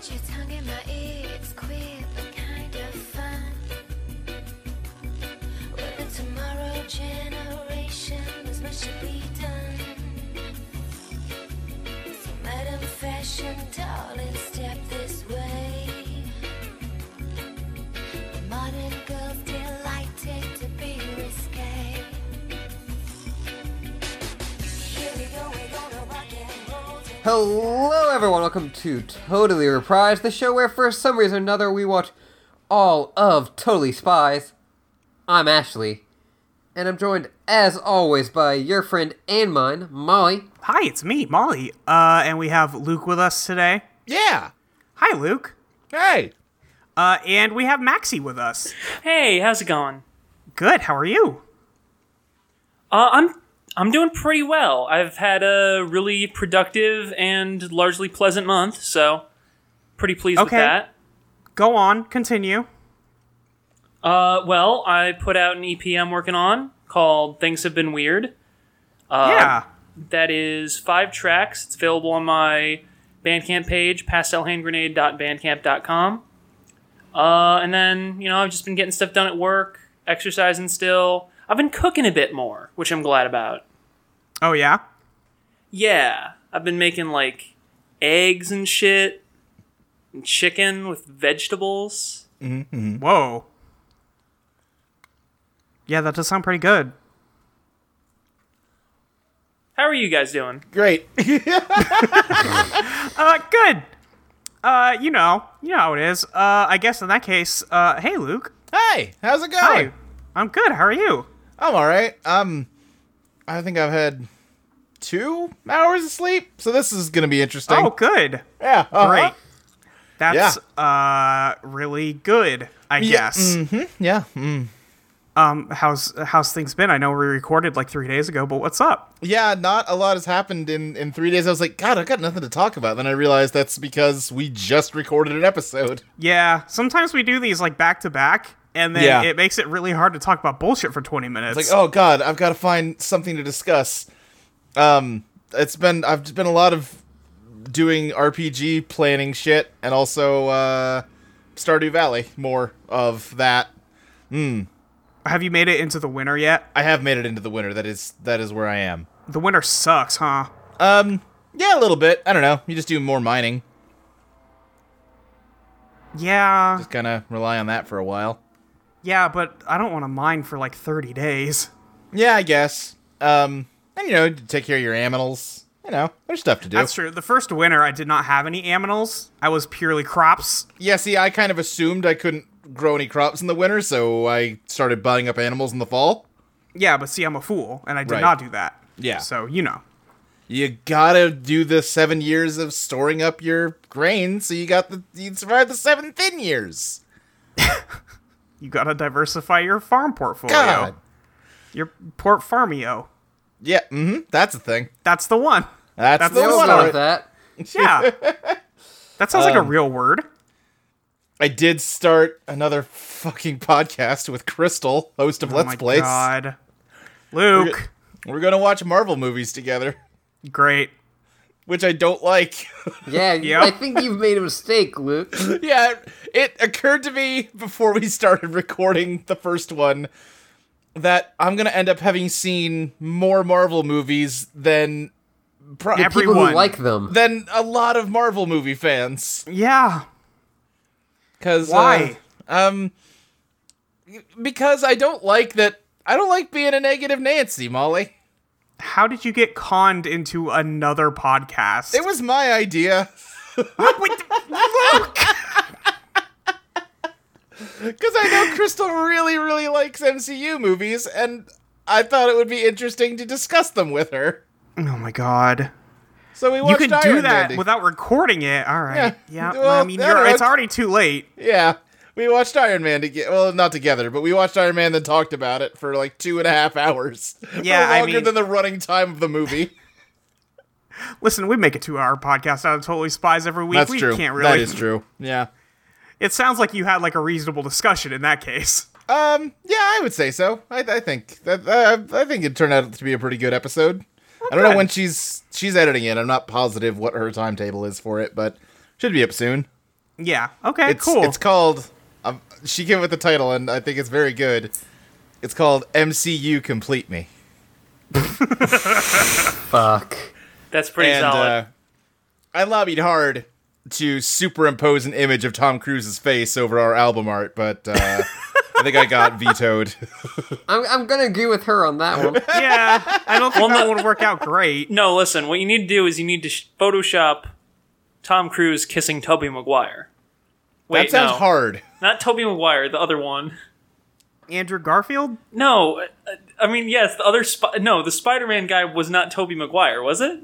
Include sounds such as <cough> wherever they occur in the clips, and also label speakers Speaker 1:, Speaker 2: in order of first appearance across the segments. Speaker 1: song in my ear, it's queer but kind of fun. Will the tomorrow generation is much to be done? So, madam fashion, darling, step this way. The modern girls delighted to be risque. Here we go, we're gonna rock and roll. tonight.
Speaker 2: Hello, everyone. Welcome to Totally Reprised, the show where, for some reason or another, we watch all of Totally Spies. I'm Ashley, and I'm joined, as always, by your friend and mine, Molly.
Speaker 3: Hi, it's me, Molly. Uh, and we have Luke with us today.
Speaker 4: Yeah.
Speaker 3: Hi, Luke.
Speaker 4: Hey.
Speaker 3: Uh, and we have Maxie with us.
Speaker 5: Hey, how's it going?
Speaker 3: Good. How are you?
Speaker 5: Uh, I'm I'm doing pretty well. I've had a really productive and largely pleasant month, so pretty pleased
Speaker 3: Okay.
Speaker 5: with that.
Speaker 3: Go on. Continue.
Speaker 5: Uh, well, I put out an EP I'm working on called "Things Have Been Weird." Uh,
Speaker 3: yeah.
Speaker 5: that is five tracks. It's available on my Bandcamp page, pastelhandgrenade.bandcamp.com. Uh, and then you know I've just been getting stuff done at work, exercising still. I've been cooking a bit more, which I'm glad about.
Speaker 3: Oh yeah.
Speaker 5: Yeah, I've been making like eggs and shit, and chicken with vegetables.
Speaker 3: Whoa. Yeah, that does sound pretty good.
Speaker 5: How are you guys doing?
Speaker 4: Great.
Speaker 3: Uh, good. Uh, you know, you know how it is. Uh, I guess in that case, uh, hey, Luke.
Speaker 4: hey. How's it
Speaker 3: Hi.
Speaker 4: going?
Speaker 3: I'm good. How are you?
Speaker 4: I'm all right. Um, I think I've had two hours of sleep, so this is gonna be interesting.
Speaker 3: Oh, good.
Speaker 4: yeah. uh-huh.
Speaker 3: Great. That's uh really good. I guess.
Speaker 4: Yeah. mm.
Speaker 3: Um, how's how's things been? I know we recorded like three days ago, but what's up?
Speaker 4: Yeah. Not a lot has happened in in three days. I was like, God, I've got nothing to talk about. Then I realized that's because we just recorded an episode.
Speaker 3: Yeah, sometimes we do these like back to back, and then
Speaker 4: Yeah.
Speaker 3: it makes it really hard to talk about bullshit for twenty minutes.
Speaker 4: It's like, oh God, I've got to find something to discuss. Um, it's been I've been a lot of doing RPG planning shit, and also uh, Stardew Valley. More of that. oh.
Speaker 3: have you made it into the winter yet?
Speaker 4: I have made it into the winter. That is that is where I am.
Speaker 3: The winter sucks, huh?
Speaker 4: Um, yeah, a little bit. I don't know. You just do more mining.
Speaker 3: Yeah,
Speaker 4: Just kind of rely on that for a while.
Speaker 3: yeah, but I don't want to mine for like thirty days.
Speaker 4: Yeah, I guess. Um, and you know, take care of your aminals. You know, there's stuff to do.
Speaker 3: That's true. The first winter, I did not have any aminals. I was purely crops.
Speaker 4: Yeah, see, I kind of assumed I couldn't grow any crops in the winter, so I started buying up animals in the fall.
Speaker 3: Yeah, but see, I'm a fool, and I did
Speaker 4: Right.
Speaker 3: not do that.
Speaker 4: Yeah.
Speaker 3: So you know.
Speaker 4: You gotta do the seven years of storing up your grain, so you got the you survive the seven thin years.
Speaker 3: You gotta diversify your farm portfolio.
Speaker 4: God,
Speaker 3: Your port farmio.
Speaker 4: yeah, mm-hmm, that's a thing.
Speaker 3: That's the one.
Speaker 4: That's,
Speaker 3: That's
Speaker 4: the
Speaker 3: the one.
Speaker 4: one.
Speaker 2: Love that.
Speaker 4: <laughs>
Speaker 3: Yeah. that sounds
Speaker 4: Um,
Speaker 3: like a real word.
Speaker 4: I did start another fucking <laughs> podcast with Crystal, host of
Speaker 3: oh
Speaker 4: Let's
Speaker 3: my
Speaker 4: Plays.
Speaker 3: God. Luke.
Speaker 4: We're gonna watch Marvel movies together, <laughs>
Speaker 3: Great.
Speaker 4: which I don't like. <laughs>
Speaker 2: Yeah,
Speaker 3: <laughs> Yep.
Speaker 2: I think you've made a mistake,
Speaker 3: <clears throat>
Speaker 2: Luke.
Speaker 4: yeah, it- it occurred to me before we started recording the first one that I'm gonna end up having seen more Marvel movies than pro-
Speaker 3: Every-
Speaker 2: People
Speaker 3: Everyone.
Speaker 2: who like them.
Speaker 4: <laughs> than a lot of Marvel movie fans.
Speaker 3: Yeah.
Speaker 4: Because
Speaker 3: Why?
Speaker 4: um, because I don't like that. I don't like being a negative Nancy, Molly.
Speaker 3: How did you get conned into another podcast?
Speaker 4: It was my idea. Because I know Crystal really, really likes MCU movies, and I thought it would be interesting to discuss them with her.
Speaker 3: oh my god.
Speaker 4: So we
Speaker 3: You
Speaker 4: watched
Speaker 3: can
Speaker 4: Iron
Speaker 3: do that
Speaker 4: Dandy.
Speaker 3: without recording it. All right.
Speaker 4: Yeah.
Speaker 3: Yeah.
Speaker 4: Well,
Speaker 3: I mean,
Speaker 4: I
Speaker 3: you're,
Speaker 4: don't know.
Speaker 3: it's already too late.
Speaker 4: Yeah, we watched Iron Man together. Well, not together, but we watched Iron Man, then talked about it for like two and a half hours.
Speaker 3: Yeah,
Speaker 4: <laughs> for
Speaker 3: I
Speaker 4: longer
Speaker 3: mean-
Speaker 4: than the running time of the movie.
Speaker 3: Listen, we make a two-hour podcast out of Totally Spies every week. <laughs> we can't really.
Speaker 4: That is true. Yeah.
Speaker 3: It sounds like you had like a reasonable discussion in that case. <laughs>
Speaker 4: Um. Yeah, I would say so. I, I think that uh, I, I think it turned out to be a pretty good episode. I don't know
Speaker 3: good.
Speaker 4: when she's she's editing it. I'm not positive what her timetable is for it, but should be up soon.
Speaker 3: Yeah. Okay.
Speaker 4: It's
Speaker 3: cool.
Speaker 4: it's <laughs> called. Um, she came up with the title, and I think it's very good. It's called MCU Complete Me.
Speaker 2: Fuck.
Speaker 5: That's pretty
Speaker 4: and
Speaker 5: solid.
Speaker 4: uh, I lobbied hard to superimpose an image of Tom Cruise's face over our album art, but
Speaker 5: <laughs>
Speaker 4: uh, I think I got vetoed.
Speaker 2: I'm, I'm gonna agree with her on
Speaker 3: <laughs>
Speaker 2: that one.
Speaker 3: yeah. I don't think
Speaker 5: Well,
Speaker 3: that
Speaker 5: no-
Speaker 3: would work out great.
Speaker 5: no, listen. What you need to do is you need to sh- Photoshop Tom Cruise kissing Toby Maguire. Wait,
Speaker 4: that sounds
Speaker 5: no.
Speaker 4: hard.
Speaker 5: Not Toby Maguire, the other one.
Speaker 3: Andrew Garfield?
Speaker 5: No, uh, I mean yes, the other. Sp- no, the Spider-Man guy was not Toby Maguire, was it?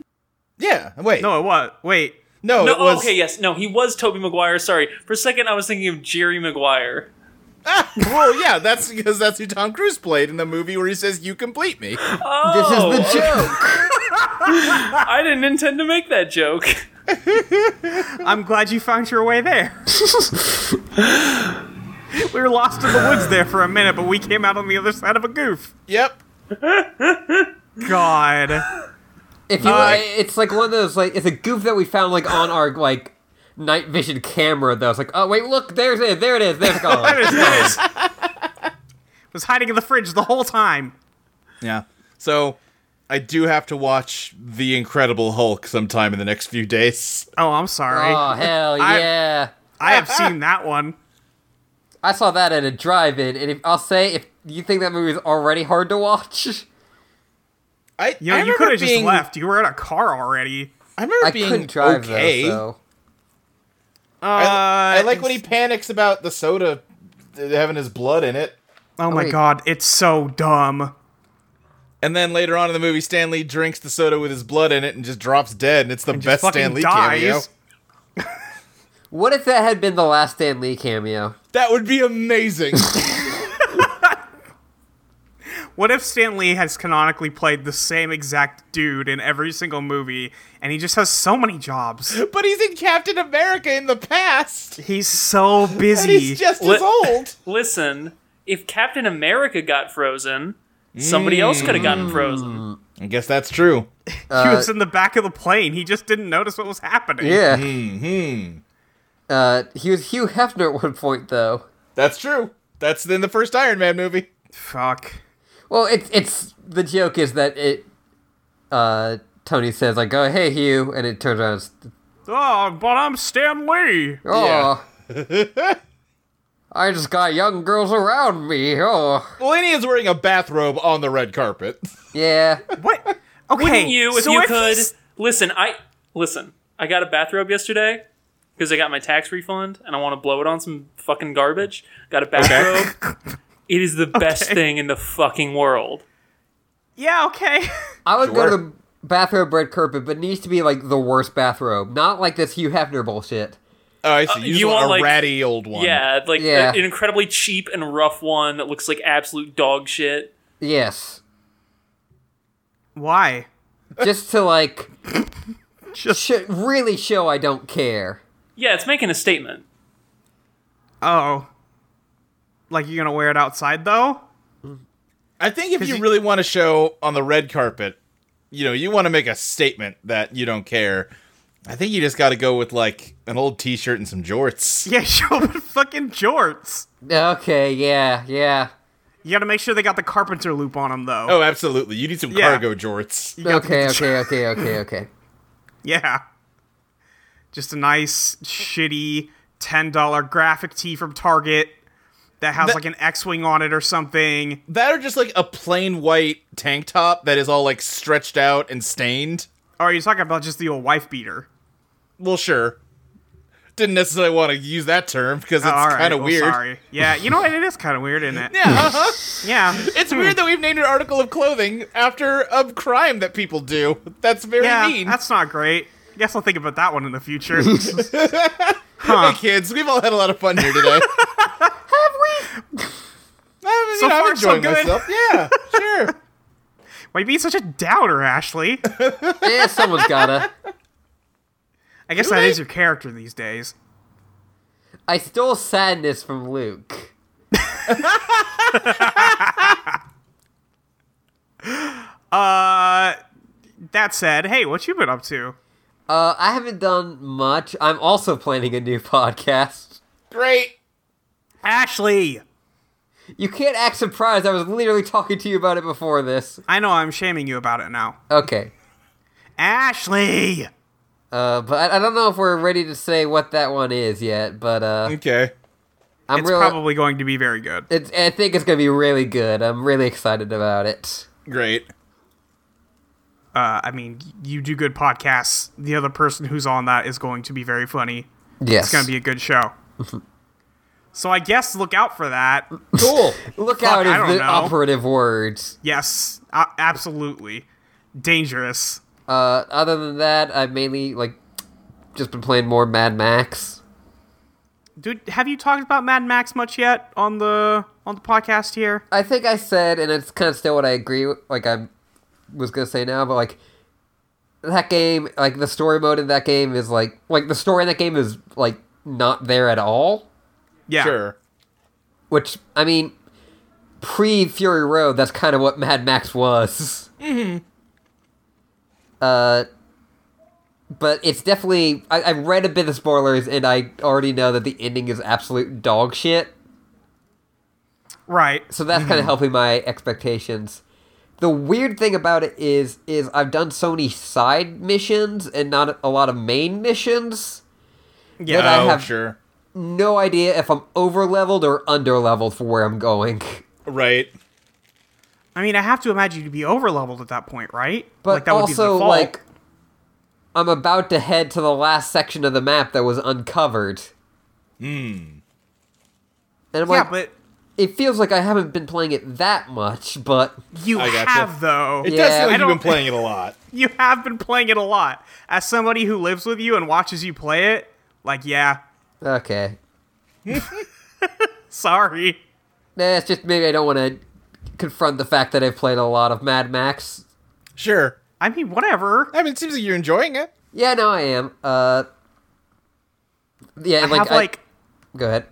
Speaker 4: Yeah. Wait. No.
Speaker 3: No, it was. Wait.
Speaker 4: No.
Speaker 5: No, oh,
Speaker 4: it was.
Speaker 5: okay, yes, no, he was Toby Maguire. Sorry, for a second I was thinking of Jerry Maguire.
Speaker 4: well, yeah. That's because that's who Tom Cruise played in the movie where he says, "You complete me."
Speaker 5: Oh,
Speaker 2: this is the joke.
Speaker 5: I didn't intend to make that joke. <laughs>
Speaker 3: I'm glad you found your way there. we were lost in the woods there for a minute, but we came out on the other side of a goof.
Speaker 4: yep.
Speaker 3: God.
Speaker 2: If you, uh, it's like one of those like it's a goof that we found like on our like night vision camera though. It's like oh wait look there's it there it is there's
Speaker 3: <laughs> There
Speaker 2: gone.
Speaker 3: it is, there it is. Was hiding in the fridge the whole time.
Speaker 4: Yeah. So I do have to watch The Incredible Hulk sometime in the next few days.
Speaker 3: Oh, I'm sorry.
Speaker 2: oh hell
Speaker 4: <laughs>
Speaker 3: I-
Speaker 2: yeah.
Speaker 3: I have seen that one.
Speaker 2: I saw that at a drive-in, and if, I'll say if you think that movie is already hard to watch, <laughs>
Speaker 4: I
Speaker 3: You know,
Speaker 4: I
Speaker 3: you
Speaker 4: remember
Speaker 3: could have just
Speaker 4: being-
Speaker 3: left. You were in a car already.
Speaker 4: I remember
Speaker 2: I
Speaker 4: being
Speaker 2: couldn't drive
Speaker 4: okay.
Speaker 2: though.
Speaker 4: I, I
Speaker 3: Uh,
Speaker 4: like when he panics about the soda th- having his blood in it.
Speaker 3: Oh my
Speaker 2: wait.
Speaker 3: god, it's so dumb.
Speaker 4: And then later on in the movie, Stanley drinks the soda with his blood in it and just drops dead, and it's the best
Speaker 3: fucking
Speaker 4: Stanley
Speaker 3: dies.
Speaker 4: cameo.
Speaker 2: So. What if that had been the last Stan Lee cameo?
Speaker 4: That would be
Speaker 3: <laughs>
Speaker 4: amazing.
Speaker 3: What if Stan Lee has canonically played the same exact dude in every single movie, and he just has so many
Speaker 4: <laughs>
Speaker 3: jobs?
Speaker 4: <laughs> but he's in Captain America in the past,
Speaker 3: He's so
Speaker 4: and
Speaker 3: busy.
Speaker 4: he's just as
Speaker 5: Let-
Speaker 4: old.
Speaker 5: Listen, if Captain America got frozen, somebody else could have gotten frozen.
Speaker 4: I guess that's true.
Speaker 3: he was
Speaker 5: Uh,
Speaker 3: in the back of the plane. He just didn't notice what was happening.
Speaker 2: Yeah. Mm-hmm.
Speaker 4: hmm.
Speaker 2: Uh, he was Hugh Hefner at one point though.
Speaker 4: That's true. That's in the first Iron Man movie.
Speaker 3: Fuck.
Speaker 2: Well, it's it's the joke is that it. Uh, Tony says like, "Oh, hey Hugh," and it turns out, it's,
Speaker 3: Oh, but I'm Stan Lee.
Speaker 2: "Oh,
Speaker 4: Yeah. <laughs>
Speaker 2: I just got young girls around me." Oh,
Speaker 4: Well, and he is wearing a bathrobe on the red carpet.
Speaker 2: yeah.
Speaker 3: What? Okay.
Speaker 5: <laughs> Wouldn't you if
Speaker 3: so
Speaker 5: you
Speaker 3: if
Speaker 5: could?
Speaker 3: he's-
Speaker 5: Listen, I listen. I got a bathrobe yesterday because I got my tax refund and I want to blow it on some fucking garbage. Got a bathrobe. it is the best thing in the fucking world.
Speaker 3: Yeah. Okay. <laughs>
Speaker 2: I would go
Speaker 4: Sure.
Speaker 2: to the bathrobe red carpet, but it needs to be like the worst bathrobe, not like this Hugh Hefner bullshit.
Speaker 4: Oh, I see. You,
Speaker 5: Uh, you
Speaker 4: just want,
Speaker 5: want,
Speaker 4: a
Speaker 5: like-
Speaker 4: ratty old one.
Speaker 5: Yeah, like
Speaker 2: Yeah.
Speaker 5: an incredibly cheap and rough one that looks like absolute dog shit.
Speaker 2: Yes,
Speaker 3: Why?
Speaker 2: just to like
Speaker 3: <laughs> Just.
Speaker 2: sh- really show I don't care.
Speaker 5: Yeah, it's making a statement.
Speaker 3: Oh. Like you're gonna wear it outside though? <laughs>
Speaker 4: I think if you
Speaker 3: you-
Speaker 4: really want to show on the red carpet, you know, you want to make a statement that you don't care. I think you just got to go with like an old T-shirt and some jorts.
Speaker 3: Yeah. <laughs> Show up in fucking jorts.
Speaker 2: Okay, yeah, yeah.
Speaker 3: You gotta make sure they got the carpenter loop on them though.
Speaker 4: Oh, absolutely. You need some
Speaker 3: Yeah.
Speaker 4: cargo jorts.
Speaker 3: got
Speaker 2: Okay,
Speaker 3: <laughs>
Speaker 2: okay, okay, okay, okay.
Speaker 3: Yeah. Just a nice, shitty $10 graphic tee from Target that has
Speaker 4: That-
Speaker 3: like an X Wing on it or something.
Speaker 4: That or just like a plain white tank top that is all like stretched out and stained.
Speaker 3: Or are you Oh, talking about just the old wife beater?
Speaker 4: Well, sure. Didn't necessarily want to use that term because it's
Speaker 3: Oh, All right,
Speaker 4: kind of
Speaker 3: well,
Speaker 4: weird.
Speaker 3: Sorry. Yeah, you know what? It is kind of weird, isn't it?
Speaker 4: <laughs> Yeah, <laughs> uh-huh.
Speaker 3: Yeah.
Speaker 4: it's weird that we've named an article of clothing after a crime that people do. That's very
Speaker 3: Yeah,
Speaker 4: mean.
Speaker 3: that's not great. Guess I'll think about that one in the future.
Speaker 4: <laughs> Hey kids, we've all had a lot of fun <laughs> here today. Have <laughs> we? I mean,
Speaker 3: So
Speaker 4: you know,
Speaker 3: far,
Speaker 4: I'm enjoying
Speaker 3: so good.
Speaker 4: <laughs> myself. Yeah, sure.
Speaker 3: Why you being such a doubter, Ashley?
Speaker 2: Yeah, someone's gotta.
Speaker 3: I guess that is your character these days.
Speaker 2: I stole sadness from Luke.
Speaker 3: That said, hey, what you been up to?
Speaker 2: Uh, I haven't done much. I'm also planning a new <laughs> podcast.
Speaker 4: Great.
Speaker 3: Ashley,
Speaker 2: You can't act surprised. I was literally talking to you about it before this.
Speaker 3: I know I'm shaming you about it now.
Speaker 2: Okay.
Speaker 3: Ashley,
Speaker 2: Uh, but I, I don't know if we're ready to say what that one is yet. But uh,
Speaker 4: Okay.
Speaker 2: I'm
Speaker 3: it's
Speaker 2: really.
Speaker 3: probably going to be very good.
Speaker 2: it's, I think it's gonna be really good. I'm really excited about it.
Speaker 4: Great.
Speaker 3: Uh, I mean, you do good podcasts. The other person who's on that is going to be very funny.
Speaker 2: Yes.
Speaker 3: It's going to be a good show. so I guess look out for that.
Speaker 4: Cool.
Speaker 2: Look
Speaker 3: Fuck,
Speaker 2: out
Speaker 3: I
Speaker 2: is
Speaker 3: don't
Speaker 2: the
Speaker 3: know.
Speaker 2: operative words.
Speaker 3: Yes, a- absolutely. Dangerous.
Speaker 2: Uh, other than that, I've mainly like just been playing more Mad Max.
Speaker 3: Dude, have you talked about Mad Max much yet on the on the podcast here?
Speaker 2: I think I said, and it's kind of still what I agree. with- Like I was gonna say now, but like that game, like the story mode in that game is like like the story in that game is like not there at all.
Speaker 3: Yeah.
Speaker 4: Sure.
Speaker 2: Which I mean, pre Fury Road, that's kind of what Mad Max was. Mm-hmm. Uh, but it's definitely I, I read a bit of spoilers, and I already know that the ending is absolute dog shit.
Speaker 3: Right.
Speaker 2: so that's kind of helping my expectations. The weird thing about it is, is I've done so many side missions and not a lot of main missions.
Speaker 3: Yeah.
Speaker 2: That I
Speaker 4: oh,
Speaker 2: have-
Speaker 4: sure.
Speaker 2: No idea if I'm over leveled or under leveled for where I'm going. <laughs>
Speaker 4: Right.
Speaker 3: I mean, I have to imagine you'd be over leveled at that point, right?
Speaker 2: But
Speaker 3: that would be the
Speaker 2: also,
Speaker 3: default.
Speaker 2: like, I'm about to head to the last section of the map that was uncovered. Hmm. And I'm
Speaker 3: yeah,
Speaker 2: like,
Speaker 3: but
Speaker 2: it feels like I haven't been playing it that much, but
Speaker 3: you
Speaker 4: I gotcha.
Speaker 3: have though.
Speaker 4: It
Speaker 2: Yeah,
Speaker 4: does feel
Speaker 2: I
Speaker 4: like you've
Speaker 3: don't-
Speaker 4: been playing it a lot.
Speaker 3: <laughs> You have been playing it a lot. As somebody who lives with you and watches you play it, like, yeah,
Speaker 2: okay.
Speaker 3: sorry.
Speaker 2: Nah, Eh, it's just maybe I don't want to confront the fact that I've played a lot of Mad Max.
Speaker 4: <laughs> Sure.
Speaker 3: I mean, whatever.
Speaker 4: I mean, it seems like you're enjoying it.
Speaker 2: Yeah, no, I am. Uh, yeah,
Speaker 3: I
Speaker 2: like,
Speaker 3: have
Speaker 2: I-
Speaker 3: like
Speaker 2: go ahead.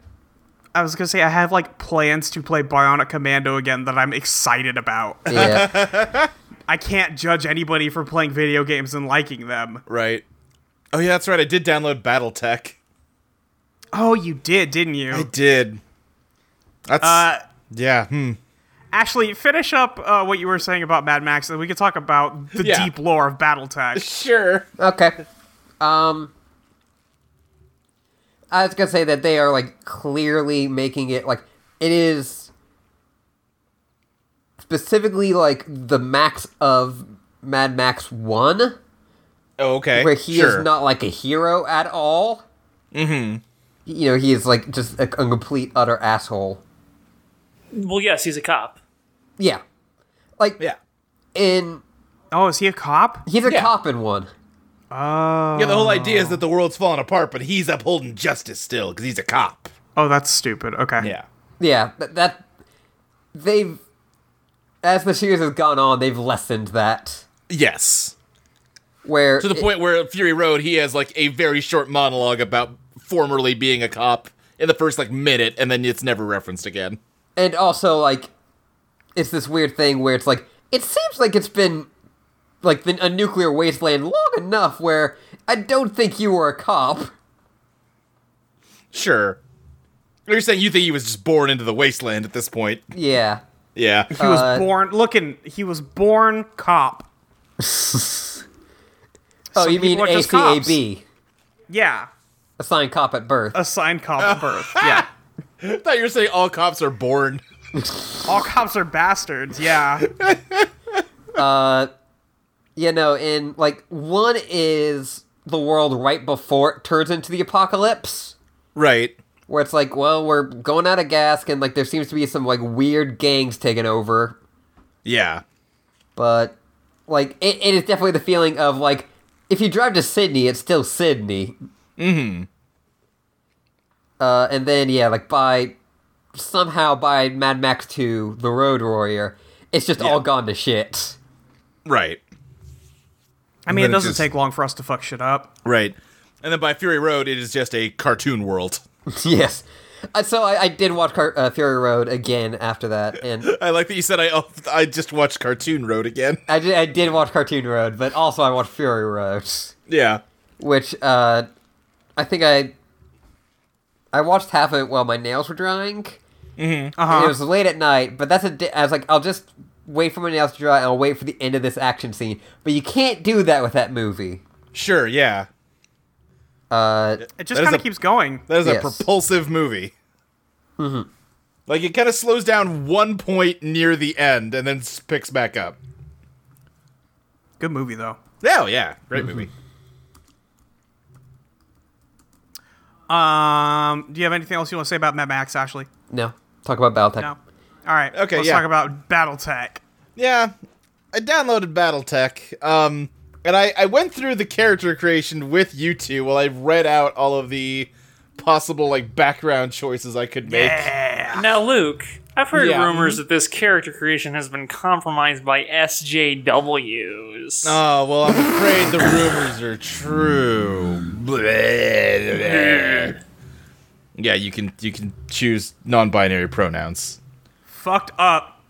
Speaker 3: I was gonna say I have like plans to play Bionic Commando again that I'm excited about. <laughs>
Speaker 2: Yeah,
Speaker 3: I can't judge anybody for playing video games and liking them.
Speaker 4: Right. Oh yeah, that's right. I did download BattleTech.
Speaker 3: Oh, you did, didn't you?
Speaker 4: I did. That's
Speaker 3: Uh,
Speaker 4: yeah. Hmm.
Speaker 3: Ashley, finish up uh, what you were saying about Mad Max, and we can talk about the
Speaker 4: Yeah.
Speaker 3: deep lore of BattleTech.
Speaker 4: Sure.
Speaker 2: okay. Um, I was gonna say that they are like clearly making it like it is specifically like the max of Mad Max One.
Speaker 4: Oh, okay.
Speaker 2: where he
Speaker 4: sure.
Speaker 2: is not like a hero at all. Mm-hmm. You know, he is like just a, a complete utter asshole.
Speaker 5: Well, yes, he's a cop.
Speaker 2: Yeah, like
Speaker 4: Yeah.
Speaker 2: in
Speaker 3: Oh, is he a cop?
Speaker 2: he's a
Speaker 4: Yeah.
Speaker 2: cop in one.
Speaker 3: Oh,
Speaker 4: Yeah, the whole idea
Speaker 2: Oh.
Speaker 4: is that the world's falling apart, but he's upholding justice still because he's a cop.
Speaker 3: oh, that's stupid. Okay.
Speaker 4: Yeah.
Speaker 2: Yeah, that, that they've as the series has gone on, they've lessened that.
Speaker 4: Yes.
Speaker 2: Where
Speaker 4: To the
Speaker 2: it-
Speaker 4: point where Fury Road, he has like a very short monologue about formerly being a cop in the first like minute, and then it's never referenced again.
Speaker 2: and also like it's this weird thing where it's like it seems like it's been like the, a nuclear wasteland long enough where I don't think you were a cop.
Speaker 4: Sure. You're saying you think he was just born into the wasteland at this point?
Speaker 2: Yeah.
Speaker 4: <laughs> Yeah.
Speaker 3: He was
Speaker 2: Uh,
Speaker 3: born looking. He was born cop.
Speaker 2: Oh, you mean
Speaker 3: people are just
Speaker 2: ACAB?
Speaker 3: Yeah,
Speaker 2: Assigned cop at birth.
Speaker 3: assigned cop at
Speaker 4: <laughs>
Speaker 3: birth. Yeah,
Speaker 4: I thought you were saying all cops are born.
Speaker 3: all cops are bastards. Yeah,
Speaker 2: you know, in like one is the world right before it turns into the apocalypse,
Speaker 4: Right.
Speaker 2: where it's like, well, we're going out of gas, and like there seems to be some like weird gangs taking over,
Speaker 4: Yeah.
Speaker 2: but like it, it is definitely the feeling of like if you drive to Sydney, it's still Sydney. Mm-hmm. Uh, and then yeah, like by somehow by Mad Max Two, The Road Warrior, it's just all gone to shit. <laughs>
Speaker 4: Right.
Speaker 3: I mean it
Speaker 4: then it
Speaker 3: doesn't
Speaker 4: just-
Speaker 3: take long for us to fuck shit up.
Speaker 4: Right. And then by Fury Road, it is just a cartoon world.
Speaker 2: Yes. Uh, So I, I did watch Car- uh, Fury Road again after that, and
Speaker 4: I like that you said I oh, I just watched Cartoon Road again.
Speaker 2: I did, I did watch Cartoon Road, <laughs> but also I watched Fury Road.
Speaker 4: Yeah.
Speaker 2: which uh, I think I I watched half of it while my nails were drying.
Speaker 3: Uh-huh.
Speaker 2: It was late at night, but that's a. Di- I was like, I'll just wait for my nails to dry and I'll wait for the end of this action scene. But you can't do that with that movie.
Speaker 4: Sure, yeah.
Speaker 2: Uh,
Speaker 3: It just
Speaker 4: That is
Speaker 3: kind
Speaker 4: a-
Speaker 3: of keeps going.
Speaker 4: That is
Speaker 2: Yes.
Speaker 4: a propulsive movie. Mm-hmm. Like it kind of slows down one point near the end and then s- picks back up.
Speaker 3: Good movie though.
Speaker 4: Oh yeah, great movie.
Speaker 3: Um, do you have anything else you want to say about Mad Max, Ashley?
Speaker 2: no, talk about Battletech.
Speaker 3: No. All right.
Speaker 4: Okay,
Speaker 3: Let's
Speaker 4: yeah.
Speaker 3: talk about BattleTech.
Speaker 4: Yeah, I downloaded BattleTech, um, and I I went through the character creation with you two while I read out all of the possible like background choices I could make.
Speaker 3: Yeah.
Speaker 5: Now, Luke, I've heard
Speaker 4: Yeah. mm-hmm.
Speaker 5: rumors that this character creation has been compromised by SJWs.
Speaker 4: Oh well, I'm afraid the rumors are true. Yeah, you can you can choose non-binary pronouns,
Speaker 3: Fucked up.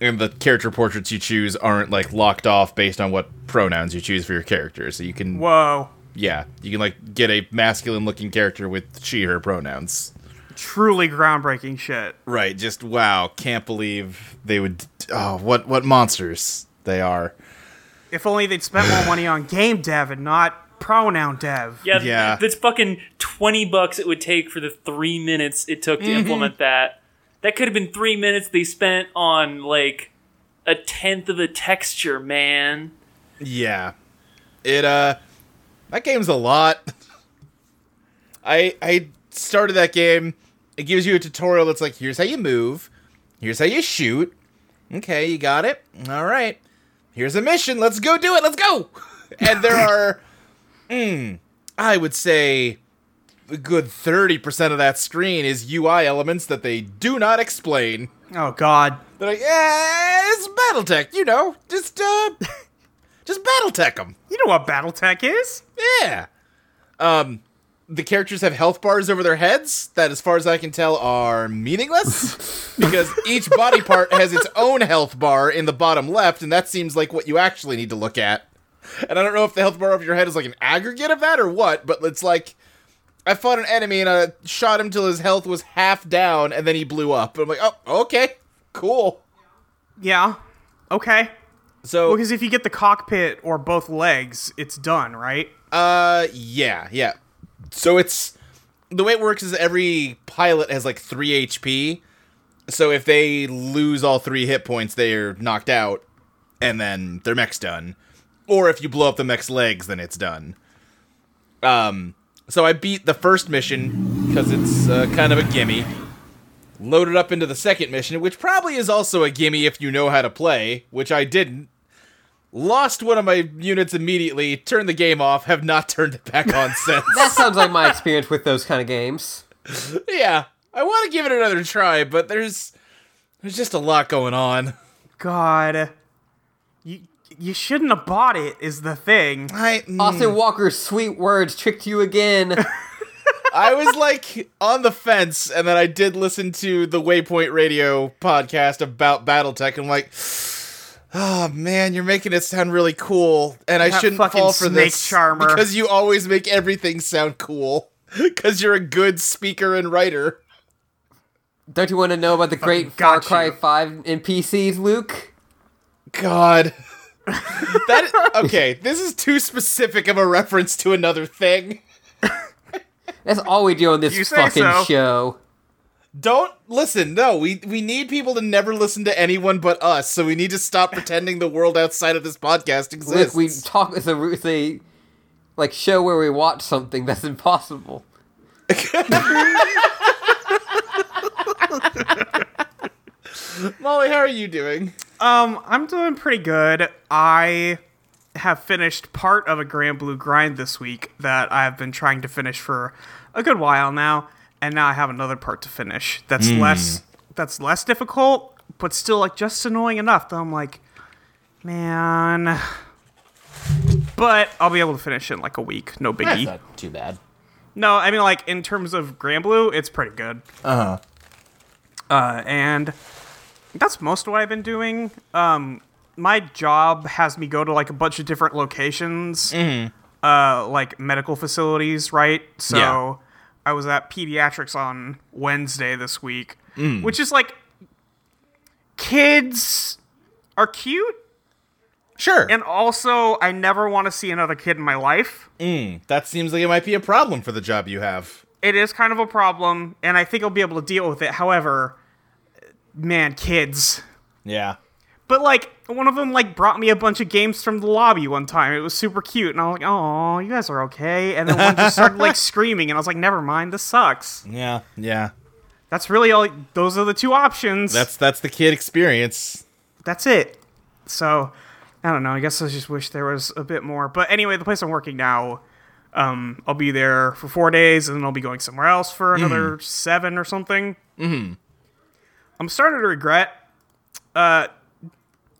Speaker 4: and the character portraits you choose aren't like locked off based on what pronouns you choose for your character. So you can
Speaker 3: Whoa.
Speaker 4: yeah, you can like get a masculine-looking character with she/her pronouns.
Speaker 3: Truly groundbreaking shit.
Speaker 4: Right, just wow, can't believe they would. Oh, what what monsters they are.
Speaker 3: If only they'd spent more money on game dev and not pronoun dev.
Speaker 5: yeah,
Speaker 4: yeah.
Speaker 5: that's fucking twenty bucks it would take for the three minutes it took to
Speaker 4: Mm-hmm.
Speaker 5: implement that. That could have been three minutes they spent on like a tenth of a texture, man.
Speaker 4: Yeah. It uh that game's a lot. <laughs> I I started that game. It gives you a tutorial that's like here's how you move, here's how you shoot. Okay, you got it. All right. Here's a mission. Let's go do it. Let's go. <laughs> And there are <laughs> mm, I would say a good 30% of that screen is UI elements that they do not explain.
Speaker 3: Oh god.
Speaker 4: They're like, "Yeah, it's BattleTech, you know. Just uh <laughs> just BattleTech them."
Speaker 3: You know what BattleTech is?
Speaker 4: Yeah. Um, the characters have health bars over their heads that, as far as I can tell, are meaningless because each body part has its own health bar in the bottom left, and that seems like what you actually need to look at. And I don't know if the health bar over your head is like an aggregate of that or what, but it's like I fought an enemy and I shot him till his health was half down, and then he blew up. I'm like, oh, okay, cool.
Speaker 3: Yeah. Okay.
Speaker 4: So
Speaker 3: Because if you get the cockpit or both legs, it's done, right?
Speaker 4: Uh, yeah, yeah. So it's the way it works is every pilot has like three HP. So if they lose all three hit points, they're knocked out, and then their mech's done. Or if you blow up the mech's legs, then it's done. Um, so I beat the first mission because it's uh, kind of a gimme. Loaded up into the second mission, which probably is also a gimme if you know how to play, which I didn't lost one of my units immediately, turned the game off, have not <laughs> turned it back on
Speaker 2: That
Speaker 4: since.
Speaker 2: sounds like my experience with those kind of games.
Speaker 4: yeah, I want to give it another try, but there's there's just a lot going on.
Speaker 3: God. You you shouldn't have bought it is the thing.
Speaker 4: <laughs> I
Speaker 3: Hmm.
Speaker 4: mm,
Speaker 2: Austin Walker's sweet words tricked you
Speaker 3: <laughs>
Speaker 2: again.
Speaker 4: I was like on the fence, and then I did listen to the Waypoint Radio podcast about BattleTech, and I'm like, oh man, you're making it sound really cool, and I
Speaker 3: That
Speaker 4: shouldn't
Speaker 3: fucking
Speaker 4: fall for
Speaker 3: snake
Speaker 4: this
Speaker 3: charmer."
Speaker 4: because you always make everything sound cool <laughs> because you're a good speaker and writer.
Speaker 2: Don't you want to know about the great Far
Speaker 3: got
Speaker 2: Cry
Speaker 3: you.
Speaker 2: 5 NPCs, Luke?
Speaker 4: God. <laughs> that okay, this is too specific of a reference to another thing.
Speaker 2: That's all we do on this
Speaker 3: You say
Speaker 2: fucking
Speaker 3: so.
Speaker 2: show.
Speaker 4: Don't listen. No, we we need people to never listen to anyone but us. So we need to stop pretending the world outside of this podcast
Speaker 2: Look,
Speaker 4: exists.
Speaker 2: we talk it's a, it's a like show where we watch something <laughs> that's impossible.
Speaker 4: Molly, how are you doing?
Speaker 3: Um, I'm doing pretty good. I have finished part of a Grand Blue grind this week that I've been trying to finish for a good while now, and now I have another part to finish that's less that's less difficult, but still like just annoying enough that I'm like, man. But I'll be able to finish it in like a week, no biggie.
Speaker 4: too bad.
Speaker 3: No, I mean like in terms of Grand Blue, it's pretty good. Uh-huh. Uh and that's most of what I've been doing. Um my job has me go to like a bunch of different locations uh, like medical facilities, right? So
Speaker 6: Yeah.
Speaker 3: I was at pediatrics on Wednesday this week, which is like kids are cute,
Speaker 4: Sure.
Speaker 3: and also I never want to see another kid in my life.
Speaker 4: that seems like it might be a problem for the job you have.
Speaker 3: It is kind of a problem, and I think I'll be able to deal with it. However, man, kids.
Speaker 4: Yeah.
Speaker 3: But like one of them like brought me a bunch of games from the lobby one time. It was super cute, and I was like, "Oh, you guys are okay." And then one just started like screaming, and I was like, "Never mind, this sucks."
Speaker 4: Yeah. Yeah.
Speaker 3: That's really all. Those are the two options.
Speaker 4: That's that's the kid experience.
Speaker 3: that's it. So I don't know. I guess I just wish there was a bit more. But anyway, the place I'm working now, um, I'll be there for four days, and then I'll be going somewhere else for another seven or something. Mm-hmm. I'm starting to regret uh,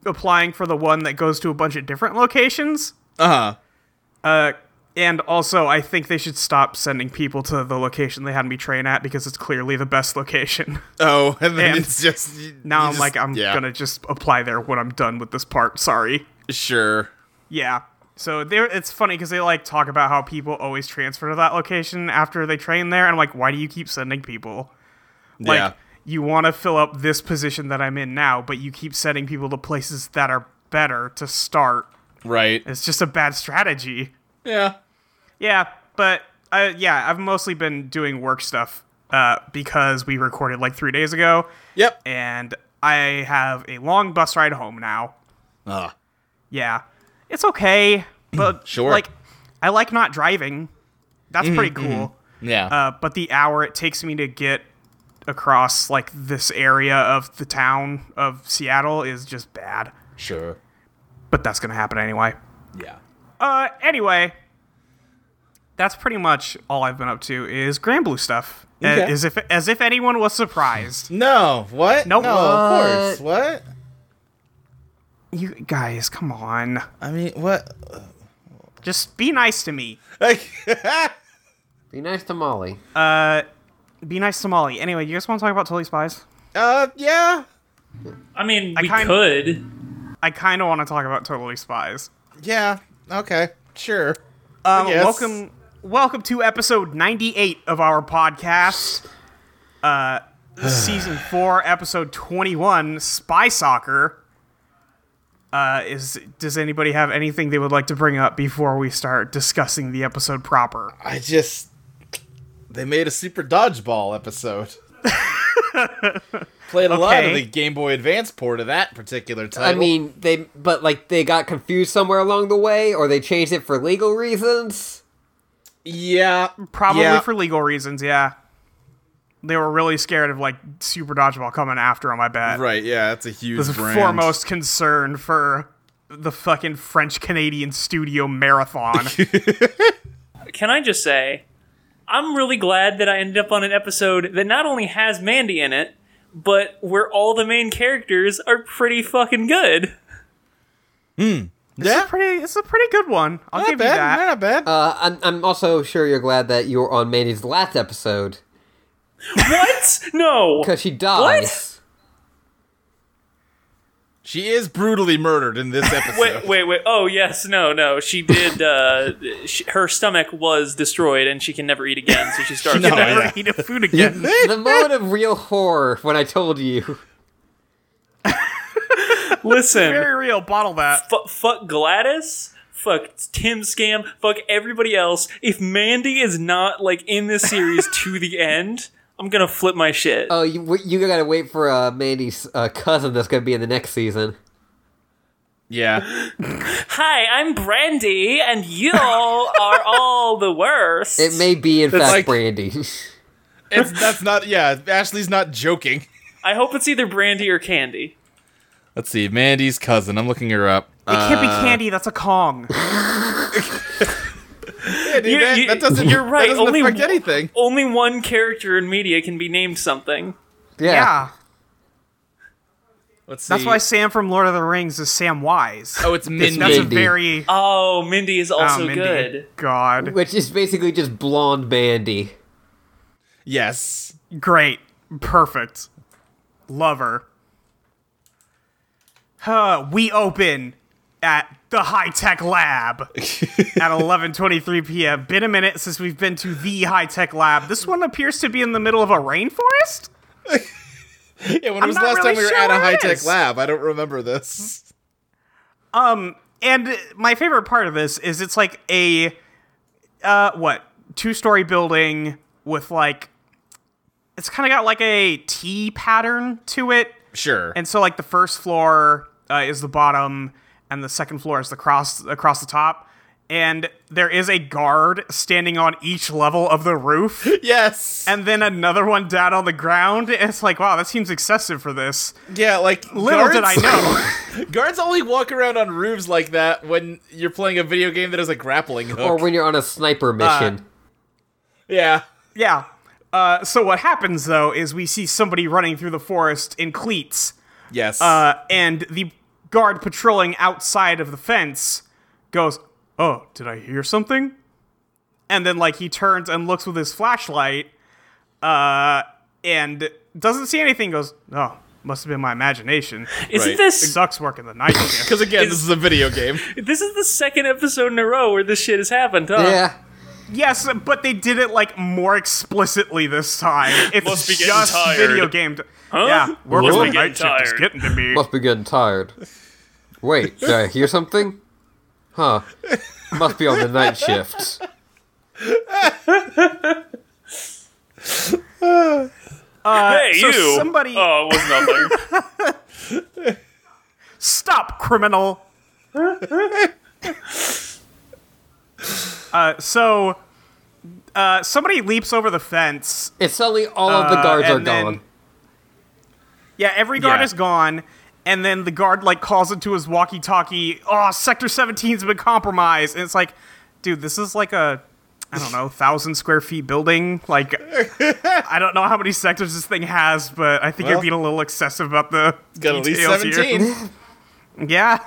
Speaker 3: applying for the one that goes to a bunch of different locations.
Speaker 4: Uh huh.
Speaker 3: And also, I think they should stop sending people to the location they had me train at because it's clearly the best location. <laughs>
Speaker 4: Oh, <laughs> and then
Speaker 3: And
Speaker 4: it's just you-
Speaker 3: now
Speaker 4: you
Speaker 3: I'm
Speaker 4: just-
Speaker 3: like, I'm
Speaker 4: yeah,
Speaker 3: gonna just apply there when I'm done with this part. Sorry.
Speaker 4: sure.
Speaker 3: Yeah. So there, it's funny because they like talk about how people always transfer to that location after they train there, and I'm like, why do you keep sending people? Like,
Speaker 4: yeah.
Speaker 3: you want to fill up this position that I'm in now, but you keep sending people to places that are better to start.
Speaker 4: Right.
Speaker 3: It's just a bad strategy.
Speaker 4: Yeah.
Speaker 3: Yeah, but uh, yeah, I've mostly been doing work stuff uh, because we recorded like three days ago,
Speaker 4: Yep.
Speaker 3: and I have a long bus ride home now.
Speaker 4: Uh,
Speaker 3: Yeah, it's
Speaker 4: <clears throat>
Speaker 3: okay, but
Speaker 4: Sure. Mm-hmm,
Speaker 3: like I like not driving. That's pretty cool.
Speaker 4: yeah.
Speaker 3: Uh, but the hour it takes me to get across like this area of the town of Seattle is just bad.
Speaker 4: sure.
Speaker 3: But that's gonna happen anyway.
Speaker 4: Yeah.
Speaker 3: Uh, anyway, that's pretty much all I've been up to is Grand Blue stuff. A-
Speaker 4: Okay.
Speaker 3: As if as if anyone was surprised.
Speaker 4: No. What?
Speaker 3: Nope.
Speaker 4: No. Of course. What?
Speaker 3: You guys, come on,
Speaker 4: I mean, what?
Speaker 3: just be nice to me.
Speaker 4: Like, <laughs>
Speaker 2: Be nice to Molly.
Speaker 3: Be nice to Molly. Anyway, you guys want to talk about Totally Spies?
Speaker 4: uh, yeah.
Speaker 5: I mean, we
Speaker 3: kinda-
Speaker 5: could.
Speaker 3: I kind of want to talk about Totally Spies.
Speaker 4: Yeah. Okay. Sure.
Speaker 3: Um,
Speaker 4: Yes.
Speaker 3: Welcome, welcome to episode ninety-eight of our podcast, uh,
Speaker 4: <sighs>
Speaker 3: season four, episode twenty-one, Spy Soccer. Uh, is does anybody have anything they would like to bring up before we start discussing the episode proper?
Speaker 4: I just they made a super dodgeball episode. Played a lot of
Speaker 3: Okay.
Speaker 4: the Game Boy Advance port of that particular
Speaker 2: I
Speaker 4: title.
Speaker 2: mean, they but like they got confused somewhere along the way, or they changed it for legal reasons.
Speaker 4: yeah,
Speaker 3: Probably
Speaker 4: yeah.
Speaker 3: for legal reasons. Yeah, they were really scared of like Super Dodgeball coming after them. I bet
Speaker 4: right. Yeah, that's a huge
Speaker 3: was
Speaker 4: brand.
Speaker 3: foremost concern for the fucking French Canadian studio marathon.
Speaker 4: <laughs>
Speaker 5: Can I just say, I'm really glad that I ended up on an episode that not only has Mandy in it, but where all the main characters are pretty fucking good.
Speaker 4: Yeah,
Speaker 3: pretty it's a pretty good one. I'll
Speaker 4: not
Speaker 3: give you
Speaker 4: bad.
Speaker 3: that.
Speaker 4: Not bad.
Speaker 2: Uh, I'm, I'm also sure you're glad that you were on Mandy's last episode
Speaker 5: What? No.
Speaker 2: because she dies.
Speaker 4: she is brutally murdered
Speaker 3: <laughs>
Speaker 4: in this episode.
Speaker 5: Wait, wait, wait. Oh, yes. No, no. She did. Uh, sh her stomach was destroyed, and she can never eat again. So
Speaker 3: <laughs>
Speaker 5: she starved.
Speaker 4: No,
Speaker 5: to death.
Speaker 3: Never
Speaker 4: <laughs> yeah.
Speaker 3: eat a food <laughs> again.
Speaker 2: the moment of real horror when I told you.
Speaker 5: Listen.
Speaker 3: Very real. Bottle that.
Speaker 5: F- fuck Gladys. Fuck Tim Scam. Fuck everybody else. If Mandy is not like in this series to the end, I'm gonna flip my shit.
Speaker 2: Oh, you w- you gotta wait for uh, Mandy's uh, cousin that's gonna be in the next season.
Speaker 4: Yeah,
Speaker 5: Hi, I'm Brandy, and you are all the worst.
Speaker 2: It may be in fact
Speaker 4: like-
Speaker 2: Brandy. <laughs>
Speaker 4: it's that's not. Yeah, Ashley's not joking.
Speaker 5: I hope it's either Brandy or Candy.
Speaker 4: Let's see, Mandy's cousin. I'm looking her up.
Speaker 3: It can't be
Speaker 4: Uh,
Speaker 3: candy. That's a Kong.
Speaker 4: <laughs> Mandy,
Speaker 5: you-
Speaker 4: that,
Speaker 5: you-
Speaker 4: that doesn't.
Speaker 5: you're right,
Speaker 4: That doesn't
Speaker 5: only
Speaker 4: affect
Speaker 5: one-
Speaker 4: anything.
Speaker 5: Only one character in media can be named something.
Speaker 2: yeah.
Speaker 3: Yeah.
Speaker 4: Let's see.
Speaker 3: That's why Sam from Lord of the Rings is Sam Wise.
Speaker 4: Oh, it's Mindy.
Speaker 3: That's a
Speaker 2: Mindy.
Speaker 3: very oh,
Speaker 5: Oh, Mindy is also
Speaker 3: Mindy.
Speaker 5: good.
Speaker 3: God.
Speaker 2: Which is basically just blonde Mandy.
Speaker 4: yes.
Speaker 3: Great. Perfect. Lover. Huh, we open at the high tech lab
Speaker 4: <laughs>
Speaker 3: at 11:23 p.m. Been a minute since we've been to the high tech lab. This one appears to be in the middle of a rainforest.
Speaker 4: <laughs> Yeah, when it was
Speaker 3: not
Speaker 4: last
Speaker 3: really
Speaker 4: time we were
Speaker 3: sure
Speaker 4: at a
Speaker 3: where it
Speaker 4: high tech
Speaker 3: is.
Speaker 4: lab? I don't remember this.
Speaker 3: And my favorite part of this is it's like a uh what two story building with like it's kind of got like a T pattern to it.
Speaker 4: Sure.
Speaker 3: And so like the first floor uh, is the bottom, and the second floor is the cross across the top. And there is a guard standing on each level of the roof,
Speaker 4: <laughs> yes.
Speaker 3: and then another one down on the ground. And it's like, wow, that seems excessive for this.
Speaker 4: yeah, like
Speaker 3: Little did I
Speaker 4: guards-
Speaker 3: know.
Speaker 4: <laughs> guards only walk around on roofs like that when you're playing a video game that has a grappling hook.
Speaker 2: Or when you're on a
Speaker 3: Uh,
Speaker 2: sniper mission.
Speaker 4: yeah.
Speaker 3: yeah. Uh, so what happens though is we see somebody running through the forest in cleats,
Speaker 4: Yes.
Speaker 3: uh, and the guard patrolling outside of the fence goes, "Oh, did I hear something?" And then like he turns and looks with his flashlight, uh, and doesn't see anything. Goes, "Oh, must have been my imagination."
Speaker 5: Isn't
Speaker 4: Right.
Speaker 5: this
Speaker 3: Sucks working the night
Speaker 5: <laughs>
Speaker 3: shift.
Speaker 4: Because again, this is a
Speaker 3: <laughs>
Speaker 4: video game.
Speaker 5: this is the second episode in a row where this shit has happened, huh?
Speaker 3: uh.
Speaker 2: yeah.
Speaker 3: yes, but they did it like more explicitly this time. It's
Speaker 5: Must be getting
Speaker 3: just
Speaker 5: tired.
Speaker 3: video gamed. Yeah, working
Speaker 5: Must
Speaker 3: the
Speaker 5: be
Speaker 3: night
Speaker 5: getting
Speaker 3: shift is
Speaker 5: tired.
Speaker 3: getting to me.
Speaker 2: Must be getting tired. Wait, did I hear something? Huh. Must be on the night shift.
Speaker 5: hey,
Speaker 3: so
Speaker 5: you.
Speaker 3: somebody-
Speaker 5: Oh, it was nothing. <laughs>
Speaker 3: Stop,
Speaker 4: <laughs>
Speaker 3: criminal. uh, so, uh, somebody leaps over the fence.
Speaker 2: It's suddenly all of the guards
Speaker 3: Uh,
Speaker 2: are
Speaker 3: and then-
Speaker 2: gone.
Speaker 3: Yeah, every guard
Speaker 4: Yeah.
Speaker 3: is gone, and then the guard like calls into his walkie-talkie. Oh, Sector 17's been compromised, and it's like, dude, this is like a. I don't know, thousand square feet building. Like, I don't know how many sectors this thing has, but I think
Speaker 4: Well,
Speaker 3: you're being a little excessive about the
Speaker 4: Got at least
Speaker 3: details here.
Speaker 4: 17.
Speaker 3: <laughs> Yeah.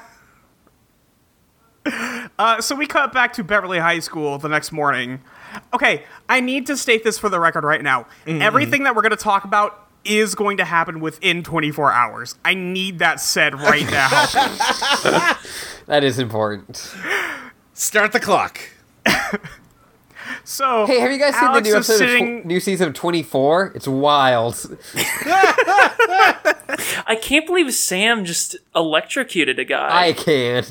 Speaker 3: <laughs> Uh, so we cut back to Beverly High School the next morning. Okay, I need to state this for the record right now. Everything that we're going to talk about is going to happen within 24 hours. I need that said right now.
Speaker 2: That is important.
Speaker 4: Start the clock. <laughs>
Speaker 3: so,
Speaker 2: Hey, have you guys seen
Speaker 3: Alex
Speaker 2: the new
Speaker 3: is
Speaker 2: episode
Speaker 3: sitting-
Speaker 2: of tw- new season of 24? It's wild.
Speaker 5: I can't believe Sam just electrocuted a guy.
Speaker 2: I can.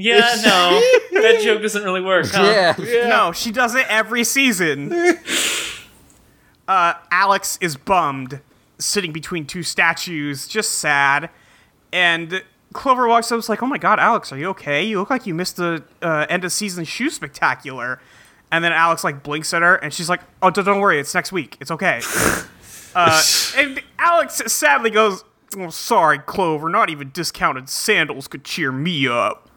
Speaker 5: yeah, no. that joke doesn't really work, huh?
Speaker 2: Yeah.
Speaker 3: No, she does it every season. uh, Alex is bummed, sitting between two statues, just sad. And Clover walks up, is like, "Oh my God, Alex, are you okay? You look like you missed the uh, end of season shoe spectacular." And then Alex like blinks at her, and she's like, "Oh, don't, don't worry, it's next week. It's okay." uh, and Alex sadly goes. Oh, sorry, Clover. Not even discounted sandals could cheer me up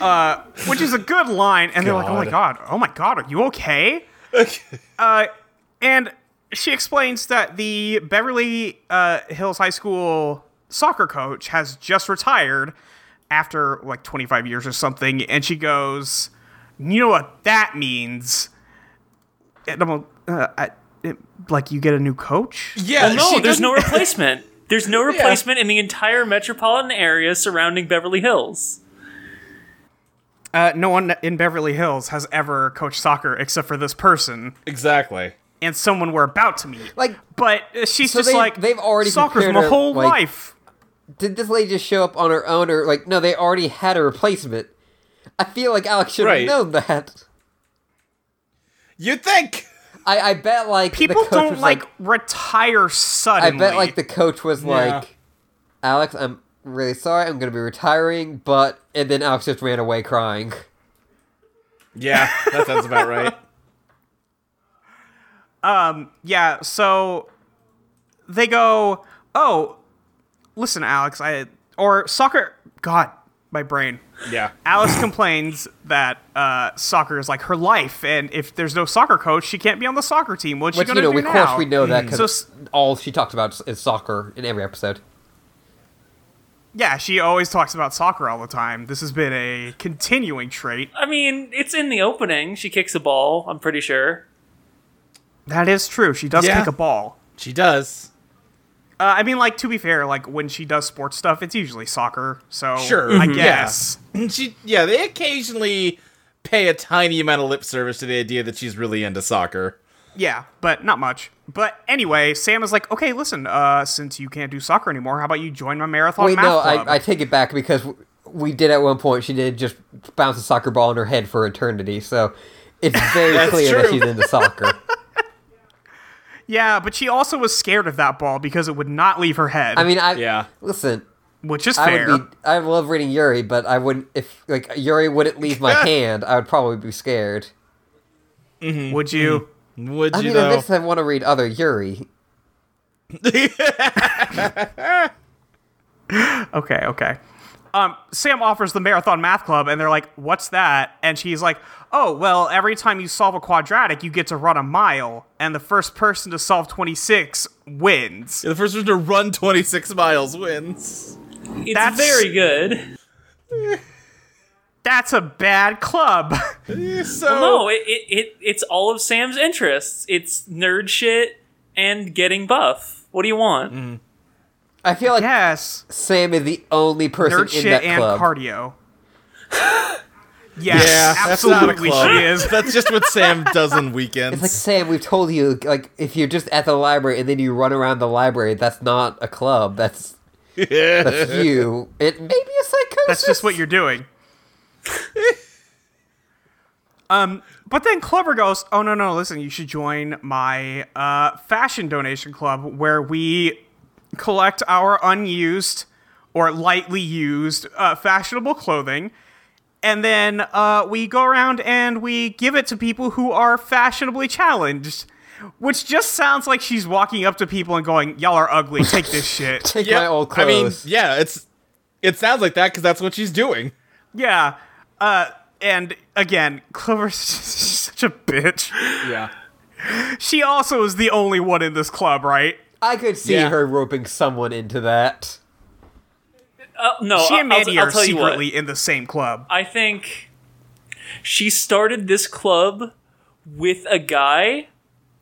Speaker 3: Uh, which is a good line. And they're like, "Oh my god, oh my god, are you okay?" uh, and she explains that the Beverly uh, Hills High School soccer coach has just retired after like 25 years or something, and she goes, "You know what that means?" And I'm like, uh, I, it, like you get a new coach.
Speaker 4: Yeah.
Speaker 5: No,
Speaker 4: she
Speaker 5: there's no
Speaker 4: doesn't-
Speaker 5: replacement. There's no replacement in the entire metropolitan area surrounding Beverly Hills.
Speaker 3: Uh, no one in Beverly Hills has ever coached soccer except for this person
Speaker 4: Exactly.
Speaker 3: and someone we're about to meet.
Speaker 2: Like,
Speaker 3: But uh, she's
Speaker 2: So
Speaker 3: just
Speaker 2: they-
Speaker 3: like
Speaker 2: they've already
Speaker 3: soccer's
Speaker 2: compared
Speaker 3: my
Speaker 2: her,
Speaker 3: whole
Speaker 2: like-
Speaker 3: life.
Speaker 2: did this lady just show up on her own or like no they already had a replacement i feel like alex should have
Speaker 4: Right.
Speaker 2: known that
Speaker 4: You think?
Speaker 2: i, I bet like the
Speaker 3: People
Speaker 2: coach
Speaker 3: don't
Speaker 2: was
Speaker 3: like,
Speaker 2: like,
Speaker 3: retire
Speaker 2: i
Speaker 3: suddenly.
Speaker 2: bet like the coach was
Speaker 4: Yeah.
Speaker 2: like alex i'm really sorry i'm gonna be retiring but and then alex just ran away crying
Speaker 4: Yeah, that sounds about <laughs> right.
Speaker 3: yeah. So they go, oh, listen, Alex, I or soccer. God, my brain.
Speaker 4: Yeah.
Speaker 2: <laughs>
Speaker 3: Alice complains that uh, soccer is like her life, and if there's no soccer coach, she can't be on the soccer team. What's
Speaker 2: which
Speaker 3: she
Speaker 2: you
Speaker 3: gonna
Speaker 2: know
Speaker 3: do
Speaker 2: of
Speaker 3: now?
Speaker 2: course we know that because
Speaker 3: So s-
Speaker 2: all she talks about is- is soccer in every episode
Speaker 3: Yeah, she always talks about soccer all the time. This has been a continuing trait.
Speaker 5: I mean, it's in the opening. She kicks a ball, I'm pretty sure.
Speaker 3: That is true. She does
Speaker 4: Yeah.
Speaker 3: kick a ball.
Speaker 4: She does.
Speaker 3: Uh, I mean, like to be fair, like when she does sports stuff, it's usually soccer. So
Speaker 4: Sure,
Speaker 3: I
Speaker 2: Mm-hmm.
Speaker 4: mhm.
Speaker 3: guess
Speaker 4: <laughs> she yeah they occasionally pay a tiny amount of lip service to the idea that she's really into soccer
Speaker 3: yeah, but not much. But anyway, Sam is like, okay, listen, uh, since you can't do soccer anymore, how about you join my
Speaker 4: Oh,
Speaker 3: marathon
Speaker 2: Wait,
Speaker 3: math
Speaker 2: no,
Speaker 3: club?
Speaker 2: I, I take it back because w- we did at one point. She did just bounce a soccer ball in her head for eternity, so
Speaker 4: <laughs>
Speaker 2: it's very
Speaker 4: That's
Speaker 2: clear that
Speaker 4: true.
Speaker 2: she's into
Speaker 4: <laughs>
Speaker 2: soccer.
Speaker 3: yeah, but she also was scared of that ball because it would not leave her head,
Speaker 2: I mean, I
Speaker 4: Yeah.
Speaker 2: listen.
Speaker 3: which is
Speaker 2: I
Speaker 3: fair.
Speaker 2: would be. I love reading Yuri, but I wouldn't. If like Yuri wouldn't leave
Speaker 4: <laughs>
Speaker 2: my hand, I would probably be scared.
Speaker 3: Would you?
Speaker 4: would
Speaker 2: I
Speaker 4: you
Speaker 2: mean,
Speaker 4: know
Speaker 2: I guess I want to read other Yuri.
Speaker 4: <laughs>
Speaker 3: Okay, okay. Um, Sam offers the marathon math club, and they're like, "What's that?" And she's like, "Oh, well, every time you solve a quadratic, you get to run a mile, and the first person to solve twenty six wins."
Speaker 4: the first one to run 26 miles wins
Speaker 5: It's
Speaker 3: That's-
Speaker 5: very good.
Speaker 3: That's a bad club. <laughs>
Speaker 4: so
Speaker 5: No, it, it, it it's all of Sam's interests. It's nerd shit and getting buff. What do you want?
Speaker 3: Mm.
Speaker 2: I feel like
Speaker 3: yes,
Speaker 2: Sam is the only person
Speaker 3: nerd
Speaker 2: in
Speaker 3: shit
Speaker 2: that
Speaker 3: and
Speaker 2: club.
Speaker 4: <laughs>
Speaker 3: cardio. Yes,
Speaker 4: yeah that's not a
Speaker 3: absolutely,
Speaker 4: club.
Speaker 3: she is.
Speaker 4: <laughs> that's just what sam does on weekends
Speaker 2: It's like Sam, we've told you like if you're just at the library and then you run around the library, that's not a club. That's that's you. It may be a psychosis.
Speaker 3: That's just what you're doing. <laughs> um, but then Clever goes, "Oh no, no! Listen, you should join my uh, fashion donation club where we collect our unused or lightly used uh, fashionable clothing." And then uh, we go around and we give it to people who are fashionably challenged, which just sounds like she's walking up to people and going, "Y'all are ugly. Take <laughs> this shit."
Speaker 2: take
Speaker 4: yeah
Speaker 2: my old
Speaker 4: i mean
Speaker 2: clothes.
Speaker 4: yeah it's it sounds like that because that's what she's doing
Speaker 3: Yeah. Uh, and again, Clover's <laughs> such a bitch.
Speaker 4: yeah
Speaker 3: She also is the only one in this club, right?
Speaker 2: I could see
Speaker 4: Yeah.
Speaker 2: her roping someone into that.
Speaker 5: Uh, no,
Speaker 3: She
Speaker 5: I-
Speaker 3: and
Speaker 5: I'll-
Speaker 3: Mandy
Speaker 5: I'll
Speaker 3: are
Speaker 5: tell you what.
Speaker 3: secretly in the same club.
Speaker 5: I think she started this club with a guy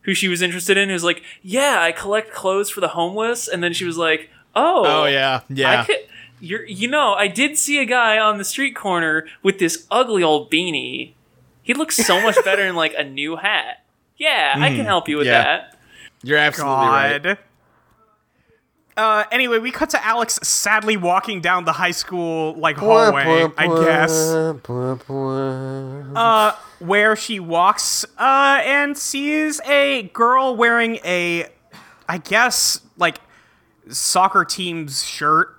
Speaker 5: who she was interested in who's like, "Yeah, I collect clothes for the homeless." And then she was like, "Oh,
Speaker 4: oh yeah yeah
Speaker 5: I could you're, you know, I did see a guy on the street corner with this ugly old beanie. He looks
Speaker 4: <laughs>
Speaker 5: so much better in like a new hat. Yeah, I can help you with
Speaker 4: Hmm. yeah.
Speaker 5: that.
Speaker 4: you're absolutely right
Speaker 3: God. Uh, anyway, we cut to Alex sadly walking down the high school like hallway, I guess. uh, where she walks uh, and sees a girl wearing a, I guess, like soccer team's shirt.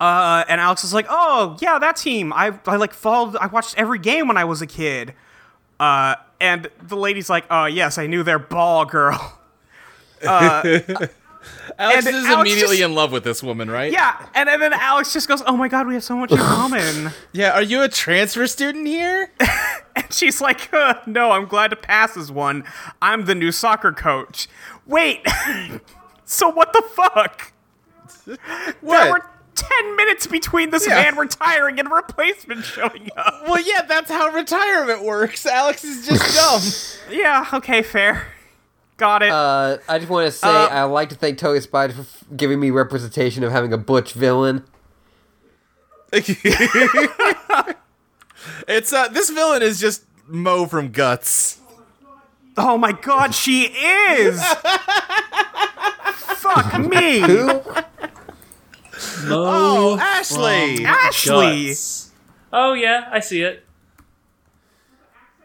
Speaker 3: Uh, and Alex is like, "Oh yeah, that team. I I like followed. I watched every game when I was a kid." Uh, and the lady's like, "Oh yes, I knew their ball girl." <laughs>
Speaker 4: alex
Speaker 3: And
Speaker 4: is
Speaker 3: Alex
Speaker 4: immediately
Speaker 3: just-
Speaker 4: in love with this woman right
Speaker 3: Yeah, and, and then Alex just goes, "Oh my god, we have so much <laughs> in common."
Speaker 4: yeah are you a transfer student <laughs> here
Speaker 3: <laughs> She's like, uh, no, I'm glad to pass as one. I'm the new soccer coach. Wait, <laughs> so what the fuck? There
Speaker 4: what
Speaker 3: were 10 minutes between this
Speaker 4: Yeah.
Speaker 3: man retiring and a replacement showing up.
Speaker 4: well yeah that's how retirement works alex is just dumb
Speaker 3: <laughs> Yeah, okay, fair. Got it.
Speaker 2: Uh, I just want to say I'd like to thank Toby Spider for f- giving me representation of having a butch villain.
Speaker 4: it's uh this villain is just Mo from Guts.
Speaker 3: oh my god, she is! Fuck me!
Speaker 2: Who?
Speaker 4: Oh, Ashley!
Speaker 3: Ashley!
Speaker 5: Oh yeah, I see it.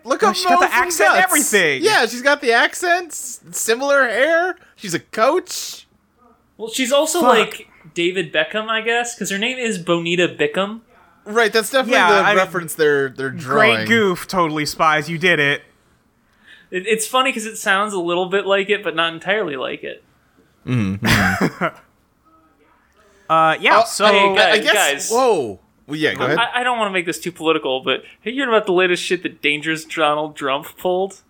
Speaker 4: Look up
Speaker 3: she's
Speaker 4: Mo
Speaker 3: got the
Speaker 4: from
Speaker 3: accent,
Speaker 4: Guts.
Speaker 3: everything.
Speaker 4: Yeah, she's got the accents, similar hair. She's a coach.
Speaker 5: Well, she's also
Speaker 3: Fuck.
Speaker 5: like David Beckham, I guess, because her name is Bonita Bickham.
Speaker 4: Right, that's definitely
Speaker 3: Yeah,
Speaker 4: the
Speaker 3: I mean,
Speaker 4: reference they're they're drawing.
Speaker 3: Great goof, totally spies, you did it.
Speaker 5: It, it's funny because it sounds a little bit like it, but not entirely like it.
Speaker 3: Uh, yeah, so.
Speaker 5: hey,
Speaker 4: Oh, I, I
Speaker 5: Guys,
Speaker 4: guess.
Speaker 5: guys.
Speaker 4: Whoa. Well, yeah, go ahead.
Speaker 3: oh,
Speaker 5: I, I don't want to make this too political, but have you heard about the latest shit that dangerous Donald Trump pulled?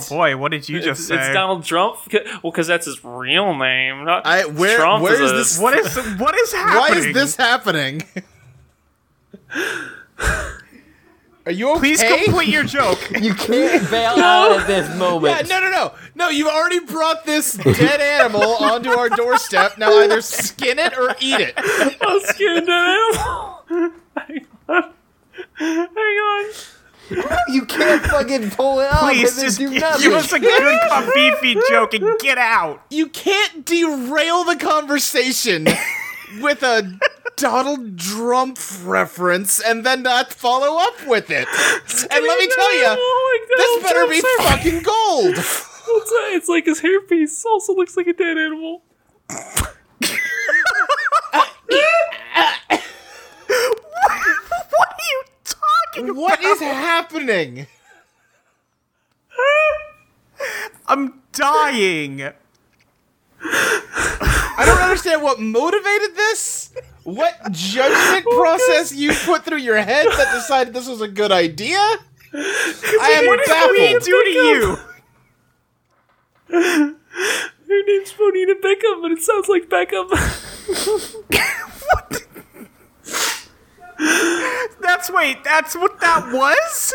Speaker 3: Oh boy, what did you just
Speaker 5: It's,
Speaker 3: say?
Speaker 5: it's Donald Trump. C- Well, because that's his real name. Not
Speaker 4: I- where-
Speaker 5: Trump
Speaker 4: where is
Speaker 5: a-
Speaker 4: this-
Speaker 3: what is what is <laughs>
Speaker 4: Why
Speaker 3: happening?
Speaker 4: is this happening? Are you okay?
Speaker 3: Please complete your joke.
Speaker 2: You can't
Speaker 4: <laughs>
Speaker 2: bail out at this moment.
Speaker 4: Yeah, no, no, no, no! You've already brought this dead animal onto our doorstep. Now either skin it or eat it.
Speaker 5: I'll skin an animal. Hang on. Hang on.
Speaker 2: You can't fucking pull it off
Speaker 3: Please
Speaker 2: and then
Speaker 3: just
Speaker 2: do
Speaker 3: give
Speaker 2: nothing.
Speaker 3: us a good beefy joke and get out.
Speaker 4: You can't derail the conversation with a Donald Trump reference and then not follow up with it. and let me tell you,
Speaker 5: Oh
Speaker 4: this better be fucking gold.
Speaker 5: It's, it's like his hairpiece also looks like a dead animal.
Speaker 3: What are you talking
Speaker 4: What is happening?
Speaker 3: I'm dying.
Speaker 4: I don't understand what motivated this. What judgment process you put through your head that decided this was a good idea? I am
Speaker 3: What did we
Speaker 4: baffled.
Speaker 3: do to you?
Speaker 5: Her name's Bonita Beckham, but it sounds like Beckham. <laughs>
Speaker 3: That's wait, that's what that was?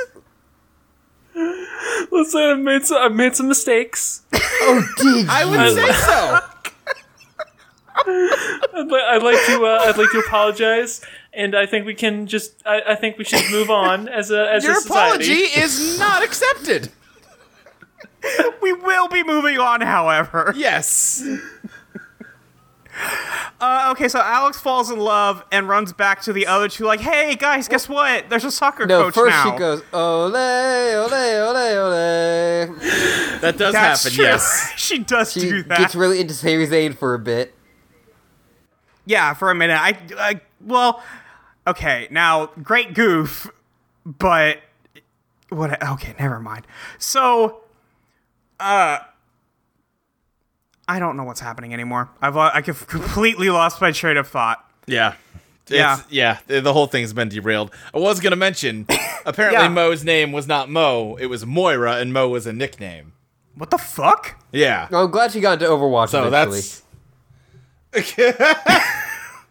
Speaker 5: Listen, I made some, I made some mistakes.
Speaker 2: Oh, did
Speaker 4: I would say so.
Speaker 5: I'd, li- I'd like to uh, I'd like to apologize, and I think we can just I, I think we should move on as a as
Speaker 4: Your
Speaker 5: a society.
Speaker 4: apology is not accepted.
Speaker 3: We will be moving on, however.
Speaker 4: Yes.
Speaker 3: Uh, okay, so Alex falls in love and runs back to the other two, like, "Hey guys, guess what? There's a soccer
Speaker 2: No,
Speaker 3: coach
Speaker 2: first
Speaker 3: now."
Speaker 2: she goes, ole, ole, ole, ole.
Speaker 4: That does
Speaker 3: That's
Speaker 4: happen,
Speaker 3: true. <laughs>
Speaker 4: yes.
Speaker 3: she does
Speaker 2: She
Speaker 3: <laughs> do that.
Speaker 2: gets really into Sami Zayn for a bit.
Speaker 3: yeah, for a minute. I, I, well, okay. Now, great goof, but what? Okay, never mind. So, uh, I don't know what's happening anymore. I've lo- I have completely lost my train of thought.
Speaker 4: Yeah. It's, yeah. The the whole thing's been derailed. I was going to <coughs> mention apparently
Speaker 3: Yeah.
Speaker 4: Moe's name was not Moe, it was Moira, and Moe was a nickname.
Speaker 3: What the fuck?
Speaker 4: Yeah.
Speaker 2: I'm glad she got into Overwatch
Speaker 4: So
Speaker 2: eventually.
Speaker 4: that's.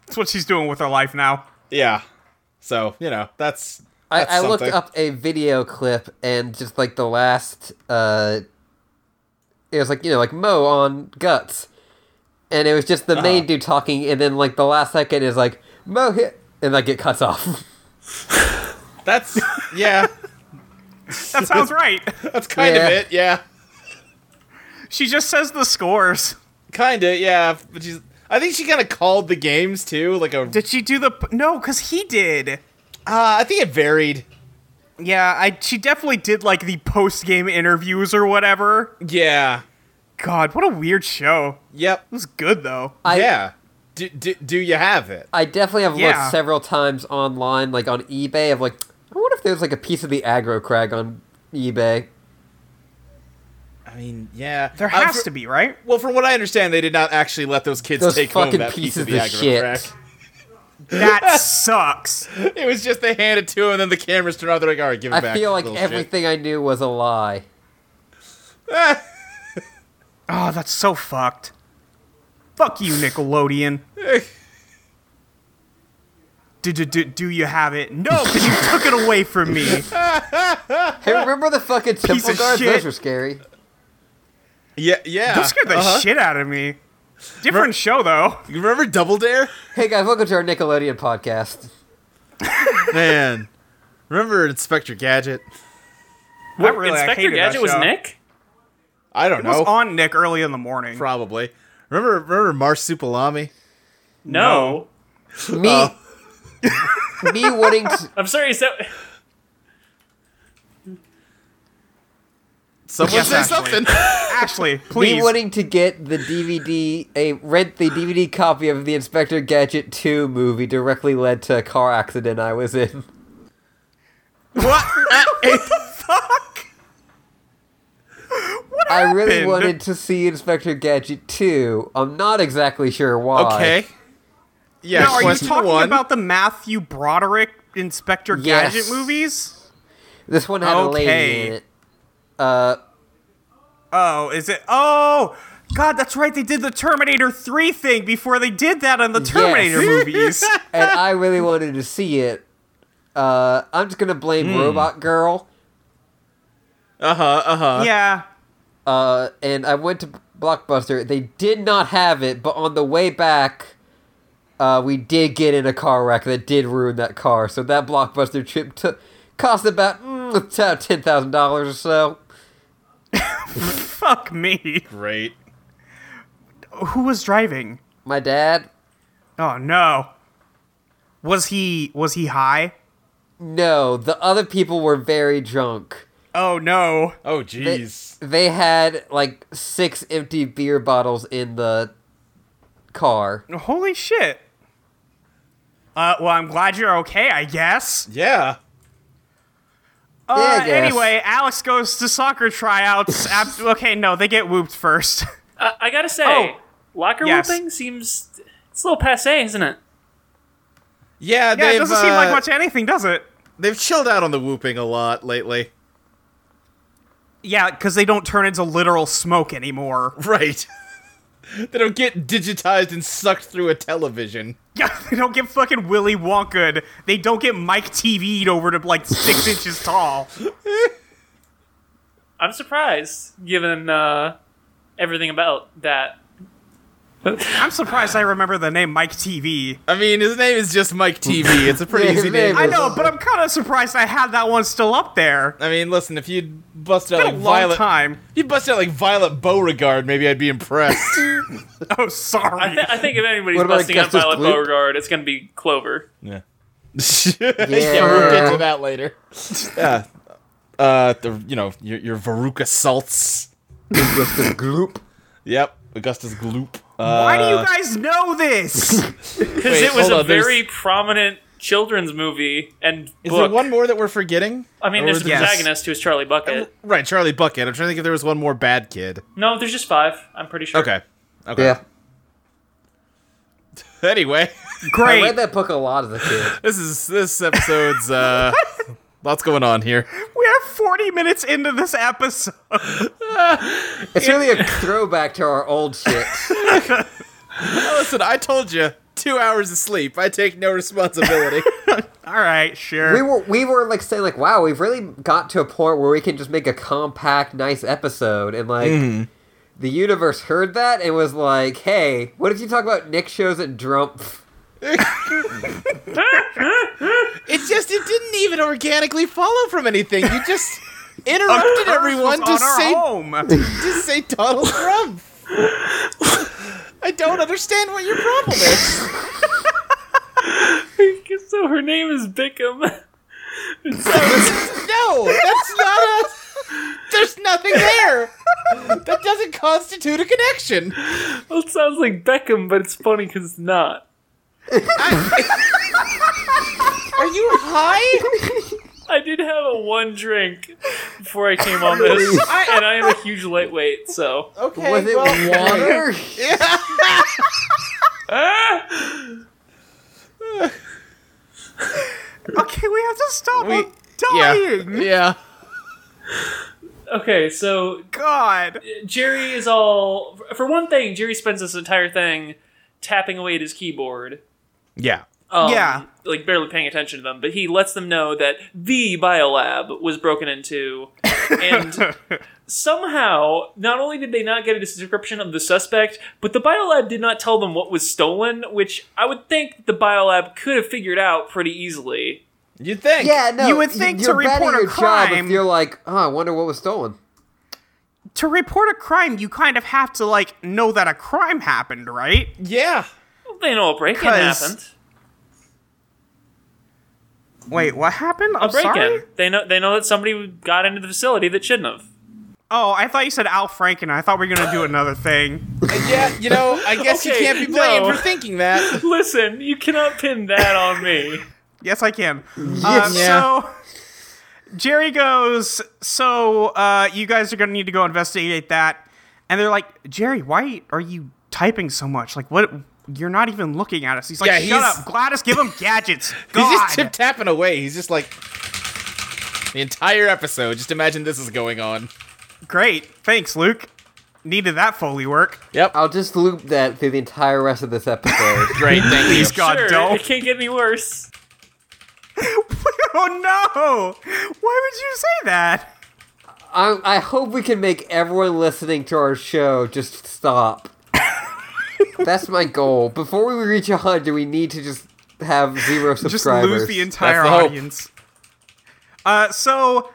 Speaker 3: That's what she's doing with her life now.
Speaker 4: Yeah. So, you know, that's.
Speaker 2: I,
Speaker 4: that's
Speaker 2: I looked
Speaker 4: something.
Speaker 2: up a video clip and just like the last, uh, it was like you know like Mo on guts, and it was just the
Speaker 4: Uh-huh.
Speaker 2: main dude talking, and then like the last second is like Mo hit, and like it cuts off. <laughs>
Speaker 4: <laughs> That's. Yeah.
Speaker 3: That sounds right.
Speaker 4: That's kind
Speaker 2: Yeah.
Speaker 4: of it. Yeah.
Speaker 3: she just says the scores.
Speaker 4: Kind of. Yeah. But she's. I think she kind of called the games too. Like a. Uh,
Speaker 3: Did she do the no? Because he did.
Speaker 4: I think it varied.
Speaker 3: Yeah, I. She definitely did like the post game interviews or whatever.
Speaker 4: Yeah.
Speaker 3: God, what a weird show.
Speaker 4: Yep.
Speaker 3: It was good though.
Speaker 2: I-
Speaker 4: yeah. Do, do, do you have it?
Speaker 2: I definitely have
Speaker 3: Yeah.
Speaker 2: looked several times online, like on eBay, of like I wonder if there's like a piece of the aggro crag on eBay.
Speaker 4: I mean, yeah.
Speaker 3: There
Speaker 4: Uh,
Speaker 3: has
Speaker 4: for-
Speaker 3: to be, right?
Speaker 4: Well, from what I understand, they did not actually let those kids
Speaker 2: Those
Speaker 4: take home
Speaker 2: fucking
Speaker 4: that piece
Speaker 2: pieces
Speaker 4: of the
Speaker 2: of
Speaker 4: aggro
Speaker 2: shit.
Speaker 4: crack. <laughs>
Speaker 3: That sucks.
Speaker 4: It was just they hand it to him, and then the cameras turn off. They're like, "All right, give it
Speaker 2: I
Speaker 4: back."
Speaker 2: feel like
Speaker 4: little
Speaker 2: everything I knew was a lie.
Speaker 4: shit."
Speaker 3: Oh, that's so fucked. Fuck you, Nickelodeon. Do, do, do, do you have it? No, because you took it away from me.
Speaker 2: Hey, remember the fucking temple
Speaker 3: of
Speaker 2: guards?
Speaker 3: shit.
Speaker 2: Those were scary.
Speaker 4: yeah, yeah.
Speaker 3: That scared the
Speaker 4: uh-huh.
Speaker 3: shit out of me. Different show though.
Speaker 4: You remember Double Dare?
Speaker 2: Hey guys, welcome to our Nickelodeon
Speaker 4: <laughs>
Speaker 2: podcast.
Speaker 4: Man, remember Inspector Gadget?
Speaker 3: I really I
Speaker 5: Inspector
Speaker 3: hated that
Speaker 5: Gadget was
Speaker 3: show.
Speaker 5: Nick.
Speaker 4: I don't
Speaker 3: It was
Speaker 4: know.
Speaker 3: on Nick early in the morning.
Speaker 4: <laughs> Probably. Remember, remember Marsupilami?
Speaker 5: No,
Speaker 2: Me,
Speaker 4: Oh.
Speaker 2: me wanting to,
Speaker 5: I'm sorry. Is that
Speaker 4: Someone
Speaker 3: Yes,
Speaker 4: say
Speaker 3: actually.
Speaker 4: something.
Speaker 3: Ashley,
Speaker 2: me
Speaker 3: please.
Speaker 2: wanting to get the DVD, a rent the DVD copy of the Inspector Gadget two movie directly led to a car accident I was in.
Speaker 3: What? what the fuck? What
Speaker 2: I really
Speaker 3: happened?
Speaker 2: wanted to see Inspector Gadget two. I'm not exactly sure why.
Speaker 4: okay. Yeah.
Speaker 3: Now, are you
Speaker 4: question
Speaker 3: talking
Speaker 4: one.
Speaker 3: about the Matthew Broderick Inspector
Speaker 2: Yes.
Speaker 3: Gadget movies?
Speaker 2: This one had a lady
Speaker 3: Okay.
Speaker 2: in it. Uh,
Speaker 3: Oh, is it? Oh, God, that's right. They did the Terminator 3 <laughs> thing before they did that on the Terminator movies. <laughs>
Speaker 2: and I really wanted to see it. Uh, I'm just gonna blame
Speaker 3: Hmm.
Speaker 2: Robot Girl.
Speaker 4: Uh huh. Uh huh.
Speaker 3: yeah.
Speaker 2: Uh, and I went to Blockbuster. They did not have it, but on the way back, uh, we did get in a car wreck that did ruin that car. So that Blockbuster trip took cost about mm, ten thousand dollars or so.
Speaker 3: Fuck me.
Speaker 4: Great.
Speaker 3: Who was driving?
Speaker 2: My dad,
Speaker 3: Oh no. Was he was he high?
Speaker 2: no, the other people were very drunk.
Speaker 3: Oh no.
Speaker 4: Oh
Speaker 2: They-
Speaker 4: jeez.
Speaker 2: they had like six empty beer bottles in the car.
Speaker 3: Holy shit. Uh, well, I'm glad you're okay, I guess.
Speaker 4: Yeah.
Speaker 3: Uh,
Speaker 2: Yeah, I guess.
Speaker 3: Anyway, Alex goes to soccer <laughs> tryouts. af- okay, no, they get whooped first. <laughs>
Speaker 5: I, I gotta say,
Speaker 3: Oh.
Speaker 5: locker
Speaker 3: Yes.
Speaker 5: whooping seems it's a little passe, isn't it?
Speaker 4: Yeah.
Speaker 3: yeah,
Speaker 4: they've,
Speaker 3: it doesn't seem like
Speaker 4: uh,
Speaker 3: much anything, does it?
Speaker 4: They've chilled out on the whooping a lot lately. <laughs>
Speaker 3: Yeah, because they don't turn into literal smoke anymore.
Speaker 4: Right. <laughs> they don't get digitized and sucked through a television.
Speaker 3: Yeah, <laughs> they don't get fucking Willy Wonka. They don't get Mike TV'd over to like six inches tall.
Speaker 5: I'm surprised, given uh, everything about that.
Speaker 3: I'm surprised I remember the name Mike TV.
Speaker 4: I mean, his name is just Mike <laughs> TV. It's a pretty
Speaker 2: Yeah,
Speaker 4: easy name.
Speaker 3: I
Speaker 2: maybe.
Speaker 4: I,
Speaker 3: know, but I'm kind of surprised I had that one still up there.
Speaker 4: mean, listen, if you bust out
Speaker 3: Been a
Speaker 4: like
Speaker 3: long
Speaker 4: Violet,
Speaker 3: time.
Speaker 4: if you bust out like Violet Beauregard, maybe I'd be <laughs> impressed.
Speaker 3: Oh, sorry.
Speaker 5: I, thi- I think if anybody's
Speaker 2: What about
Speaker 5: busting up
Speaker 2: Augustus
Speaker 5: Violet
Speaker 2: Gloop?
Speaker 5: Beauregard, it's gonna be Clover.
Speaker 4: yeah. <laughs> yeah, we'll get to that later. yeah. Uh, the you know your your Veruca Salts.
Speaker 2: Gloop.
Speaker 4: Yep, Augustus Gloop. Uh,
Speaker 3: Why do you guys know
Speaker 4: <laughs>
Speaker 3: this?
Speaker 5: Because
Speaker 4: Wait,
Speaker 5: it was
Speaker 4: hold
Speaker 5: a
Speaker 4: on, there's-
Speaker 5: very prominent children's movie and
Speaker 4: Is
Speaker 5: book.
Speaker 4: there one more that we're forgetting?
Speaker 5: I mean,
Speaker 4: Or
Speaker 5: there's
Speaker 4: was
Speaker 5: the
Speaker 4: it just-
Speaker 5: protagonist who is Charlie Bucket.
Speaker 4: Right, Charlie Bucket. I'm trying to think if there was one more bad kid.
Speaker 5: No, there's just five. I'm pretty sure.
Speaker 4: Okay. Okay.
Speaker 2: Yeah.
Speaker 4: Anyway, <laughs>
Speaker 2: I
Speaker 3: Great.
Speaker 2: read that book a lot as a kid.
Speaker 3: <laughs>
Speaker 4: this is this episode's <laughs> uh lots going on here.
Speaker 3: We are 40 minutes into this episode.
Speaker 2: It's really <laughs> a throwback to our old <laughs> shit.
Speaker 4: Listen, I told you, 2 hours of sleep. I take no <laughs> responsibility.
Speaker 3: All right,
Speaker 2: We
Speaker 3: sure.
Speaker 2: were we were like saying like, wow, we've really got to a point where we can just make a compact, nice episode, and like
Speaker 3: Mm-hmm.
Speaker 2: the universe heard that and was like, hey, what if you talk about Nick shows at Drump?
Speaker 4: it just it didn't even organically follow from anything. You <laughs> just interrupted everyone to
Speaker 3: on our
Speaker 4: say <laughs>
Speaker 3: home.
Speaker 4: to say Donald Trump. I don't understand what your problem is.
Speaker 5: <laughs> So her name is Bickham.
Speaker 4: no, that's not a. There's nothing there. That doesn't constitute a connection.
Speaker 5: <laughs> Well, it sounds like Beckham, but it's funny because it's not.
Speaker 4: Are you high?
Speaker 5: I did have a one drink before I came on this, and I am a huge lightweight, so.
Speaker 4: Okay.
Speaker 2: Was it
Speaker 4: well-
Speaker 3: <laughs>
Speaker 2: water?
Speaker 3: okay, we have to stop.
Speaker 4: We-
Speaker 3: We, dying.
Speaker 4: Yeah.
Speaker 5: Okay, so
Speaker 3: God.
Speaker 5: Jerry is all. For one thing, Jerry spends this entire thing tapping away at his keyboard.
Speaker 4: Yeah.
Speaker 5: Um,
Speaker 3: Yeah.
Speaker 5: Like barely paying attention to them, but he lets them know that the biolab was broken into. And somehow, not only did they not get a description of the suspect, but the biolab did not tell them what was stolen, which I would think the biolab could have figured out pretty easily.
Speaker 4: You think?
Speaker 2: Yeah, no.
Speaker 3: You would think to
Speaker 2: you're bad at
Speaker 3: report a
Speaker 2: your job
Speaker 3: crime-
Speaker 2: if you're like, oh, I wonder what was stolen.
Speaker 3: To report a crime, you kind of have to, like, know that a crime happened, right?
Speaker 4: Yeah.
Speaker 5: They know a break in
Speaker 3: 'Cause-
Speaker 5: happened.
Speaker 3: Wait, what happened? I'm
Speaker 5: A break
Speaker 3: sorry?
Speaker 5: in. They know they know that somebody got into the facility that shouldn't have.
Speaker 3: Oh, I thought you said Al Franken. I thought we were going to do another thing.
Speaker 4: Yeah. You know, I guess
Speaker 5: Okay,
Speaker 4: you can't be blamed
Speaker 5: no.
Speaker 4: for thinking that. Um,
Speaker 5: Listen, you cannot pin that on
Speaker 3: <laughs>
Speaker 5: me.
Speaker 3: Yes, I can. Um,
Speaker 2: Yes.
Speaker 3: So Jerry goes, So uh, you guys are going to need to go investigate that. And they're like, Jerry, why are you typing so much? Like, what? You're not even looking at us. He's like,
Speaker 4: Yeah,
Speaker 3: Shut
Speaker 4: he's-
Speaker 3: up, Gladys, give him gadgets. God.
Speaker 4: He's just tip tapping away. He's just like the entire episode. Just imagine this is going on.
Speaker 3: Great. Thanks, Luke. Needed that Foley work.
Speaker 4: Yep.
Speaker 2: I'll just loop that through the entire rest of
Speaker 3: <laughs>
Speaker 2: this episode.
Speaker 4: Great. Thank you.
Speaker 3: Please, God,
Speaker 5: sure,
Speaker 3: don't.
Speaker 5: it can't get any worse.
Speaker 3: <laughs> Oh no! Why would you say that?
Speaker 2: I, I hope we can make everyone listening to our show just stop. That's my goal. Before we reach 100, we need to just have zero
Speaker 3: Just
Speaker 2: subscribers.
Speaker 3: lose the entire
Speaker 4: That's the hope.
Speaker 3: audience. Uh, so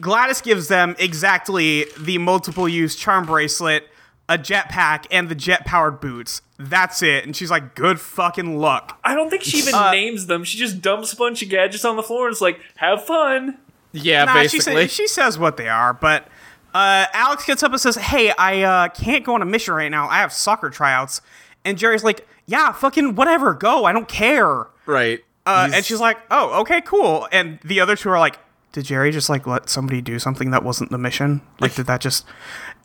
Speaker 3: Gladys gives them exactly the multiple use charm bracelet, a jetpack, and the jet powered boots. That's it. And she's like, good fucking luck.
Speaker 5: I don't think she even
Speaker 3: Uh,
Speaker 5: names them. She just dumps a bunch of gadgets on the floor and is like, "Have fun."
Speaker 4: Yeah,
Speaker 3: Nah, Uh, she,
Speaker 4: basically.
Speaker 3: say, she says what they are, but uh, Alex gets up and says, "Hey, I uh, can't go on a mission right now. I have soccer tryouts." And Jerry's like, "Yeah, fucking whatever, go. I don't care."
Speaker 4: <laughs> right.
Speaker 3: Uh,
Speaker 4: He's-
Speaker 3: and she's like, "Oh, okay, cool." And the other two are like, "Did Jerry just like let somebody do something that wasn't the mission? Like, did that just?"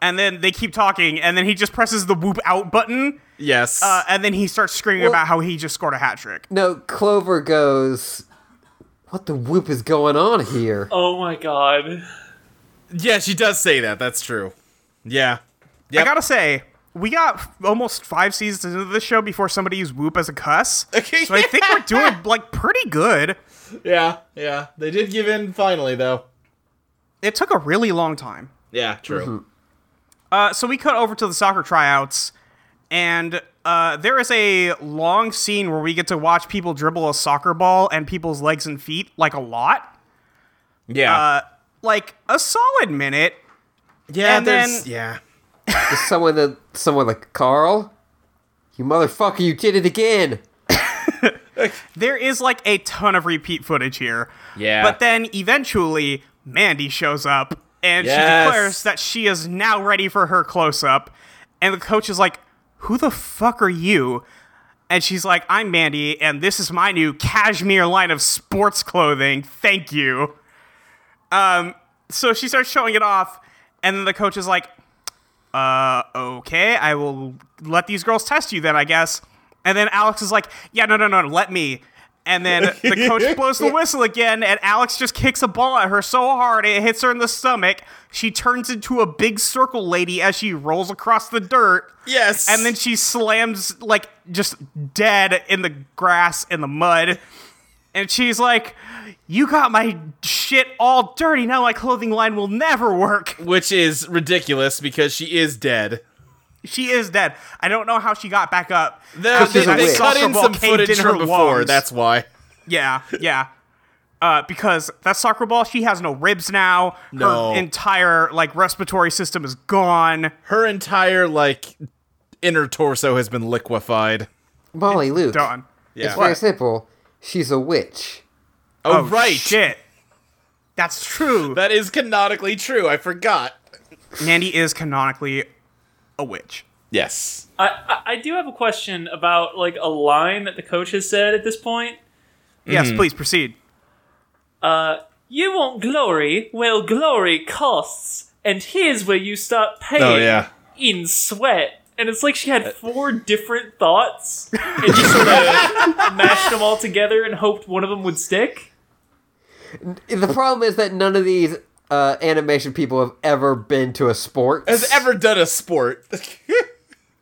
Speaker 3: And then they keep talking, and then he just presses the whoop out button,
Speaker 4: yes.
Speaker 3: uh, and then he starts screaming about how he just scored a hat trick.
Speaker 2: No, Clover goes, What the whoop is going on here?
Speaker 5: Oh my god.
Speaker 4: yeah, she does say that. That's true. Yeah.
Speaker 3: I
Speaker 4: Yep.
Speaker 3: gotta say, we got f- almost five seasons into the show before somebody used whoop as a cuss. <laughs>
Speaker 4: Okay.
Speaker 3: So I think we're doing like pretty good.
Speaker 4: Yeah, yeah. They did give in finally, though.
Speaker 3: It took a really long time.
Speaker 4: Yeah, true.
Speaker 3: Uh, so we cut over to the soccer tryouts, and uh, there is a long scene where we get to watch people dribble a soccer ball and people's legs and feet like a lot, Mm-hmm.
Speaker 4: Yeah.
Speaker 3: Uh, like a solid minute.
Speaker 4: yeah,
Speaker 3: and
Speaker 4: there's.
Speaker 3: then-
Speaker 4: yeah.
Speaker 2: Is someone that someone like Carl? You motherfucker, you did it again.
Speaker 3: There is like a ton of repeat footage here.
Speaker 4: Yeah.
Speaker 3: But then eventually, Mandy shows up and
Speaker 4: Yes.
Speaker 3: she declares that she is now ready for her close up. And the coach is like, Who the fuck are you? And she's like, I'm Mandy, and this is my new cashmere line of sports clothing. Thank you. Um, so she starts showing it off, and then the coach is like, uh, okay, I will let these girls test you then, I guess. And then Alex is like, yeah, no, no, no, let me. And then the coach blows the whistle again, and Alex just kicks a ball at her so hard it hits her in the stomach. She turns into a big circle lady as she rolls across the dirt,
Speaker 4: Yes.
Speaker 3: and then she slams, like, just dead in the grass, in the mud. And she's like, You got my shit all dirty. Now my clothing line will never work.
Speaker 4: Which is ridiculous because she is dead.
Speaker 3: She is dead. I don't know how she got back up.
Speaker 4: They, they,
Speaker 2: she's a
Speaker 4: they
Speaker 2: witch.
Speaker 4: cut
Speaker 3: Soccer
Speaker 4: in
Speaker 3: ball
Speaker 4: some
Speaker 3: caved
Speaker 4: footage
Speaker 3: in her
Speaker 4: from before,
Speaker 3: lungs.
Speaker 4: that's why.
Speaker 3: Yeah, yeah. Uh, because that soccer ball, she has no ribs now.
Speaker 4: No.
Speaker 3: Her entire like respiratory system is gone.
Speaker 4: Her entire, like, inner torso has been liquefied.
Speaker 2: Molly Luke.
Speaker 3: Done.
Speaker 4: Yeah.
Speaker 2: It's very simple. She's a witch.
Speaker 4: oh,
Speaker 3: Oh,
Speaker 4: right.
Speaker 3: Shit. That's true.
Speaker 4: That is canonically true. I forgot.
Speaker 3: Mandy is canonically a witch.
Speaker 4: Yes.
Speaker 5: I, I I do have a question about like a line that the coach has said at this point.
Speaker 4: Mm-hmm.
Speaker 3: Yes, please proceed.
Speaker 5: You want glory? Well, glory costs, and here's where you start paying
Speaker 4: yeah.
Speaker 5: in sweat. And it's like she had four different thoughts and just sort of mashed them all together and hoped one of them would stick.
Speaker 2: The problem is that none of these uh, animation people have ever been to a sport.
Speaker 4: Has ever done a sport. <laughs>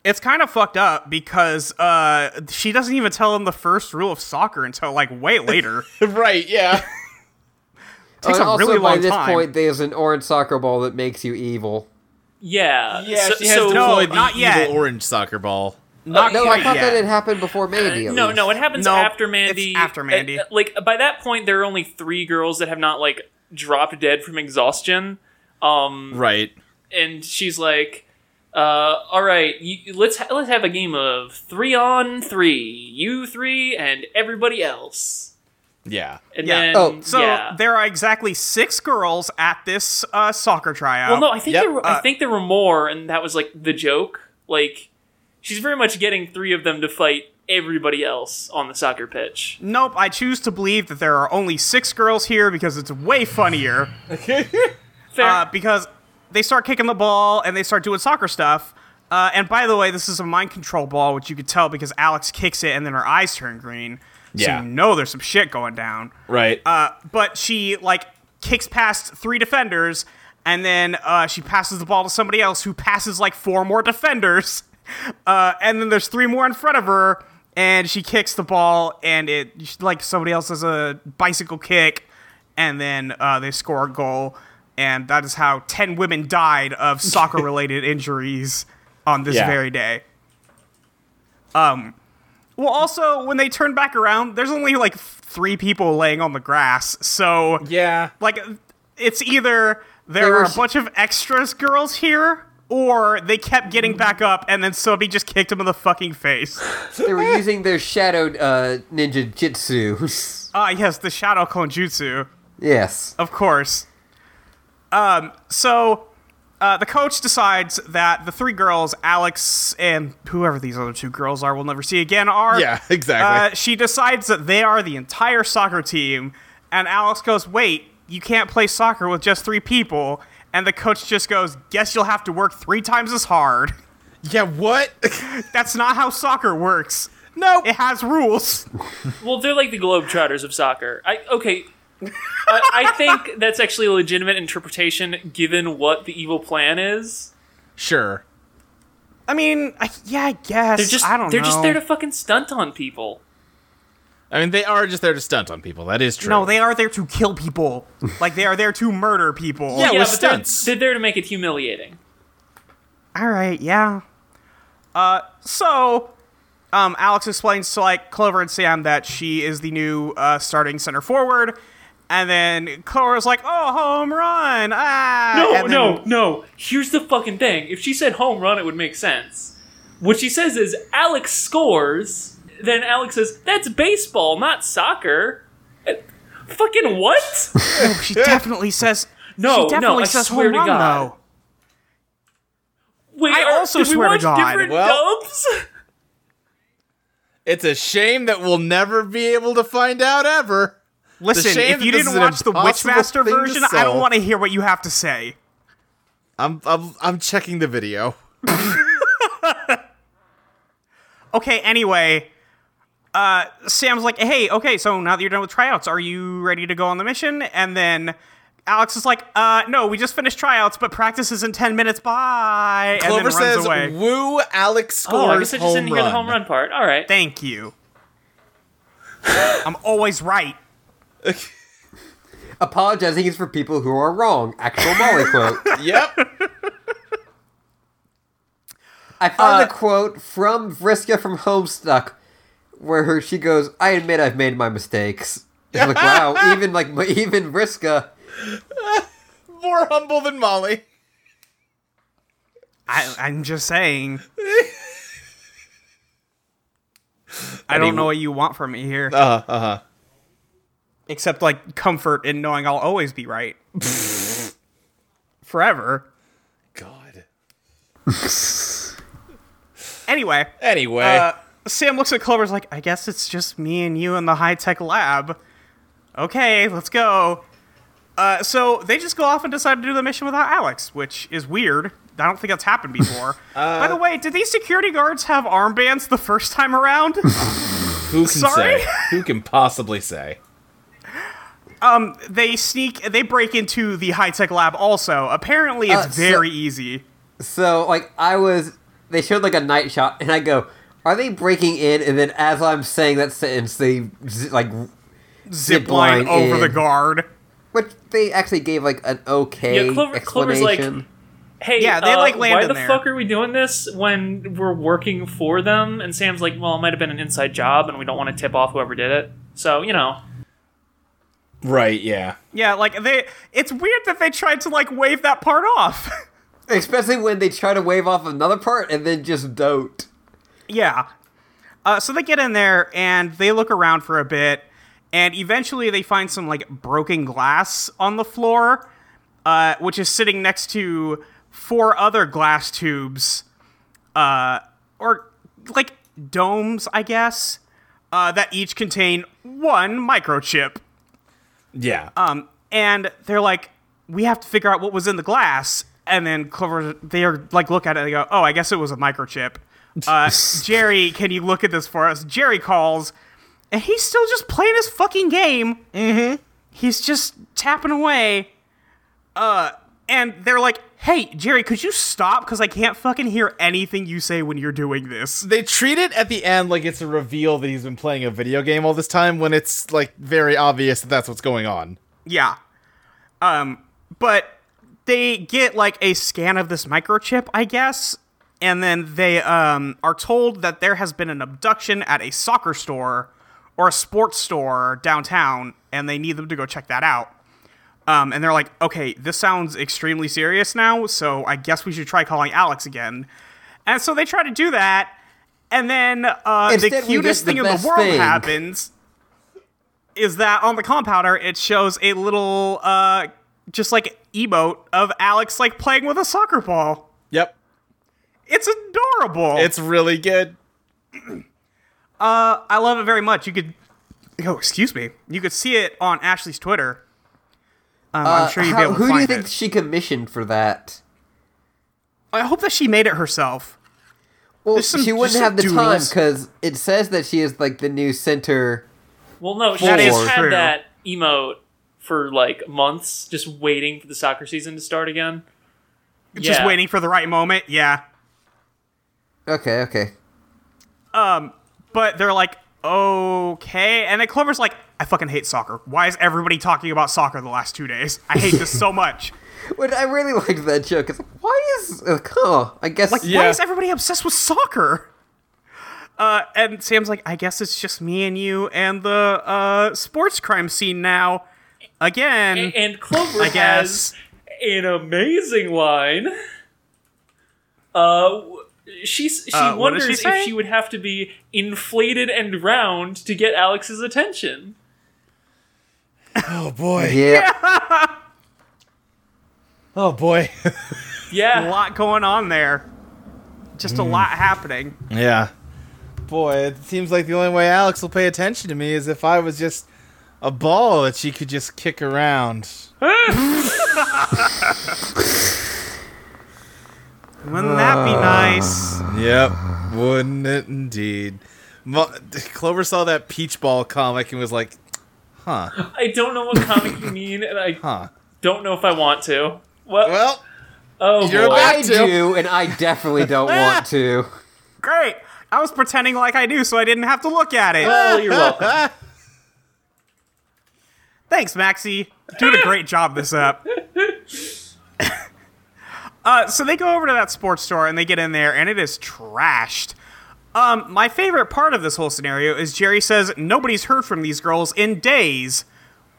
Speaker 3: It's kind of fucked up because uh, she doesn't even tell him the first rule of soccer until like
Speaker 4: <laughs>
Speaker 3: way later.
Speaker 4: right, yeah.
Speaker 3: takes
Speaker 2: and Uh,
Speaker 3: a
Speaker 2: also
Speaker 3: really
Speaker 2: by
Speaker 3: long
Speaker 2: this
Speaker 3: time.
Speaker 2: point, there's an orange soccer ball that makes you evil.
Speaker 5: Yeah.
Speaker 4: <laughs> Yeah,
Speaker 5: so,
Speaker 4: she has
Speaker 5: so-
Speaker 3: No,
Speaker 4: deployed the
Speaker 3: not
Speaker 4: evil
Speaker 3: yet.
Speaker 4: orange soccer ball.
Speaker 3: Not
Speaker 2: No, I
Speaker 3: quite
Speaker 2: thought
Speaker 3: yet. Uh,
Speaker 2: that had happened before Mandy. at
Speaker 5: no,
Speaker 2: least.
Speaker 5: no, it happens
Speaker 3: No,
Speaker 5: after
Speaker 3: it's
Speaker 5: Mandy.
Speaker 3: after Mandy.
Speaker 5: Uh, uh, like by that point, there are only three girls that have not like dropped dead from exhaustion. Um,
Speaker 4: Right.
Speaker 5: and she's like, uh, "All right, you, let's ha- let's have a game of three on three, you three and everybody else."
Speaker 4: Yeah.
Speaker 5: And
Speaker 3: Yeah.
Speaker 5: then,
Speaker 2: Oh,
Speaker 3: So
Speaker 5: yeah.
Speaker 3: there are exactly six girls at this uh, soccer tryout.
Speaker 5: well, no, I think
Speaker 4: Yep,
Speaker 5: there were, I
Speaker 3: uh,
Speaker 5: think there were more, and that was like the joke. Like, she's very much getting three of them to fight everybody else on the soccer pitch.
Speaker 3: Nope, I choose to believe that there are only six girls here because it's way
Speaker 5: <laughs>
Speaker 3: funnier.
Speaker 5: Fair.
Speaker 3: Uh, because they start kicking the ball and they start doing soccer stuff. Uh, and by the way, this is a mind control ball, which you could tell because Alex kicks it and then her eyes turn green.
Speaker 4: Yeah.
Speaker 3: So you know there's some shit going down.
Speaker 4: Right.
Speaker 3: Uh, but she like kicks past three defenders, and then uh, she passes the ball to somebody else who passes like four more defenders, <laughs> uh, and then there's three more in front of her, and she kicks the ball, and it like somebody else does a bicycle kick, and then uh, they score a goal, and that is how ten women died
Speaker 4: <laughs>
Speaker 3: of soccer-related injuries on this
Speaker 4: Yeah.
Speaker 3: very day. Um, well, also when they turn back around, there's only like three people laying on the grass, so
Speaker 4: Yeah.
Speaker 3: like it's either there
Speaker 2: were
Speaker 3: were a
Speaker 2: s-
Speaker 3: bunch of extras girls here or they kept
Speaker 2: Mm.
Speaker 3: getting back up and then somebody just kicked him in the fucking face
Speaker 2: They were using their shadowed uh, ninja jitsu. <laughs>
Speaker 3: ah yes the shadow konjutsu
Speaker 2: yes.
Speaker 3: of course um so uh, the coach decides that the three girls alex and whoever these other two girls are we'll never see again are
Speaker 4: Yeah, <laughs> exactly.
Speaker 3: Uh, she decides that they are the entire soccer team, and Alex goes, "Wait, you can't play soccer with just three people." And the coach just goes, "Guess you'll have to work three times as hard." <laughs>
Speaker 5: uh,
Speaker 4: yeah, what? <laughs>
Speaker 3: That's not how soccer works.
Speaker 4: no.
Speaker 3: It has rules.
Speaker 5: Well, they're like the Globetrotters of soccer. I okay.
Speaker 3: <laughs>
Speaker 5: I, I think that's actually a legitimate interpretation given what the evil plan is.
Speaker 4: Sure.
Speaker 3: I mean, I, yeah, I guess.
Speaker 5: They're just
Speaker 3: I don't
Speaker 5: they're
Speaker 3: know.
Speaker 5: just there to fucking stunt on people.
Speaker 4: I mean, they are just there to stunt on people. That is true.
Speaker 3: no, they are there to kill people. like they are there to murder
Speaker 5: <laughs>
Speaker 3: people.
Speaker 4: Yeah, with
Speaker 5: but they're-
Speaker 4: stunts.
Speaker 5: They're, there to make it humiliating.
Speaker 3: All right, yeah. Uh, so, um, Alex explains to like Clover and Sam that she is the new uh, starting center forward, and then Clover's like, "Oh, home run!" Ah, and then-
Speaker 5: no. Here's the fucking thing. If she said home run, it would make sense. What she says is Alex scores. Then Alex says, "That's baseball, not soccer." Uh, Fucking what?
Speaker 3: <laughs> oh,
Speaker 5: <laughs>
Speaker 3: she definitely says,
Speaker 5: No,
Speaker 3: she
Speaker 5: no,
Speaker 3: definitely
Speaker 5: I
Speaker 3: says
Speaker 5: swear
Speaker 3: home
Speaker 5: to
Speaker 3: run
Speaker 5: God.
Speaker 3: though.
Speaker 5: Wait,
Speaker 3: I
Speaker 5: are-
Speaker 3: also
Speaker 5: did we
Speaker 3: swear to
Speaker 5: watch
Speaker 3: God.
Speaker 5: Different
Speaker 4: Well-
Speaker 5: dubs?
Speaker 4: It's a shame that we'll never be able to find out ever.
Speaker 3: Listen,
Speaker 4: shame
Speaker 3: if you
Speaker 4: that this
Speaker 3: didn't
Speaker 4: is an
Speaker 3: watch the
Speaker 4: impossible
Speaker 3: Witchmaster
Speaker 4: thing to
Speaker 3: version, I don't
Speaker 4: sell.
Speaker 3: want to hear what you have to say.
Speaker 4: I'm I'm I'm checking the video.
Speaker 3: Okay, anyway, uh, Sam's like, hey, okay, so now that you're done with tryouts, are you ready to go on the mission? And then Alex is like, uh, no, we just finished tryouts, but practice is in 10 minutes. Bye. and
Speaker 4: Clover
Speaker 3: then runs
Speaker 4: says,
Speaker 3: away.
Speaker 4: "Woo, Alex scores
Speaker 5: Oh, I guess I just
Speaker 4: home
Speaker 5: didn't hear the home run part. All right.
Speaker 3: Thank you. <laughs> I'm always right.
Speaker 2: Apologizing is for people who are wrong. Actual Molly
Speaker 3: <laughs>
Speaker 2: quote.
Speaker 5: <laughs>
Speaker 4: Yep.
Speaker 2: I found
Speaker 3: Uh,
Speaker 2: a quote from Vriska from Homestuck where her, she goes, I admit I've made my mistakes. I'm
Speaker 3: <laughs>
Speaker 2: like, wow, even like even Vriska.
Speaker 4: More humble than Molly.
Speaker 3: I, I'm just saying. I don't know what you want from me here.
Speaker 4: Uh huh. Uh-huh.
Speaker 3: except like comfort in knowing I'll always be right. Forever.
Speaker 4: God.
Speaker 3: Anyway.
Speaker 4: Anyway,
Speaker 3: Uh, Sam looks at Clover's like, I guess it's just me and you in the high tech lab. Okay, let's go. Uh, so they just go off and decide to do the mission without Alex, which is weird. I don't think that's happened
Speaker 4: <laughs>
Speaker 3: before.
Speaker 4: Uh,
Speaker 3: By the way, did these security guards have armbands the first time around?
Speaker 4: who can
Speaker 3: sorry?
Speaker 4: <laughs> say? Who can possibly say?
Speaker 3: they sneak, they break into the high tech lab also. Apparently, it's
Speaker 2: Uh, so-
Speaker 3: very easy.
Speaker 2: So like I was they showed like a night shot and I go, Are they breaking in? And then as I'm saying that sentence, they z- like
Speaker 3: Zip line
Speaker 2: line
Speaker 3: over
Speaker 2: in.
Speaker 3: the guard.
Speaker 2: which they actually gave like an okay
Speaker 5: Yeah, Clover- Clover's like-
Speaker 2: explanation.
Speaker 5: Hey,
Speaker 3: Yeah, they,
Speaker 5: uh,
Speaker 3: like,
Speaker 5: why
Speaker 3: landed
Speaker 5: the
Speaker 3: there.
Speaker 5: fuck are we doing this when we're working for them? And Sam's like, well, it might have been an inside job, and we don't want to tip off whoever did it. So you know,
Speaker 4: Right. Yeah.
Speaker 3: Yeah, like they. It's weird that they tried to like wave that part off. <laughs>
Speaker 2: Especially when they try to wave off another part and then just don't.
Speaker 3: yeah. Uh, so they get in there and they look around for a bit, and eventually they find some like broken glass on the floor, uh, which is sitting next to four other glass tubes, uh, or like domes, I guess, uh, that each contain one microchip.
Speaker 4: Yeah.
Speaker 3: Um, and they're like, we have to figure out what was in the glass. And then Clover, they're like, look at it and they go, oh, I guess it was a microchip. Uh, Jerry, can you look at this for us? Jerry calls, and he's still just playing his fucking game. Mm-hmm. He's just tapping away. Uh, and they're like, hey, Jerry, could you stop? Because I can't fucking hear anything you say when you're doing this.
Speaker 4: they treat it at the end like it's a reveal that he's been playing a video game all this time when it's like very obvious that that's what's going on.
Speaker 3: Yeah. Um, but they get like a scan of this microchip, I guess, and then they um, are told that there has been an abduction at a soccer store or a sports store downtown, and they need them to go check that out. Um, and they're like, okay, this sounds extremely serious now, so I guess we should try calling Alex again. And so they try to do that, and then uh, the
Speaker 2: Instead, we get
Speaker 3: cutest
Speaker 2: the
Speaker 3: thing in the
Speaker 2: best
Speaker 3: world
Speaker 2: thing.
Speaker 3: happens is that on the compounder it shows a little uh just like emote of Alex like playing with a soccer ball.
Speaker 4: Yep.
Speaker 3: It's adorable.
Speaker 4: It's really good.
Speaker 3: I love it very much. You could oh excuse me. You could see it on Ashley's Twitter. Um, I'm sure you'd be
Speaker 2: Uh, How-
Speaker 3: able to
Speaker 2: who do
Speaker 3: find
Speaker 2: you think
Speaker 3: it.
Speaker 2: she commissioned for that?
Speaker 3: I hope that she made it herself.
Speaker 2: Well,
Speaker 3: There's some-
Speaker 2: she wouldn't
Speaker 3: just
Speaker 2: have the
Speaker 3: some
Speaker 2: time
Speaker 3: doodles.
Speaker 2: because it says that she is like the new center.
Speaker 5: Well, no, she
Speaker 2: That
Speaker 5: just
Speaker 2: is
Speaker 5: had
Speaker 3: true.
Speaker 5: that emote for like months, just waiting for the soccer season to start again.
Speaker 3: Just waiting for the right moment. Yeah.
Speaker 2: Okay, okay. <laughs>
Speaker 3: But they're like, okay. And then Clover's like, I fucking hate soccer. Why is everybody talking about soccer the last two days? I hate this
Speaker 5: <laughs>
Speaker 3: so much.
Speaker 2: But I really liked that joke. It's like, why is like, oh, I guess
Speaker 3: Like, why
Speaker 4: Yeah.
Speaker 3: is everybody obsessed with soccer? Uh, and Sam's like, I guess it's just me and you and the uh, sports crime scene now. Again,
Speaker 5: A- And Clover
Speaker 3: Mm-hmm. I guess.
Speaker 5: has an amazing line. Uh, w- she's, she
Speaker 3: Uh, what does
Speaker 5: wonders
Speaker 3: she say?
Speaker 5: if she would have to be inflated and round to get Alex's attention.
Speaker 4: Oh boy.
Speaker 2: yeah.
Speaker 4: Oh boy. <laughs>
Speaker 3: a
Speaker 5: Yeah,
Speaker 3: lot going on there. Just a lot happening.
Speaker 4: yeah. Boy, it seems like the only way Alex will pay attention to me is if I was just a ball that she could just kick around.
Speaker 3: Wouldn't that be nice?
Speaker 4: Yep, <sighs> wouldn't it indeed? Mo- Clover saw that peach ball comic and was like, "Huh,
Speaker 5: I don't know what comic you mean, and I
Speaker 4: huh."
Speaker 5: don't know if I want to. What?
Speaker 4: Well,
Speaker 5: oh,
Speaker 4: you're
Speaker 5: boy.
Speaker 4: back.
Speaker 2: I do, and I definitely
Speaker 5: <laughs>
Speaker 2: don't want to.
Speaker 3: Great. I was pretending like I knew so I didn't have to look at it.
Speaker 5: Well, Oh, you're welcome.
Speaker 3: Thanks, Maxie. Doing a great job this up. <laughs> uh, so they go over to that sports store and they get in there, and it is trashed. Um, my favorite part of this whole scenario is Jerry says nobody's heard from these girls in days.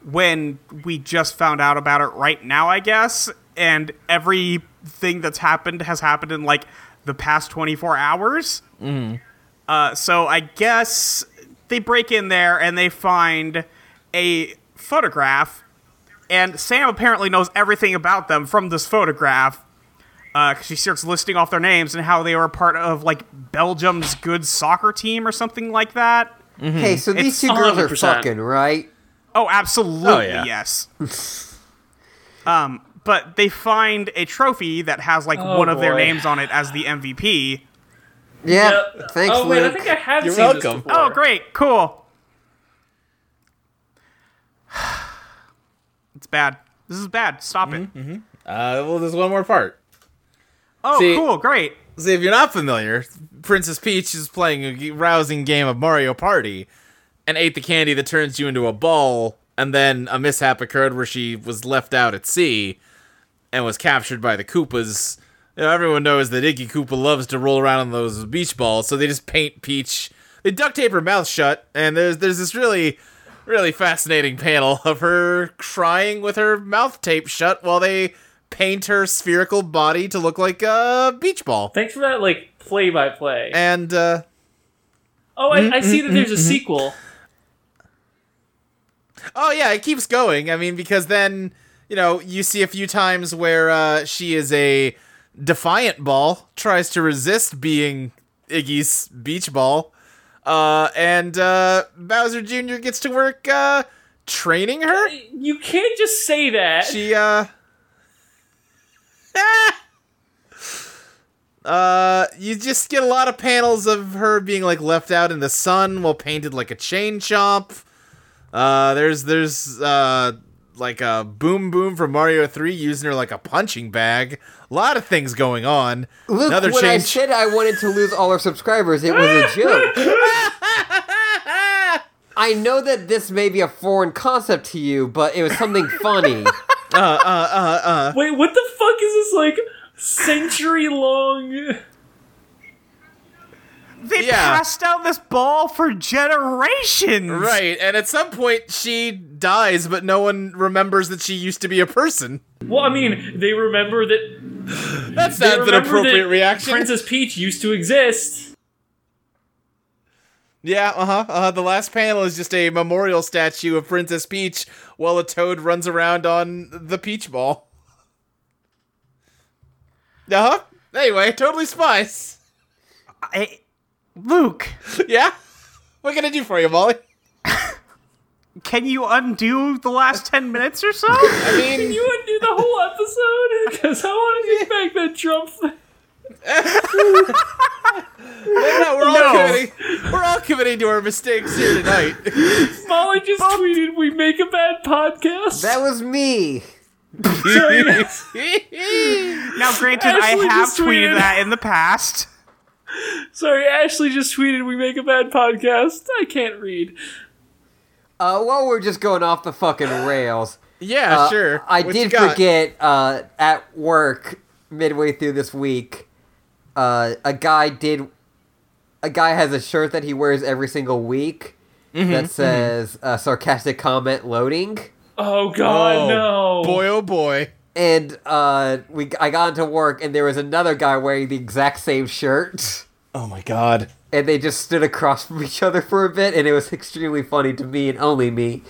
Speaker 3: When we just found out about it right now, I guess, and everything that's happened has happened in like the past 24 hours. Uh, so I guess they break in there and they find a photograph, and Sam apparently knows everything about them from this photograph. Because she starts listing off their names and how they were part of like Belgium's good soccer team or something like that.
Speaker 2: Hey, so these
Speaker 3: It's
Speaker 2: two girls are
Speaker 5: 100%.
Speaker 2: fucking right.
Speaker 3: Oh, absolutely,
Speaker 4: Oh, yeah.
Speaker 3: yes. <laughs> um, but they find a trophy that has like one
Speaker 5: Oh,
Speaker 3: of their
Speaker 5: boy.
Speaker 3: names on it as the
Speaker 4: <sighs>
Speaker 3: MVP.
Speaker 2: Yeah.
Speaker 5: Yep.
Speaker 2: Thanks,
Speaker 5: oh, wait,
Speaker 2: Luke.
Speaker 5: I think I have
Speaker 4: You're
Speaker 5: seen
Speaker 4: welcome.
Speaker 5: this before.
Speaker 3: Oh, great, cool. <sighs> it's bad. This is bad. Stop it.
Speaker 4: uh, well, there's one more part.
Speaker 3: Oh,
Speaker 4: See-
Speaker 3: cool, great.
Speaker 4: See, if you're not familiar, Princess Peach is playing a g- rousing game of Mario Party, and ate the candy that turns you into a ball. And then a mishap occurred where she was left out at sea, and was captured by the Koopas. You know, everyone knows that Iggy Koopa loves to roll around on those beach balls, so they just paint Peach. They duct tape her mouth shut, and there's there's this really, really fascinating panel <laughs> of her crying with her mouth taped shut while they paint her spherical body to look like a beach ball.
Speaker 5: Thanks for that, like, play by play.
Speaker 4: And uh,
Speaker 5: Oh, I, I see that there's a sequel.
Speaker 4: oh yeah, it keeps going. I mean, because then you know you see a few times where uh, she is a defiant ball, tries to resist being Iggy's beach ball, uh, and uh, Bowser Jr. gets to work uh, training her.
Speaker 5: Uh, You can't just say that.
Speaker 4: She uh. <laughs> Uh, you just get a lot of panels of her being like left out in the sun while painted like a chain chomp. Uh, there's there's uh like a boom boom from Mario Three using her like a punching bag. A lot of things going on.
Speaker 2: Luke,
Speaker 4: Another
Speaker 2: when I
Speaker 4: chain.
Speaker 5: <laughs>
Speaker 2: said I wanted to lose all our subscribers, it was a joke. I know that this may be a foreign concept to you, but it was something
Speaker 5: <laughs>
Speaker 2: funny.
Speaker 5: Wait, what the fuck is this like century long?
Speaker 3: They
Speaker 4: Yeah.
Speaker 3: passed down this ball for generations.
Speaker 4: Right, and at some point she dies, but no one remembers that she used to be a person.
Speaker 5: Well, I mean, they remember that
Speaker 4: That's
Speaker 5: they
Speaker 4: not an
Speaker 5: remember
Speaker 4: appropriate
Speaker 5: that
Speaker 4: reaction.
Speaker 5: Princess Peach used to exist.
Speaker 4: Yeah, uh huh. Uh, the last panel is just a memorial statue of Princess Peach while a toad runs around on the peach ball. Uh huh. Anyway, totally spies. <laughs>
Speaker 3: I, Luke,
Speaker 4: Yeah? What can I do for you, Molly?
Speaker 3: can you undo the last 10 minutes or
Speaker 4: <laughs>
Speaker 3: so?
Speaker 4: I mean,
Speaker 5: You undo the whole episode because I want to get back that Trump. thing.
Speaker 4: yeah, we're all
Speaker 3: No.
Speaker 4: committing we're all committing to our mistakes here tonight. <laughs>
Speaker 5: Molly just tweeted, "We make a bad podcast."
Speaker 2: that was me.
Speaker 3: now, granted, I
Speaker 5: Ashley
Speaker 3: have
Speaker 5: just tweeted.
Speaker 3: tweeted that in the past.
Speaker 5: Sorry, Ashley just tweeted, "We make a bad podcast." I can't read.
Speaker 2: Uh, while we're just going off the fucking rails,
Speaker 4: yeah,
Speaker 2: uh,
Speaker 4: sure.
Speaker 2: I
Speaker 4: What you
Speaker 2: did
Speaker 4: got?
Speaker 2: forget uh, at work midway through this week, uh, a guy did. A guy has a shirt that he wears every single week
Speaker 4: Mm-hmm,
Speaker 2: that says uh, sarcastic comment loading.
Speaker 5: Oh God,
Speaker 4: Oh,
Speaker 5: no!
Speaker 4: Boy, oh boy.
Speaker 2: and uh, we I got into work, and there was another guy wearing the exact same shirt,
Speaker 4: Oh my god.
Speaker 2: and they just stood across from each other for a bit, and it was extremely funny to me and only me.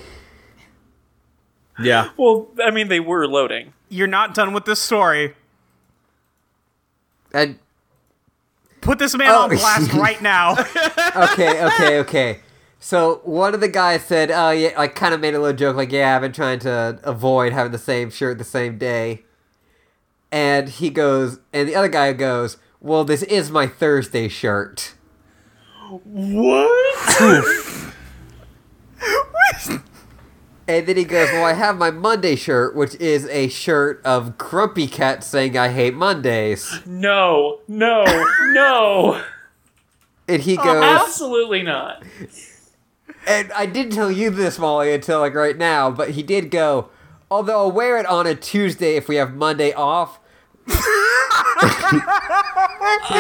Speaker 4: Yeah.
Speaker 5: Well, I mean, they were loading.
Speaker 3: You're not done with this story.
Speaker 2: And
Speaker 3: Put this man
Speaker 2: Oh.
Speaker 3: on blast right <laughs> now.
Speaker 2: okay, okay, okay. So one of the guys said, "Oh yeah," like kind of made a little joke, like, "Yeah, I've been trying to avoid having the same shirt the same day." And he goes, and the other guy goes, "Well, this is my Thursday shirt."
Speaker 5: What?
Speaker 2: <laughs> And then he goes, Well, I have my Monday shirt, which is a shirt of Grumpy Cat saying I hate Mondays.
Speaker 5: No, no, no!
Speaker 2: And he goes,
Speaker 5: Absolutely not.
Speaker 2: And I didn't tell you this, Molly, until like right now, but he did go, Although I'll wear it on a Tuesday if we have Monday off.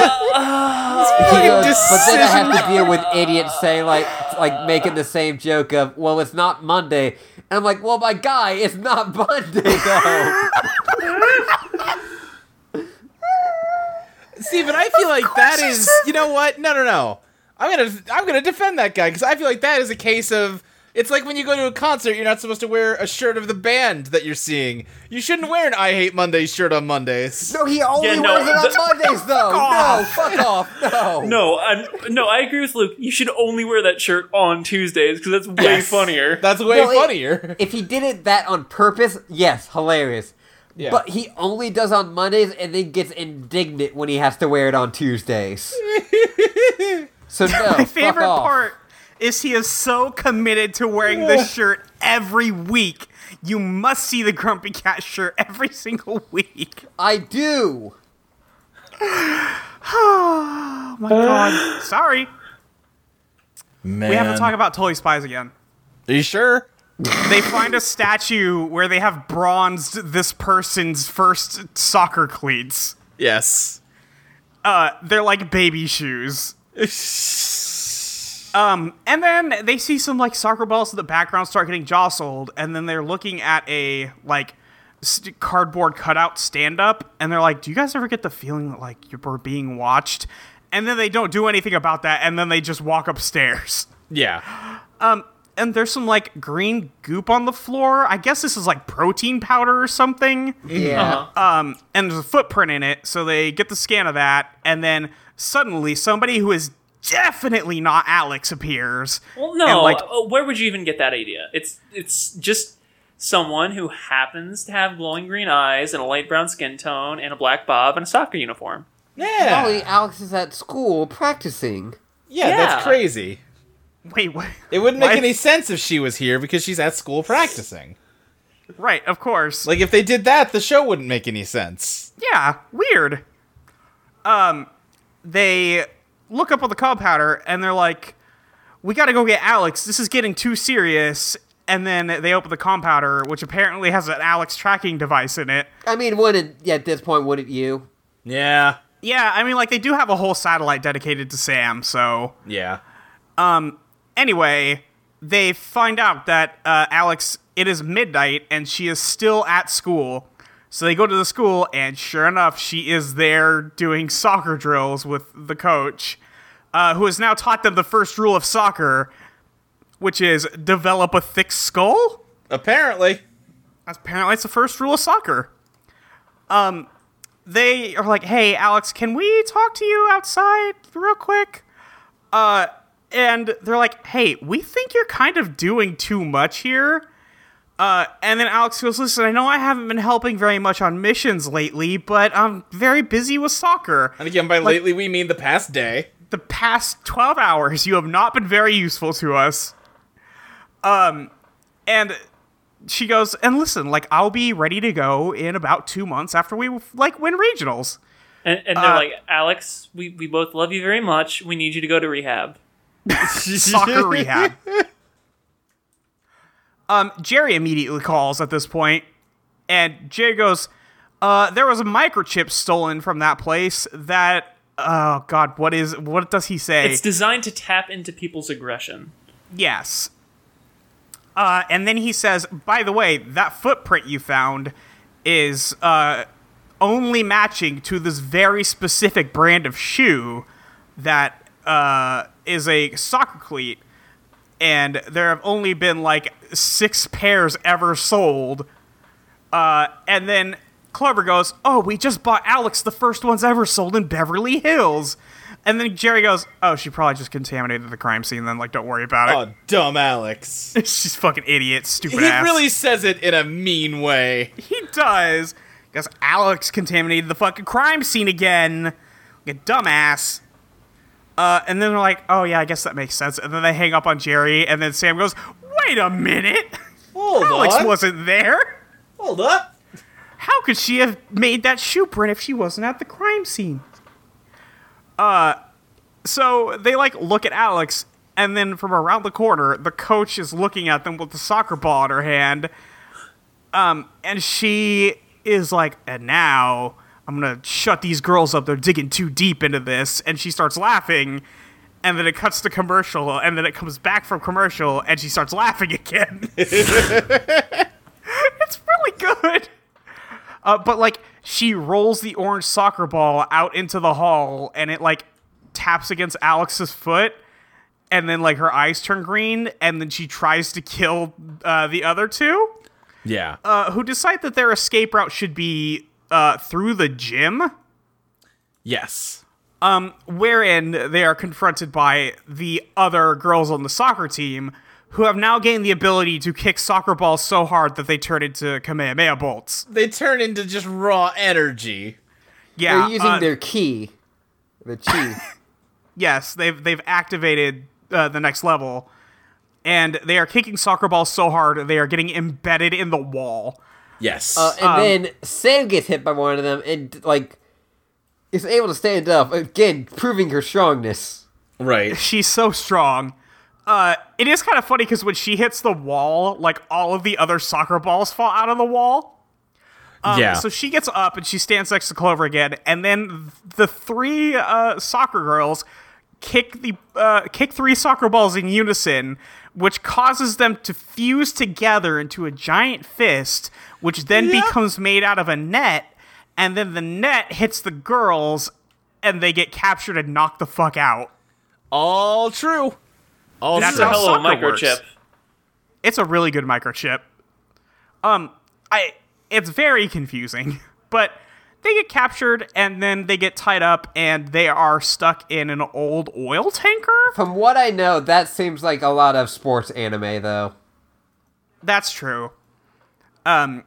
Speaker 2: He goes, but then I have to deal with idiots saying like like making the same joke of well it's not Monday and I'm like well my guy it's not Monday though
Speaker 4: See, but I feel like that is you know what? No, no, no. I'm gonna I'm gonna defend that guy because I feel like that is a case of it's like when you go to a concert, you're not supposed to wear a shirt of the band that you're seeing. You shouldn't wear an I Hate Mondays shirt on Mondays.
Speaker 2: No, he only
Speaker 5: Yeah, no,
Speaker 2: wears it on
Speaker 5: the-
Speaker 2: Mondays, though. no, fuck off. No.
Speaker 5: No, I'm, no, I agree with Luke. You should only wear that shirt on Tuesdays because that's way funnier.
Speaker 4: That's way
Speaker 2: No, it-
Speaker 4: funnier.
Speaker 2: If he did it that on purpose, yes, hilarious.
Speaker 4: <laughs> Yeah.
Speaker 2: But he only does on Mondays and then gets indignant when he has to wear it on Tuesdays. so no,
Speaker 3: <laughs> My
Speaker 2: fuck
Speaker 3: favorite
Speaker 2: off.
Speaker 3: part is he is so committed to wearing this shirt every week. You must see the Grumpy Cat shirt every single week.
Speaker 2: I do.
Speaker 3: <sighs> Oh my god. Sorry.
Speaker 4: Man.
Speaker 3: We have to talk about Totally Spies again.
Speaker 4: Are you sure?
Speaker 3: They find a statue where they have bronzed this person's first soccer cleats.
Speaker 4: Yes.
Speaker 3: Uh, they're like baby shoes. Um, and then they see some like soccer balls in the background start getting jostled, and then they're looking at a like st- cardboard cutout stand up, and they're like, "Do you guys ever get the feeling that like you were being watched?" And then they don't do anything about that, and then they just walk upstairs. <laughs>
Speaker 4: Yeah.
Speaker 3: And there's some like green goop on the floor. I guess this is like protein powder or something Um,
Speaker 2: Yeah.
Speaker 5: Uh-huh.
Speaker 3: Uh-huh. and there's a footprint in it, so they get the scan of that, and then suddenly somebody who is definitely not Alex appears.
Speaker 5: Well, no,
Speaker 3: and, like
Speaker 5: uh, where would you even get that idea? It's it's just someone who happens to have glowing green eyes and a light brown skin tone and a black bob and a soccer uniform.
Speaker 4: Yeah.
Speaker 2: Probably Alex is at school practicing.
Speaker 4: yeah,
Speaker 5: Yeah.
Speaker 4: that's crazy.
Speaker 3: wait, what?
Speaker 4: It wouldn't make
Speaker 3: Why-
Speaker 4: any sense if she was here because she's at school practicing.
Speaker 3: right, of course.
Speaker 4: Like if they did that, the show wouldn't make any sense.
Speaker 3: yeah, weird. Um, they look up on the compound and they're like, we got to go get Alex. This is getting too serious. And then they open the compounder, which apparently has an Alex tracking device in it.
Speaker 2: I mean, wouldn't yeah, at this point, wouldn't you?
Speaker 4: Yeah.
Speaker 3: Yeah, I mean, like, they do have a whole satellite dedicated to Sam, so.
Speaker 4: Yeah.
Speaker 3: anyway, they find out that uh, Alex, it is midnight and she is still at school. So they go to the school, and sure enough, she is there doing soccer drills with the coach, uh, who has now taught them the first rule of soccer, which is develop a thick skull.
Speaker 4: Apparently.
Speaker 3: That's apparently it's the first rule of soccer. Um, they are like, "Hey, Alex, can we talk to you outside real quick?" Uh, and they're like, "Hey, we think you're kind of doing too much here." Uh, and then Alex goes, "Listen, I know I haven't been helping very much on missions lately, but I'm very busy with soccer.
Speaker 4: And again, by lately we mean the past day.
Speaker 3: The past twelve hours, you have not been very useful to us." Um, and she goes and listen like i'll be ready to go in about two months after we like win regionals
Speaker 5: And, and they're
Speaker 4: Uh,
Speaker 5: like, Alex, we, we both love you very much. We need you to go to rehab.
Speaker 4: <laughs>
Speaker 3: soccer rehab um jerry immediately calls at this point and jerry goes uh there was a microchip stolen from that place that oh god what is what does he say
Speaker 5: It's designed to tap into people's aggression.
Speaker 3: Yes. Uh, and then he says, by the way, that footprint you found is uh, only matching to this very specific brand of shoe that uh, is a soccer cleat. And there have only been like six pairs ever sold. Uh, and then Clover goes, Oh, we just bought Alex the first ones ever sold in Beverly Hills. And then Jerry goes, Oh, she probably just contaminated the crime scene, then, like, don't worry about it.
Speaker 4: Oh,
Speaker 3: <laughs>
Speaker 4: dumb Alex.
Speaker 3: She's fucking idiot, stupid
Speaker 4: he
Speaker 3: ass.
Speaker 4: really says it in a mean way.
Speaker 3: he does. Because Alex contaminated the fucking crime scene again. Like a dumbass. Uh, and then they're like, oh yeah, I guess that makes sense. And then they hang up on Jerry, and then Sam goes, wait a minute. <laughs>
Speaker 4: Hold
Speaker 3: Alex
Speaker 4: on.
Speaker 3: wasn't there.
Speaker 4: Hold up.
Speaker 3: How could she have made that shoe print if she wasn't at the crime scene? Uh, so they like look at Alex, and then from around the corner, the coach is looking at them with the soccer ball in her hand. Um, and she is like, and now I'm gonna shut these girls up. They're digging too deep into this. And she starts laughing, and then it cuts to commercial, and then it comes back from commercial, and she starts laughing again. <laughs> it's really good. Uh, but like she rolls the orange soccer ball out into the hall and it like taps against Alex's foot and then like her eyes turn green and then she tries to kill uh, the other two
Speaker 4: Yeah.
Speaker 3: uh, who decide that their escape route should be uh, through the gym
Speaker 4: yes.
Speaker 3: wherein they are confronted by the other girls on the soccer team who have now gained the ability to kick soccer balls so hard that they turn into kamehameha bolts
Speaker 4: They turn into just raw energy.
Speaker 3: yeah
Speaker 2: They're using
Speaker 3: uh,
Speaker 2: their key, the
Speaker 3: <laughs>
Speaker 2: chi.
Speaker 3: yes, they've they've activated uh, the next level, and they are kicking soccer balls so hard they are getting embedded in the wall.
Speaker 4: Yes.
Speaker 2: Uh, and
Speaker 3: Um,
Speaker 2: then Sam gets hit by one of them and like is able to stand up again, proving her strongness.
Speaker 4: right.
Speaker 3: She's so strong. Uh, it is kind of funny because when she hits the wall, like all of the other soccer balls fall out of the wall.
Speaker 4: yeah.
Speaker 3: um, So she gets up and she stands next to Clover again, and then the three uh, soccer girls kick the uh, kick three soccer balls in unison, which causes them to fuse together into a giant fist, which then
Speaker 4: Yeah.
Speaker 3: becomes made out of a net, and then the net hits the girls, and they get captured and knocked the fuck out.
Speaker 4: All true. All
Speaker 3: That's
Speaker 5: It's a
Speaker 4: true.
Speaker 3: how
Speaker 5: hell of a
Speaker 3: soccer works.
Speaker 5: microchip.
Speaker 3: It's a really good microchip. Um, I it's very confusing, <laughs> but they get captured and then they get tied up and they are stuck in an old oil tanker.
Speaker 2: From what I know, that seems like a lot of sports anime, though.
Speaker 3: That's true. Um,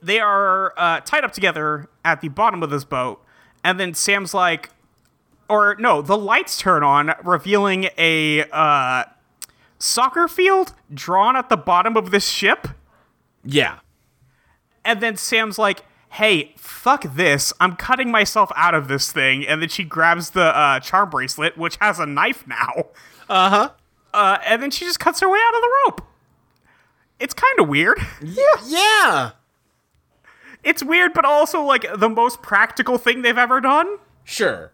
Speaker 3: they are uh, tied up together at the bottom of this boat, and then Sam's like, or no, the lights turn on, revealing a uh, soccer field drawn at the bottom of this ship.
Speaker 4: Yeah.
Speaker 3: And then Sam's like, "Hey, fuck this! I'm cutting myself out of this thing." And then she grabs the uh, charm bracelet, which has a knife now. Uh huh. uh, and then she just cuts her way out of the rope. It's kind of weird. <laughs>
Speaker 6: Yeah.
Speaker 3: It's weird, but also like the most practical thing they've ever done.
Speaker 4: Sure.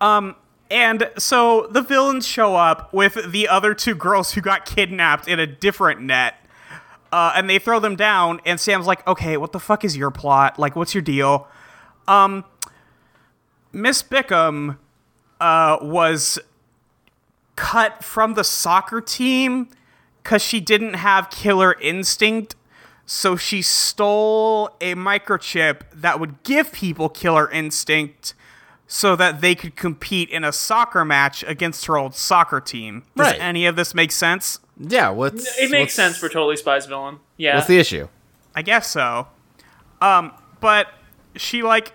Speaker 3: And so the villains show up with the other two girls who got kidnapped in a different net. Uh, and they throw them down, and Sam's like, okay, what the fuck is your plot? Like, what's your deal? Um, Miss Bickham uh, was cut from the soccer team because she didn't have killer instinct. So she stole a microchip that would give people killer instinct so that they could compete in a soccer match against her old soccer team. Does
Speaker 6: Right.
Speaker 3: any of this make sense?
Speaker 6: Yeah. What's
Speaker 5: It makes
Speaker 6: what's-
Speaker 5: sense for Totally Spies villain. Yeah.
Speaker 6: What's the issue?
Speaker 3: I guess so. Um, but she like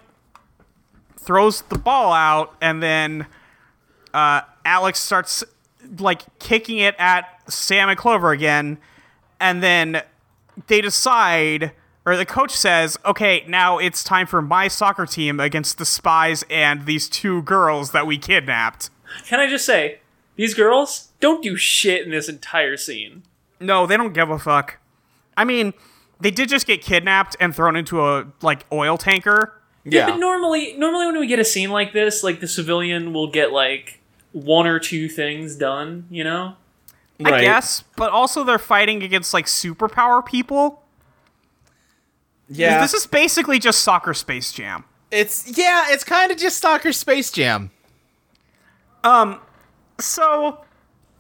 Speaker 3: throws the ball out, and then uh, Alex starts like kicking it at Sam and Clover again, and then they decide, or the coach says, "Okay, now it's time for my soccer team against the spies and these two girls that we kidnapped."
Speaker 5: Can I just say, these girls don't do shit in this entire scene.
Speaker 3: No, they don't give a fuck. I mean, they did just get kidnapped and thrown into a like oil tanker.
Speaker 5: But normally, normally when we get a scene like this, like the civilian will get like one or two things done. You know,
Speaker 3: I
Speaker 4: Right.
Speaker 3: guess, but also they're fighting against like superpower people.
Speaker 6: Yeah.
Speaker 3: This is basically just soccer space jam.
Speaker 6: it's yeah. It's kind of just Stalker Space Jam.
Speaker 3: So,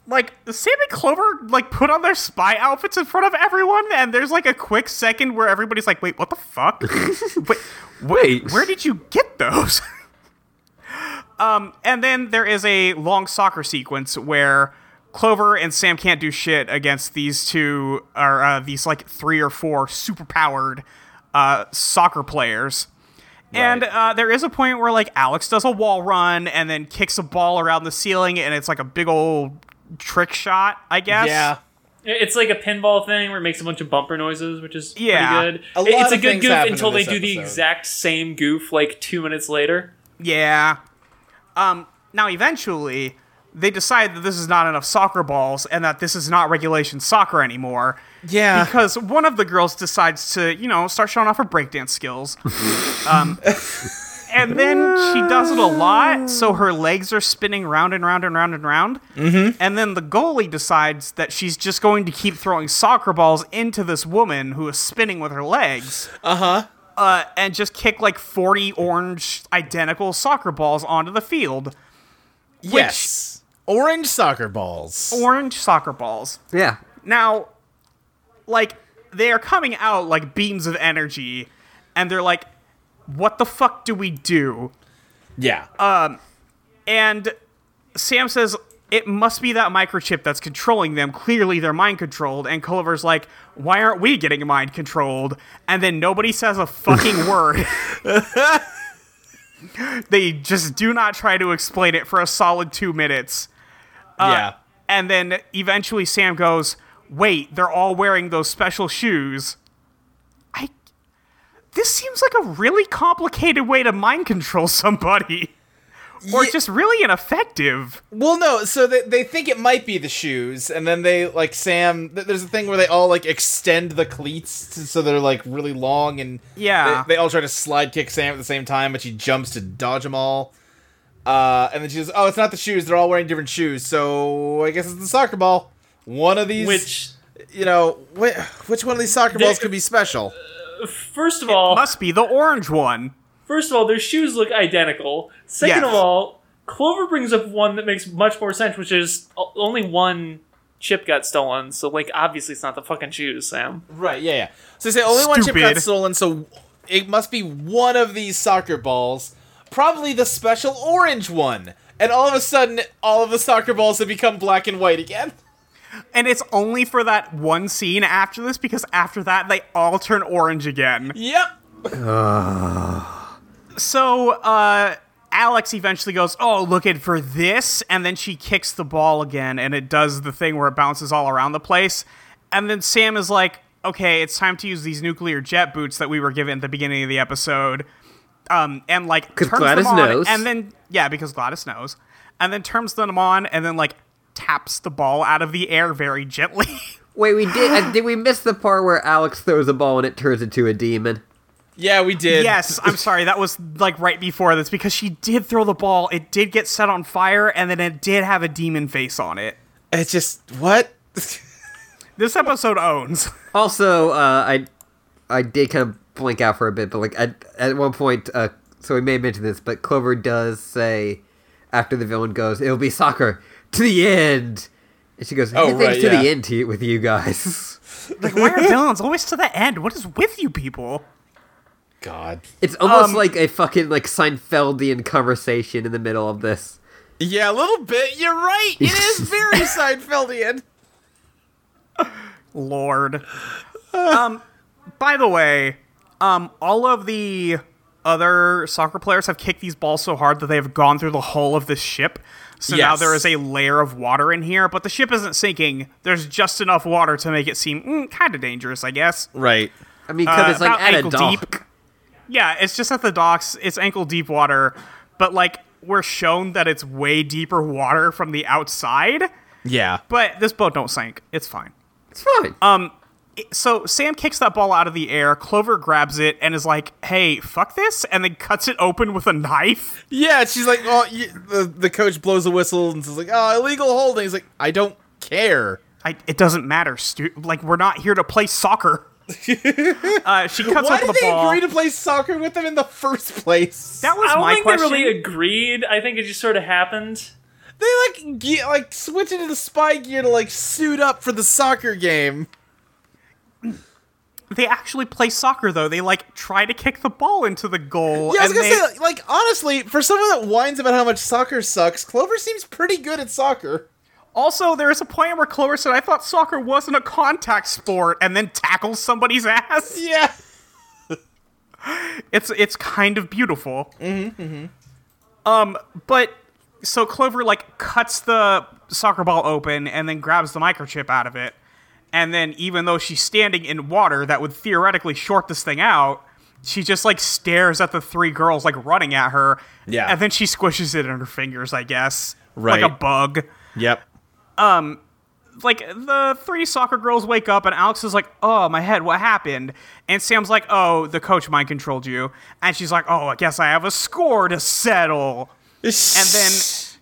Speaker 3: like Sam and Clover like put on their spy outfits in front of everyone, and there's like a quick second where everybody's like, "Wait, what the fuck? Wait,
Speaker 7: Wait.
Speaker 3: where did you get those?" <laughs> um, and then there is a long soccer sequence where Clover and Sam can't do shit against these two or uh, these like three or four superpowered uh, soccer players. And uh, there is a point where like Alex does a wall run and then kicks a ball around the ceiling, and it's like a big old trick shot, I guess.
Speaker 6: Yeah.
Speaker 5: It- it's like a pinball thing where it makes a bunch of bumper noises, which is
Speaker 3: Yeah.
Speaker 5: pretty good.
Speaker 4: A lot
Speaker 5: It- it's a
Speaker 4: of
Speaker 5: good
Speaker 4: things
Speaker 5: goof
Speaker 4: happen in
Speaker 5: until they
Speaker 4: this
Speaker 5: do the
Speaker 4: episode.
Speaker 5: exact same goof like two minutes later.
Speaker 3: Yeah. Um, now, eventually, they decide that this is not enough soccer balls and that this is not regulation soccer anymore.
Speaker 4: Uh.
Speaker 6: Yeah.
Speaker 3: Because one of the girls decides to, you know, start showing off her breakdance skills. um, and then she does it a lot, so her legs are spinning round and round and round and round. Mm-hmm. And then the goalie decides that she's just going to keep throwing soccer balls into this woman who is spinning with her legs uh, and just kick like 40 orange identical soccer balls onto the field.
Speaker 6: yes. Orange soccer balls.
Speaker 3: Orange soccer balls.
Speaker 2: Yeah.
Speaker 3: Now, like, they are coming out like beams of energy, and they're like, what the fuck do we do?
Speaker 6: yeah.
Speaker 4: Uh,
Speaker 3: And Sam says, it must be that microchip that's controlling them. Clearly, they're mind controlled. And Culver's like, why aren't we getting mind controlled? And then nobody says a fucking word. they just do not try to explain it for a solid two minutes.
Speaker 4: uh,
Speaker 6: yeah.
Speaker 3: And then eventually Sam goes, "Wait, they're all wearing those special shoes." I This seems like a really complicated way to mind control <laughs> somebody. Or
Speaker 4: Ye-
Speaker 3: just really ineffective.
Speaker 4: Well, no. So they, they think it might be the shoes, and then they like Sam. th- There's a thing where they all like extend the cleats to, so they're like really long, and
Speaker 3: Yeah.
Speaker 4: they, they all try to slide kick Sam at the same time, but she jumps to dodge them all. Uh, and then she says, "Oh, it's not the shoes. They're all wearing different shoes. So I guess it's the soccer ball. One of these,
Speaker 5: Which,
Speaker 4: you know, whi- which one of these soccer
Speaker 5: They-
Speaker 4: balls could be special?
Speaker 5: first of all,
Speaker 3: Must be the orange one.
Speaker 5: first of all, their shoes look identical. Second
Speaker 3: Yes.
Speaker 5: of all, Clover brings up one that makes much more sense, which is o- only one chip got stolen. So like, obviously, it's not the fucking shoes, Sam.
Speaker 4: Right? Yeah, yeah. So they say only one chip got
Speaker 3: Stupid.
Speaker 4: stolen, so it must be one of these soccer balls, probably the special orange one. And all of a sudden, all of the soccer balls have become black and white again.
Speaker 3: And it's only for that one scene after this because after that they all turn orange again.
Speaker 4: Yep.
Speaker 3: So uh Alex eventually goes, "Oh, looking for this," and then she kicks the ball again, and it does the thing where it bounces all around the place. And then Sam is like, "Okay, it's time to use these nuclear jet boots that we were given at the beginning of the episode." Um, and like turns
Speaker 7: Gladys
Speaker 3: them on,
Speaker 7: knows.
Speaker 3: and then yeah, because Gladys knows, and then turns them on, and then like taps taps the ball out of the air very gently. <laughs>
Speaker 2: Wait, we did. Uh, did we miss the part where Alex throws a ball and it turns into a demon?
Speaker 6: Yeah, we did.
Speaker 3: yes,
Speaker 6: <laughs>
Speaker 3: I'm sorry. That was like right before this because she did throw the ball. It did get set on fire and then it did have a demon face on it.
Speaker 6: It's just
Speaker 4: <laughs>
Speaker 6: what?
Speaker 3: This episode owns. <laughs>
Speaker 2: Also, uh, I I did kind of blink out for a bit, but like at at one point, uh, so we may mention this, but Clover does say after the villain goes, "It'll be soccer to the end," and she
Speaker 3: Oh,
Speaker 2: goes, "Anything's
Speaker 6: right,
Speaker 2: to the
Speaker 6: yeah.
Speaker 2: end to, with you guys." <laughs>
Speaker 3: Like, why
Speaker 6: <laughs>
Speaker 3: are villains always to the end? What is with you people?
Speaker 6: God.
Speaker 2: It's
Speaker 3: Um,
Speaker 2: almost like a fucking like Seinfeldian conversation in the middle of this.
Speaker 6: Yeah, a little bit. You're right. It is
Speaker 4: <laughs>
Speaker 6: very Seinfeldian.
Speaker 3: Lord. Um, by the way, um, all of the other soccer players have kicked these balls so hard that they have gone through the hull of the ship. So now
Speaker 6: Yes.
Speaker 3: there is a layer of water in here, but the ship isn't sinking. There's just enough water to make it seem mm, kind of dangerous, I guess.
Speaker 6: Right.
Speaker 2: I mean, 'cause
Speaker 3: Uh,
Speaker 2: it's like
Speaker 3: about
Speaker 2: at a
Speaker 3: ankle
Speaker 2: dock.
Speaker 3: deep. Yeah, it's just at the docks. It's ankle deep water, but like we're shown that it's way deeper water from the outside.
Speaker 6: Yeah.
Speaker 3: But this boat don't sink. It's fine.
Speaker 2: It's fine. Um,
Speaker 3: So Sam kicks that ball out of the air. Clover grabs it and is like, "Hey, fuck this!" and then cuts it open with a knife.
Speaker 6: Yeah, she's like, oh, you, the, the coach blows a whistle and says, like, oh, illegal holding. He's like, I don't care.
Speaker 3: I, it doesn't matter, stu- like we're not here to play
Speaker 6: <laughs>
Speaker 3: soccer. uh, she cuts
Speaker 6: Why did
Speaker 3: open the
Speaker 6: they
Speaker 3: ball.
Speaker 6: agree to play soccer with them in the first place?
Speaker 3: that was
Speaker 5: I don't
Speaker 3: my
Speaker 5: think
Speaker 3: question.
Speaker 5: they really agreed. I think it just sort of happened.
Speaker 6: they like ge like switch into the spy gear to like suit up for the soccer game.
Speaker 3: they actually play soccer though. They like try to kick the ball into the goal.
Speaker 6: Yeah, I was
Speaker 3: and
Speaker 6: gonna
Speaker 3: they-
Speaker 6: say, like, like, honestly, for someone that whines about how much soccer sucks, Clover seems pretty good at soccer.
Speaker 3: Also, there is a point where Clover said, "I thought soccer wasn't a contact sport," and then tackles somebody's <laughs> ass.
Speaker 6: Yeah.
Speaker 3: It's it's kind of beautiful. Mm-hmm, Um, but so Clover like cuts the soccer ball open and then grabs the microchip out of it, and then even though she's standing in water that would theoretically short this thing out, she just like stares at the three girls like running at her.
Speaker 6: Yeah.
Speaker 3: and then she squishes it in her fingers, I guess, like a
Speaker 6: Right.
Speaker 3: bug.
Speaker 6: Yep.
Speaker 3: like the three soccer girls wake up and Alex is like, "Oh, my head, what happened?" And Sam's like, "Oh, the coach mind controlled you." And she's like, "Oh, I guess I have a score to settle."
Speaker 2: <laughs>
Speaker 3: And then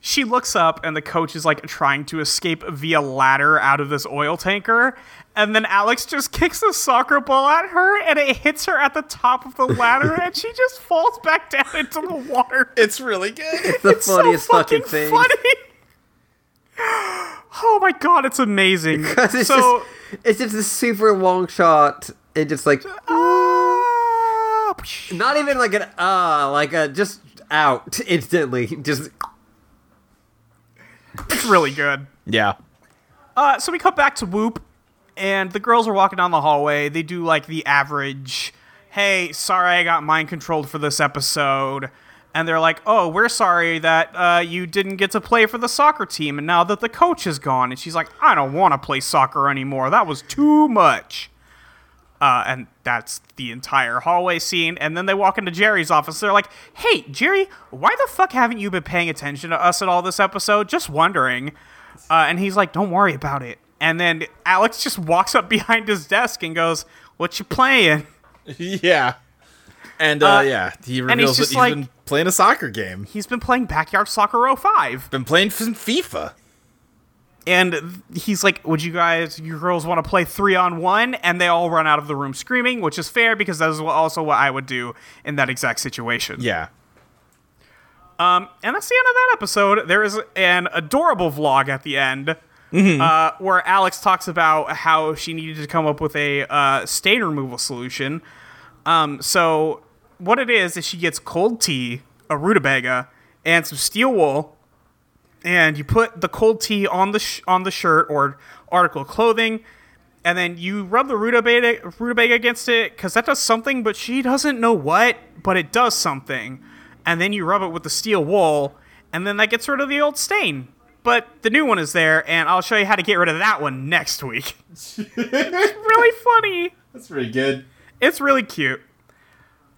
Speaker 3: she looks up and the coach is like trying to escape via ladder out of this oil tanker. And then Alex just kicks a soccer ball at her and it hits her at the top of the ladder
Speaker 2: <laughs>
Speaker 3: and she just falls back down into the water.
Speaker 6: <laughs> it's really good.
Speaker 3: <laughs>
Speaker 2: the
Speaker 3: It's
Speaker 2: <laughs>
Speaker 3: so
Speaker 2: funniest fucking, thing.
Speaker 3: funny. <gasps> Oh my god, it's amazing.
Speaker 2: It's,
Speaker 3: so
Speaker 2: just, it's just a super long shot and just like
Speaker 3: Ah, psh.
Speaker 2: not even like an uh like a just out <laughs> instantly just
Speaker 3: it's really good.
Speaker 6: yeah.
Speaker 3: Uh, so we cut back to Whoop, and the girls are walking down the hallway. They do like the average, hey, sorry I got mind controlled for this episode. And they're like, oh, we're sorry that uh, you didn't get to play for the soccer team, and now that the coach is gone. And she's like, I don't want to play soccer anymore. That was too much. Uh, and that's the entire hallway scene. And then they walk into Jerry's office. They're like, hey, Jerry, why the fuck haven't you been paying attention to us at all this episode? Just wondering. Uh, and he's like, "Don't worry about it." And then Alex just walks up behind his desk and goes, "What you playing?"
Speaker 6: Yeah. And uh,
Speaker 3: Uh,
Speaker 6: yeah, he
Speaker 3: he's
Speaker 6: reveals that
Speaker 3: just
Speaker 6: he's
Speaker 3: like-
Speaker 6: been playing a soccer game.
Speaker 3: He's been playing Backyard Soccer 05.
Speaker 6: Been playing some FIFA.
Speaker 3: And th- he's like, "Would you guys, you girls, want to play three on one?" And they all run out of the room screaming, which is fair because that is wha- also what I would do in that exact situation.
Speaker 6: Yeah.
Speaker 3: And that's the end of that episode. There is an adorable vlog at the end uh, where Alex talks about how she needed to come up with a uh, stain removal solution. Um, so, what it is, is she gets cold tea, a rutabaga, and some steel wool, and you put the cold tea on the, sh- on the shirt or article of clothing. And then you rub the rutabaga, rutabaga against it because that does something, but she doesn't know what, but it does something and then you rub it with the steel wool, and then that gets rid of the old stain. But the new one is there, and I'll show you how to get rid of that one next week. <laughs> it's really funny.
Speaker 6: That's pretty good.
Speaker 3: It's really cute.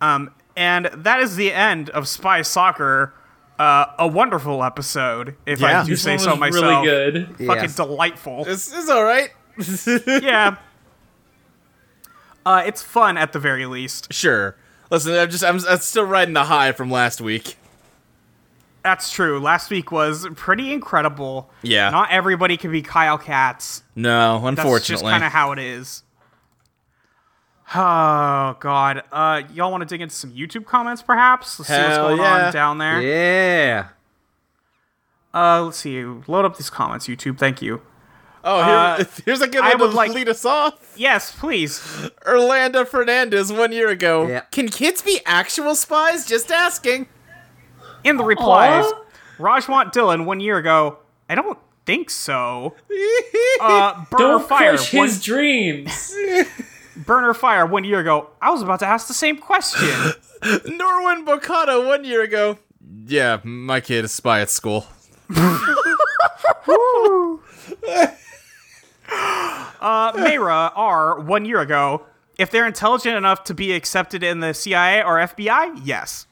Speaker 3: Um, and that is the end of Spy Soccer. Uh, a wonderful episode, if
Speaker 4: Yeah.
Speaker 3: I do
Speaker 4: This
Speaker 3: say
Speaker 5: One
Speaker 3: so
Speaker 5: was
Speaker 3: myself.
Speaker 5: really good.
Speaker 3: Fucking
Speaker 2: Yes.
Speaker 3: delightful.
Speaker 4: This is
Speaker 6: <laughs>
Speaker 4: all right.
Speaker 3: yeah. Uh, it's fun at the very least.
Speaker 4: Sure. Listen, I'm just I'm, I'm still riding the high from last week.
Speaker 3: That's true. Last week was pretty incredible.
Speaker 4: Yeah.
Speaker 3: Not everybody can be Kyle Katz.
Speaker 4: No,
Speaker 3: That's just
Speaker 4: unfortunately.
Speaker 3: kind of how it is. Oh god. Uh, y'all want to dig into some YouTube comments, perhaps? Let's see what's
Speaker 4: Hell
Speaker 3: going
Speaker 4: yeah.
Speaker 3: on down there.
Speaker 2: Yeah.
Speaker 3: Uh, let's see. Load up these comments, YouTube. Thank you.
Speaker 4: oh, here, <laughs> here's a good
Speaker 3: uh, I
Speaker 4: one to
Speaker 3: would like-
Speaker 4: lead us off.
Speaker 3: Yes, please.
Speaker 4: Orlando Fernandez one year ago.
Speaker 2: Yeah.
Speaker 4: Can kids be actual spies? Just asking. <laughs>
Speaker 3: In the replies, Rajwant Dylan one year ago. I don't think so. Uh, burner
Speaker 5: Don't
Speaker 3: fire.
Speaker 5: crush
Speaker 3: one-
Speaker 5: his
Speaker 3: <laughs>
Speaker 5: dreams.
Speaker 3: burner fire one year ago. I was about to ask the same question.
Speaker 2: <laughs>
Speaker 4: Norwin Bocata one year ago. Yeah, my kid is spy at school.
Speaker 3: Uh, Mayra R one year ago. If they're intelligent enough to be accepted in the CIA or FBI, yes.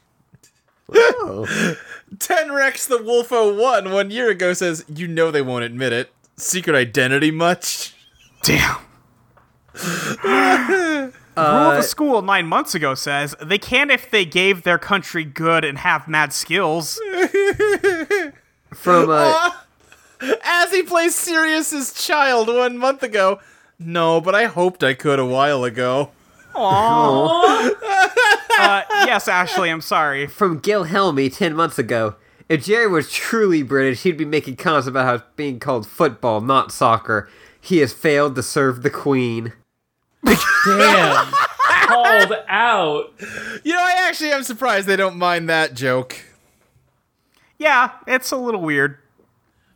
Speaker 4: Ten Rex the Wolfo one one year ago says you know they won't admit it. Secret identity much?
Speaker 3: Damn.
Speaker 2: <laughs>
Speaker 3: Rule of
Speaker 2: Uh,
Speaker 3: the school nine months ago says they can if they gave their country good and have mad skills.
Speaker 2: From uh,
Speaker 4: As he plays Sirius's child one month ago. No, but I hoped I could a while ago.
Speaker 2: <laughs>
Speaker 3: Uh, yes, Ashley, I'm sorry.
Speaker 2: from Gil Helmy ten months ago. If Jerry was truly British, he'd be making comments about how it's being called football, not soccer. He has failed to serve the Queen.
Speaker 5: Damn. Called out.
Speaker 4: You know, I actually am surprised they don't mind that joke.
Speaker 3: Yeah, it's a little weird.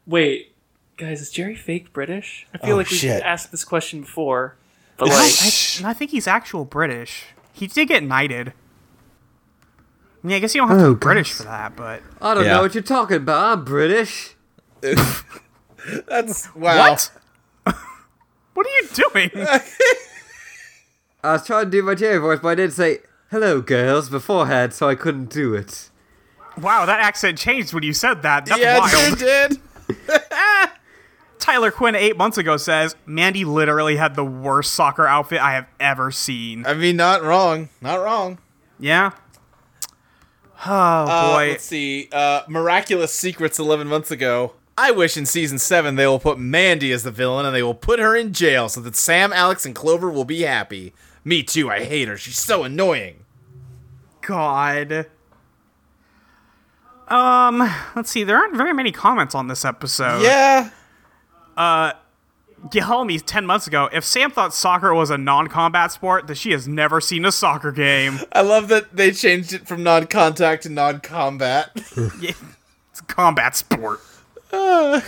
Speaker 5: Wait, guys, is Jerry fake British? I feel
Speaker 6: Oh,
Speaker 5: like we
Speaker 6: shit.
Speaker 5: asked this question before, but like,
Speaker 3: I, and I think he's actual British. He did get knighted. I mean, I guess you don't have
Speaker 2: Oh,
Speaker 3: to be British
Speaker 2: goodness.
Speaker 3: for that, but
Speaker 2: I don't
Speaker 4: Yeah.
Speaker 2: know what you're talking about. I'm British.
Speaker 4: That's wow.
Speaker 3: what are you doing?
Speaker 2: I was trying to do my Jerry voice, but I did say hello, girls, beforehand, so I couldn't do it.
Speaker 3: wow, that accent changed when you said that. That's
Speaker 4: Yeah, it
Speaker 3: wild.
Speaker 4: sure did.
Speaker 3: Tyler Quinn eight months ago says Mandy literally had the worst soccer outfit I have ever seen.
Speaker 4: I mean, not wrong. Not wrong.
Speaker 3: Yeah. Oh
Speaker 4: Uh,
Speaker 3: boy.
Speaker 4: let's see. Uh, Miraculous Secrets 11 months ago. I wish in season 7 they will put Mandy as the villain and they will put her in jail so that Sam, Alex, and Clover will be happy. Me too, I hate her. She's so annoying.
Speaker 3: God. Um, let's see. There aren't very many comments on this episode.
Speaker 4: Yeah.
Speaker 3: Gihelmi, 10 months ago, if Sam thought soccer was a non combat sport, then she has never seen a soccer game.
Speaker 4: I love that they changed it from non contact to non <laughs> combat.
Speaker 3: Yeah, it's a combat sport. Oh,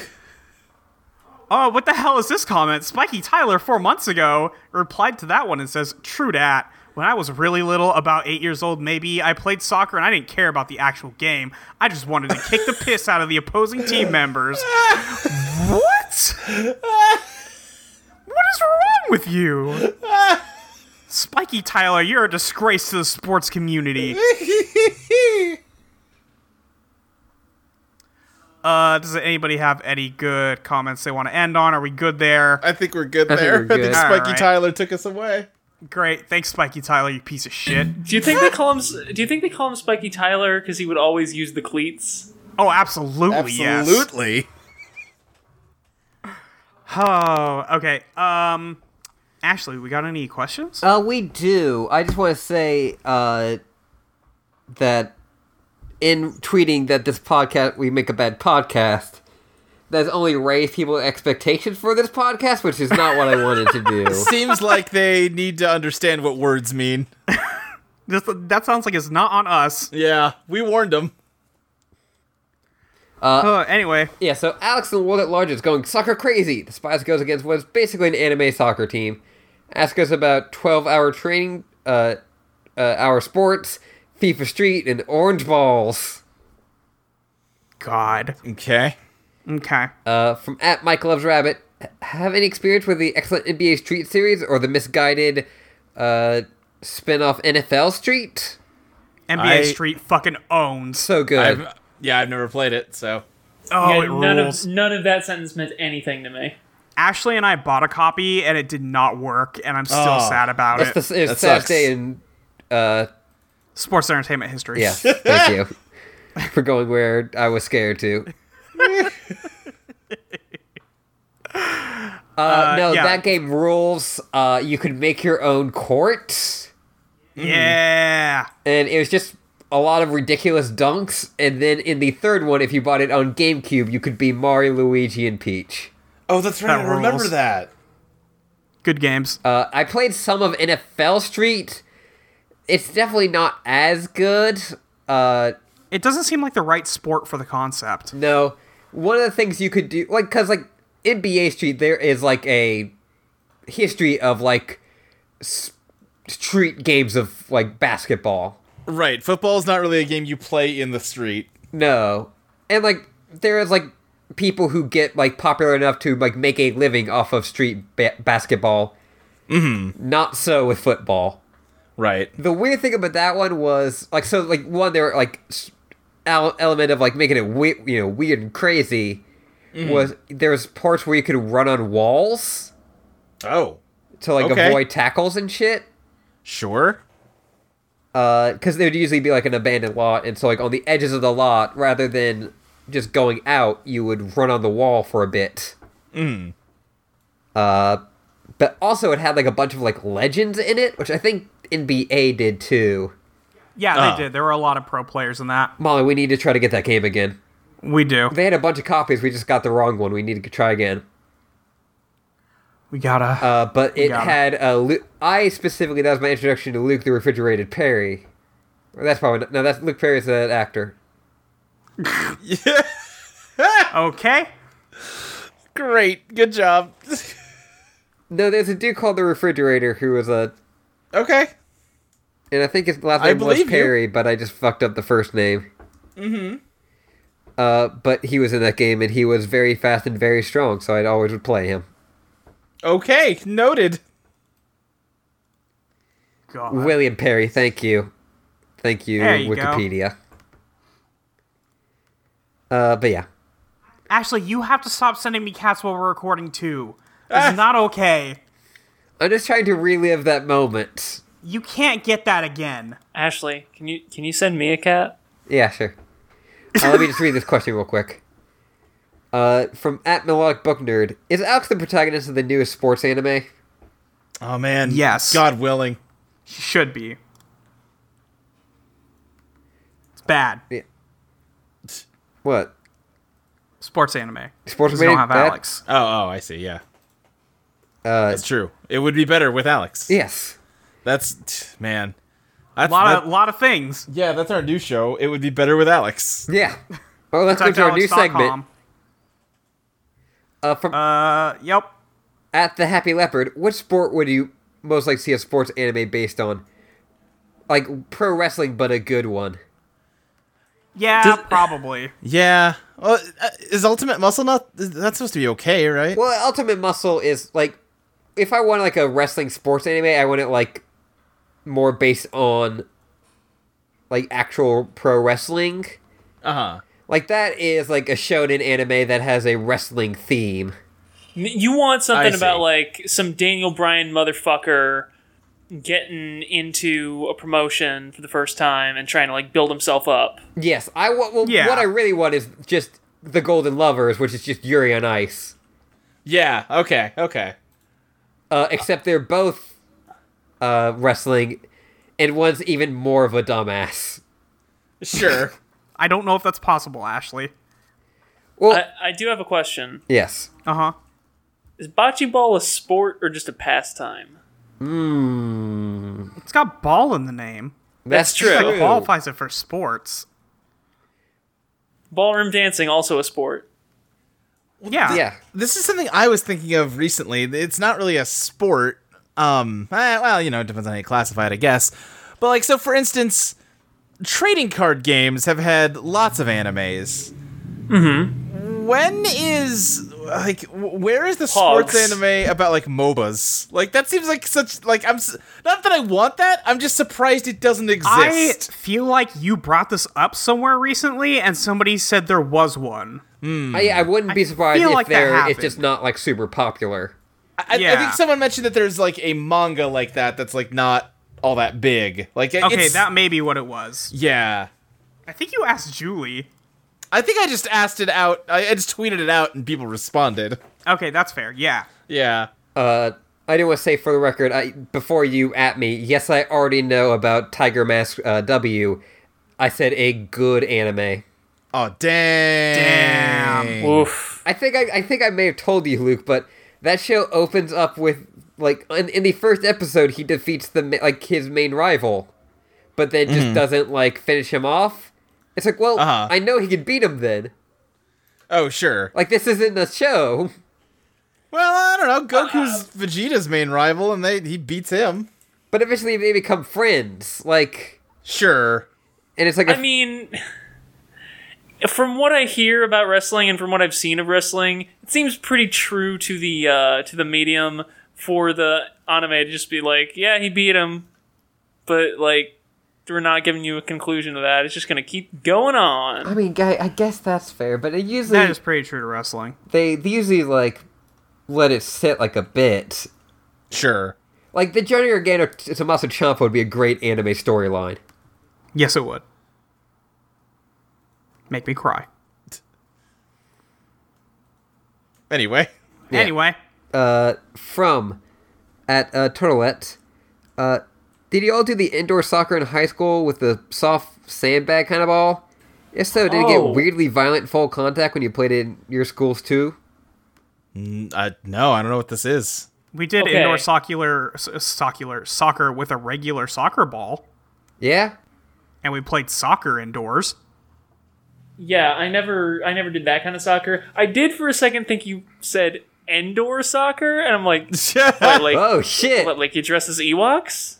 Speaker 3: Uh, what the hell is this comment? Spiky Tyler, four months ago, replied to that one and says, True dat. When I was really little, about eight years old, maybe, I played soccer and I didn't care about the actual game. I just wanted to kick the piss out of the opposing team members. what? what is wrong with you? Spiky Tyler, you're a disgrace to the sports community. Uh, does anybody have any good comments they want to end on? Are we good there?
Speaker 4: I think we're good
Speaker 2: I think
Speaker 4: there.
Speaker 2: we're good.
Speaker 4: <laughs> I think
Speaker 3: All
Speaker 4: Spiky
Speaker 3: right.
Speaker 4: Tyler took us away.
Speaker 3: Great. Thanks, Spiky Tyler, you piece of shit.
Speaker 5: do you think <laughs> they call him? Do you think they call him Spiky Tyler because he would always use the cleats?
Speaker 3: Oh, absolutely, yes.
Speaker 4: Absolutely.
Speaker 3: Oh, okay. Um, Ashley, we got any questions?
Speaker 2: Uh, we do. I just want to say uh, that in tweeting that this podcast, we make a bad podcast, that's only raised people's expectations for this podcast, which is not what I wanted to do.
Speaker 4: Seems like they need to understand what words mean.
Speaker 3: This, that sounds like it's not on us.
Speaker 4: Yeah, we warned them.
Speaker 3: Uh, anyway,
Speaker 2: <laughs> Yeah, so Alex in the world at large is going soccer crazy. The Spies goes against what is basically an anime soccer team. Ask us about 12 hour training, uh, uh, hour sports, FIFA Street, and Orange Balls.
Speaker 3: God.
Speaker 4: Okay.
Speaker 3: Okay.
Speaker 2: Uh, from at Mike Loves Rabbit, "H- have any experience with the excellent NBA Street series or the misguided uh, spin off NFL Street?
Speaker 3: NBA
Speaker 4: I-
Speaker 3: Street fucking owns.
Speaker 2: So good.
Speaker 4: I've,
Speaker 6: Yeah, I've never played it, so
Speaker 3: Oh,
Speaker 5: Yeah,
Speaker 3: it
Speaker 5: none
Speaker 3: rules.
Speaker 5: of none of that sentence meant anything to me.
Speaker 3: Ashley and I bought a copy, and it did not work, and I'm still
Speaker 6: Oh.
Speaker 3: sad about
Speaker 2: It's
Speaker 3: it.
Speaker 2: Ah, the it's the
Speaker 6: That
Speaker 2: saddest
Speaker 6: sucks.
Speaker 2: day in uh
Speaker 3: Sports entertainment history. <laughs>
Speaker 2: yeah. Thank you for going where I was scared to. Uh, no,
Speaker 3: yeah.
Speaker 2: that game rules. Uh, you could make your own court,
Speaker 3: Yeah.
Speaker 2: and it was just a lot of ridiculous dunks. And then in the third one, if you bought it on GameCube, you could be Mario, Luigi, and Peach.
Speaker 6: Oh, that's right.
Speaker 3: That
Speaker 6: I remember
Speaker 3: rules.
Speaker 6: that.
Speaker 3: Good games.
Speaker 2: Uh, I played some of NFL Street. It's definitely not as good. Uh,
Speaker 3: it doesn't seem like the right sport for the concept.
Speaker 2: no, one of the things you could do, like, cause like NBA Street, there is like a history of like s- street games of like basketball.
Speaker 4: Right, football's not really a game you play in the street.
Speaker 2: No, and like there is like people who get like popular enough to like make a living off of street ba- basketball. Mm-hmm. Not so with football.
Speaker 6: Right.
Speaker 2: the weird thing about that one was like so like one there were like s- el- element of like making it we- you know weird and crazy was there was parts where you could run on walls
Speaker 6: Oh,
Speaker 2: to like
Speaker 6: Okay.
Speaker 2: avoid tackles and shit
Speaker 6: sure.
Speaker 2: because there'd usually be like an abandoned lot and so like on the edges of the lot rather than just going out you would run on the wall for a bit mm. uh but also it had like a bunch of like legends in it which i think nba did too Uh.
Speaker 3: Yeah,
Speaker 6: Oh.
Speaker 3: they did. There were a lot of pro players in that.
Speaker 2: molly we need to try to get that game again
Speaker 3: We do.
Speaker 2: They had a bunch of copies. We just got the wrong one. We need to try again.
Speaker 3: We gotta.
Speaker 2: Uh, but it
Speaker 3: got it.
Speaker 2: had a Lu- I specifically that was my introduction to Luke the Refrigerated Perry. Or that's probably not, no. That's Luke Perry's an actor.
Speaker 3: okay.
Speaker 4: Great, good job. <laughs>
Speaker 2: No, there's a dude called the Refrigerator who was a,
Speaker 4: okay.
Speaker 2: and I think his last
Speaker 4: I
Speaker 2: name was
Speaker 4: believe you.
Speaker 2: Perry, but I just fucked up the first name. Mm-hmm. Uh, but he was in that game, and he was very fast and very strong, so I'd always would play him.
Speaker 4: Okay, noted.
Speaker 3: God.
Speaker 2: William Perry, thank you. Thank you,
Speaker 3: There you go.
Speaker 2: Wikipedia. Uh, but yeah.
Speaker 3: Ashley, you have to stop sending me cats while we're recording too.
Speaker 2: Ah.
Speaker 3: It's not okay.
Speaker 2: I'm just trying to relive that moment.
Speaker 3: You can't get that again.
Speaker 5: Ashley, can you can you send me a cat?
Speaker 2: Yeah, sure. Uh, let me just read this question real quick. Uh, from at Melodic Book Nerd, is Alex the protagonist of the newest sports anime?
Speaker 4: Oh man.
Speaker 3: Yes.
Speaker 4: God willing.
Speaker 3: Should be. It's bad.
Speaker 2: What
Speaker 3: Sports anime.
Speaker 2: sports
Speaker 3: Because you don't have
Speaker 2: that-
Speaker 3: Alex.
Speaker 6: Oh, oh, I see. Yeah,
Speaker 2: Uh,
Speaker 6: that's true. It would be better with Alex.
Speaker 2: yes.
Speaker 6: That's t- man. That's,
Speaker 3: A lot of
Speaker 6: that-
Speaker 3: lot of things.
Speaker 6: yeah, that's our new show. It would be better with Alex.
Speaker 2: Yeah. Well, let's go
Speaker 3: Contact
Speaker 2: to our new segment.
Speaker 3: Alex.com.
Speaker 2: Uh, from
Speaker 3: Uh, yep.
Speaker 2: at the Happy Leopard, which sport would you most like to see a sports anime based on? Like pro wrestling, but a good one.
Speaker 3: Yeah,
Speaker 5: Does-
Speaker 3: probably.
Speaker 6: Yeah. Well, uh, is Ultimate Muscle not? is- That's supposed to be okay, right?
Speaker 2: Well, Ultimate Muscle is like, if I want like a wrestling sports anime, I want it like more based on like actual pro wrestling.
Speaker 6: Uh huh.
Speaker 2: Like that is like a shonen anime that has a wrestling theme.
Speaker 5: N- You want something
Speaker 6: I
Speaker 5: about
Speaker 6: see.
Speaker 5: like some Daniel Bryan motherfucker getting into a promotion for the first time and trying to like build himself up.
Speaker 2: Yes, I want. Well,
Speaker 3: Yeah.
Speaker 2: what I really want is just the Golden Lovers, which is just Yuri on Ice.
Speaker 6: Yeah. Okay. Okay.
Speaker 2: Uh, except they're both uh, wrestling, and one's even more of a dumbass.
Speaker 6: Sure.
Speaker 3: I don't know if that's possible, Ashley.
Speaker 2: Well,
Speaker 5: I, I do have a question.
Speaker 2: yes.
Speaker 3: Uh huh.
Speaker 5: Is bocce ball a sport or just a pastime?
Speaker 3: It's got ball in the name.
Speaker 2: That's,
Speaker 5: true.
Speaker 3: That qualifies it for sports.
Speaker 5: Ballroom dancing also a sport.
Speaker 3: Yeah.
Speaker 2: Yeah.
Speaker 6: this is something I was thinking of recently. It's not really a sport. Um, eh, well, you know, it depends on how you classify it, I guess. But like, so for instance, trading card games have had lots of animes. Mm-hmm. When is
Speaker 4: like w- where is the sports
Speaker 5: Hogs.
Speaker 4: anime about like MOBAs? Like that seems like such like I'm s- not that I want that. I'm just surprised it doesn't
Speaker 3: I
Speaker 4: exist.
Speaker 3: feel like you brought this up somewhere recently, and somebody said there was one.
Speaker 2: I, I wouldn't be surprised
Speaker 3: feel
Speaker 2: if
Speaker 3: like that
Speaker 2: there it's
Speaker 3: happened.
Speaker 2: just not like super popular.
Speaker 4: I, I
Speaker 3: yeah.
Speaker 4: think someone mentioned that there's like a manga like that that's like not all that big. Like it-
Speaker 3: Okay,
Speaker 4: it's,
Speaker 3: that may be what it was.
Speaker 4: yeah.
Speaker 3: I think you asked Julie.
Speaker 4: I think I just asked it out. I I just tweeted it out and people responded.
Speaker 3: Okay, that's fair. Yeah.
Speaker 4: Yeah.
Speaker 2: Uh, I do want to say for the record, I, before you at me, yes, I already know about Tiger Mask uh, W. I said a good anime.
Speaker 4: Oh dang.
Speaker 3: Damn.
Speaker 5: Oof.
Speaker 2: I think I, I think I may have told you, Luke, but that show opens up with like in, in the first episode he defeats the ma- like his main rival, but then just doesn't like finish him off. It's like, well,
Speaker 4: Uh-huh.
Speaker 2: I know he could beat him then.
Speaker 4: Oh sure.
Speaker 2: Like this isn't a show.
Speaker 4: Well, I don't know. Goku's Vegeta's main rival, and they he beats him.
Speaker 2: But eventually they become friends. Like,
Speaker 4: Sure.
Speaker 2: and it's like a
Speaker 5: I mean, from what I hear about wrestling and from what I've seen of wrestling, it seems pretty true to the uh, to the medium for the anime to just be like, yeah, he beat him, but like we're not giving you a conclusion to that. It's just gonna keep going on.
Speaker 2: I mean, guy, I guess that's fair, but it usually
Speaker 3: That is pretty true to wrestling.
Speaker 2: they, they usually like let it sit like a bit.
Speaker 4: Sure.
Speaker 2: Like the Johnny Organo Tommaso Ciampa would be a great anime storyline.
Speaker 3: Yes, it would. Make me cry.
Speaker 4: Anyway.
Speaker 3: Anyway,
Speaker 2: Uh, from at uh, Turtlet. Uh, did you all do the indoor soccer in high school with the soft sandbag kind of ball? If so, did it
Speaker 5: Oh.
Speaker 2: get weirdly violent full contact when you played it in your schools too?
Speaker 4: Uh, no, I don't know what this is.
Speaker 3: we did
Speaker 5: Okay.
Speaker 3: indoor soccer, s- soccer, soccer with a regular soccer ball,
Speaker 2: Yeah.
Speaker 3: and we played soccer indoors.
Speaker 5: Yeah, I never I never did that kind of soccer. I did for a second think you said indoor soccer, and I'm like, <laughs> what,
Speaker 2: <laughs>
Speaker 5: like
Speaker 2: Oh shit.
Speaker 5: what, like you dress as Ewoks?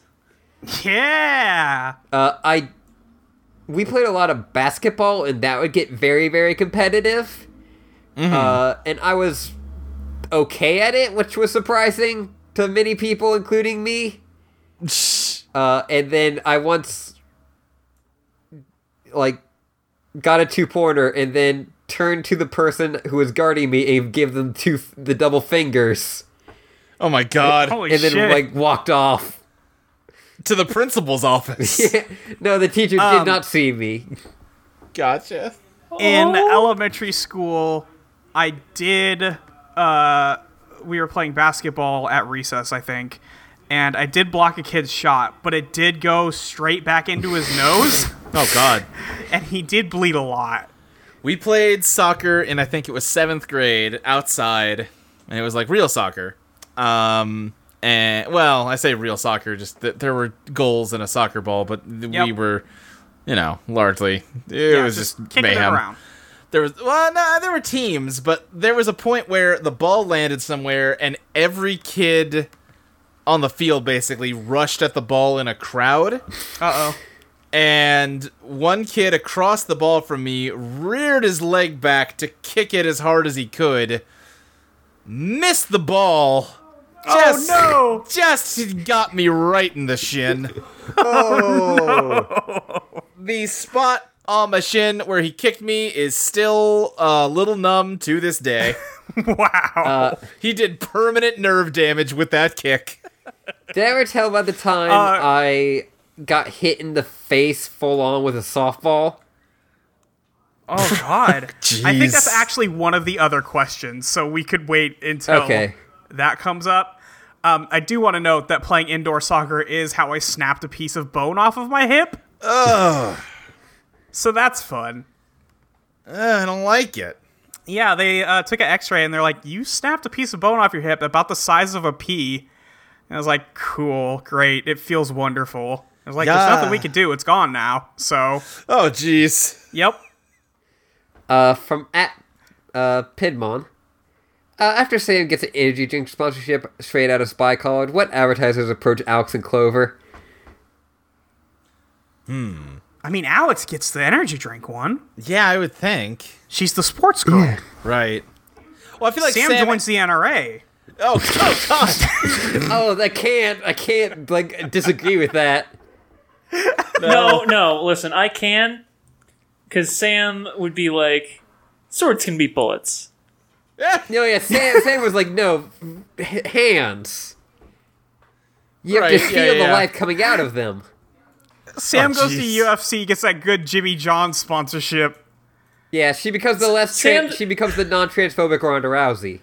Speaker 3: Yeah.
Speaker 2: Uh, I we played a lot of basketball, and that would get very, very competitive.
Speaker 3: Mm-hmm.
Speaker 2: Uh, and I was okay at it, which was surprising to many people, including
Speaker 3: <laughs>
Speaker 2: me. Uh, and then I once like got a two pointer, and then turned to the person who was guarding me and gave them two the double fingers,
Speaker 4: <laughs> oh my god.
Speaker 3: Holy
Speaker 2: and then
Speaker 3: shit.
Speaker 2: like walked off.
Speaker 4: to the principal's office. <laughs>
Speaker 2: no, the teacher did
Speaker 3: Um,
Speaker 2: not see me.
Speaker 4: gotcha.
Speaker 3: in elementary school, I did. Uh, we were playing basketball at recess, I think, and I did block a kid's shot, but it did go straight back into his nose,
Speaker 4: Oh god.
Speaker 3: and he did bleed a lot.
Speaker 4: We played soccer in I think it was seventh grade outside, and it was like real soccer. Um, and well, I say real soccer, just that there were goals and a soccer ball, but th- we
Speaker 3: Yep.
Speaker 4: were, you know, largely it
Speaker 3: Yeah,
Speaker 4: was just,
Speaker 3: kicking
Speaker 4: mayhem.
Speaker 3: it around.
Speaker 4: There was well, no, there were teams, but there was a point where the ball landed somewhere, and every kid on the field basically rushed at the ball in a crowd
Speaker 3: Uh oh.
Speaker 4: and one kid across the ball from me reared his leg back to kick it as hard as he could. Missed the ball. Just,
Speaker 3: no.
Speaker 4: Just got me right in the shin. Oh. The spot on my shin where he kicked me is still a little numb to this <laughs> day. Uh,
Speaker 3: Wow.
Speaker 4: he did permanent nerve damage with that kick.
Speaker 2: Did I ever tell about the time
Speaker 3: Uh,
Speaker 2: I got hit in the face full on with a softball?
Speaker 3: oh god.
Speaker 4: <laughs>
Speaker 3: I think that's
Speaker 4: Jeez.
Speaker 3: actually one of the other questions, so we could wait until
Speaker 2: Okay.
Speaker 3: that comes up. Um, I do want to note that playing indoor soccer is how I snapped a piece of bone off of my hip. Ugh. So that's fun.
Speaker 4: Uh, I don't like it.
Speaker 3: Yeah, they uh, took an x ray and they're like, You snapped a piece of bone off your hip about the size of a pea. And I was like, Cool, great. It feels wonderful. I was like, There's
Speaker 4: Yeah.
Speaker 3: nothing we could do. It's gone now. So,
Speaker 4: Oh, jeez.
Speaker 3: yep.
Speaker 2: Uh, from at uh, Pidmon. Uh, after Sam gets an energy drink sponsorship straight out of Spy College, what advertisers approach Alex and Clover?
Speaker 3: I mean, Alex gets the energy drink one.
Speaker 4: Yeah, I would think.
Speaker 3: She's the sports girl.
Speaker 4: Right. Well, I feel like
Speaker 3: Sam,
Speaker 4: Sam,
Speaker 3: joins the NRA.
Speaker 4: Oh, oh <laughs> God!
Speaker 2: Oh, I can't. I can't like disagree with that.
Speaker 5: No, no. Listen, I can, because Sam would be like, swords can beat bullets.
Speaker 2: No, yeah. Sam, Sam was like, no, h- hands. You have to
Speaker 4: Right, yeah,
Speaker 2: feel the
Speaker 4: yeah.
Speaker 2: life coming out of them.
Speaker 3: Sam
Speaker 4: Oh,
Speaker 3: goes
Speaker 4: jeez.
Speaker 3: to UFC, gets that good Jimmy John sponsorship.
Speaker 2: Yeah, she becomes the less. Tran-
Speaker 5: Sam-
Speaker 2: she becomes the non-transphobic Ronda Rousey.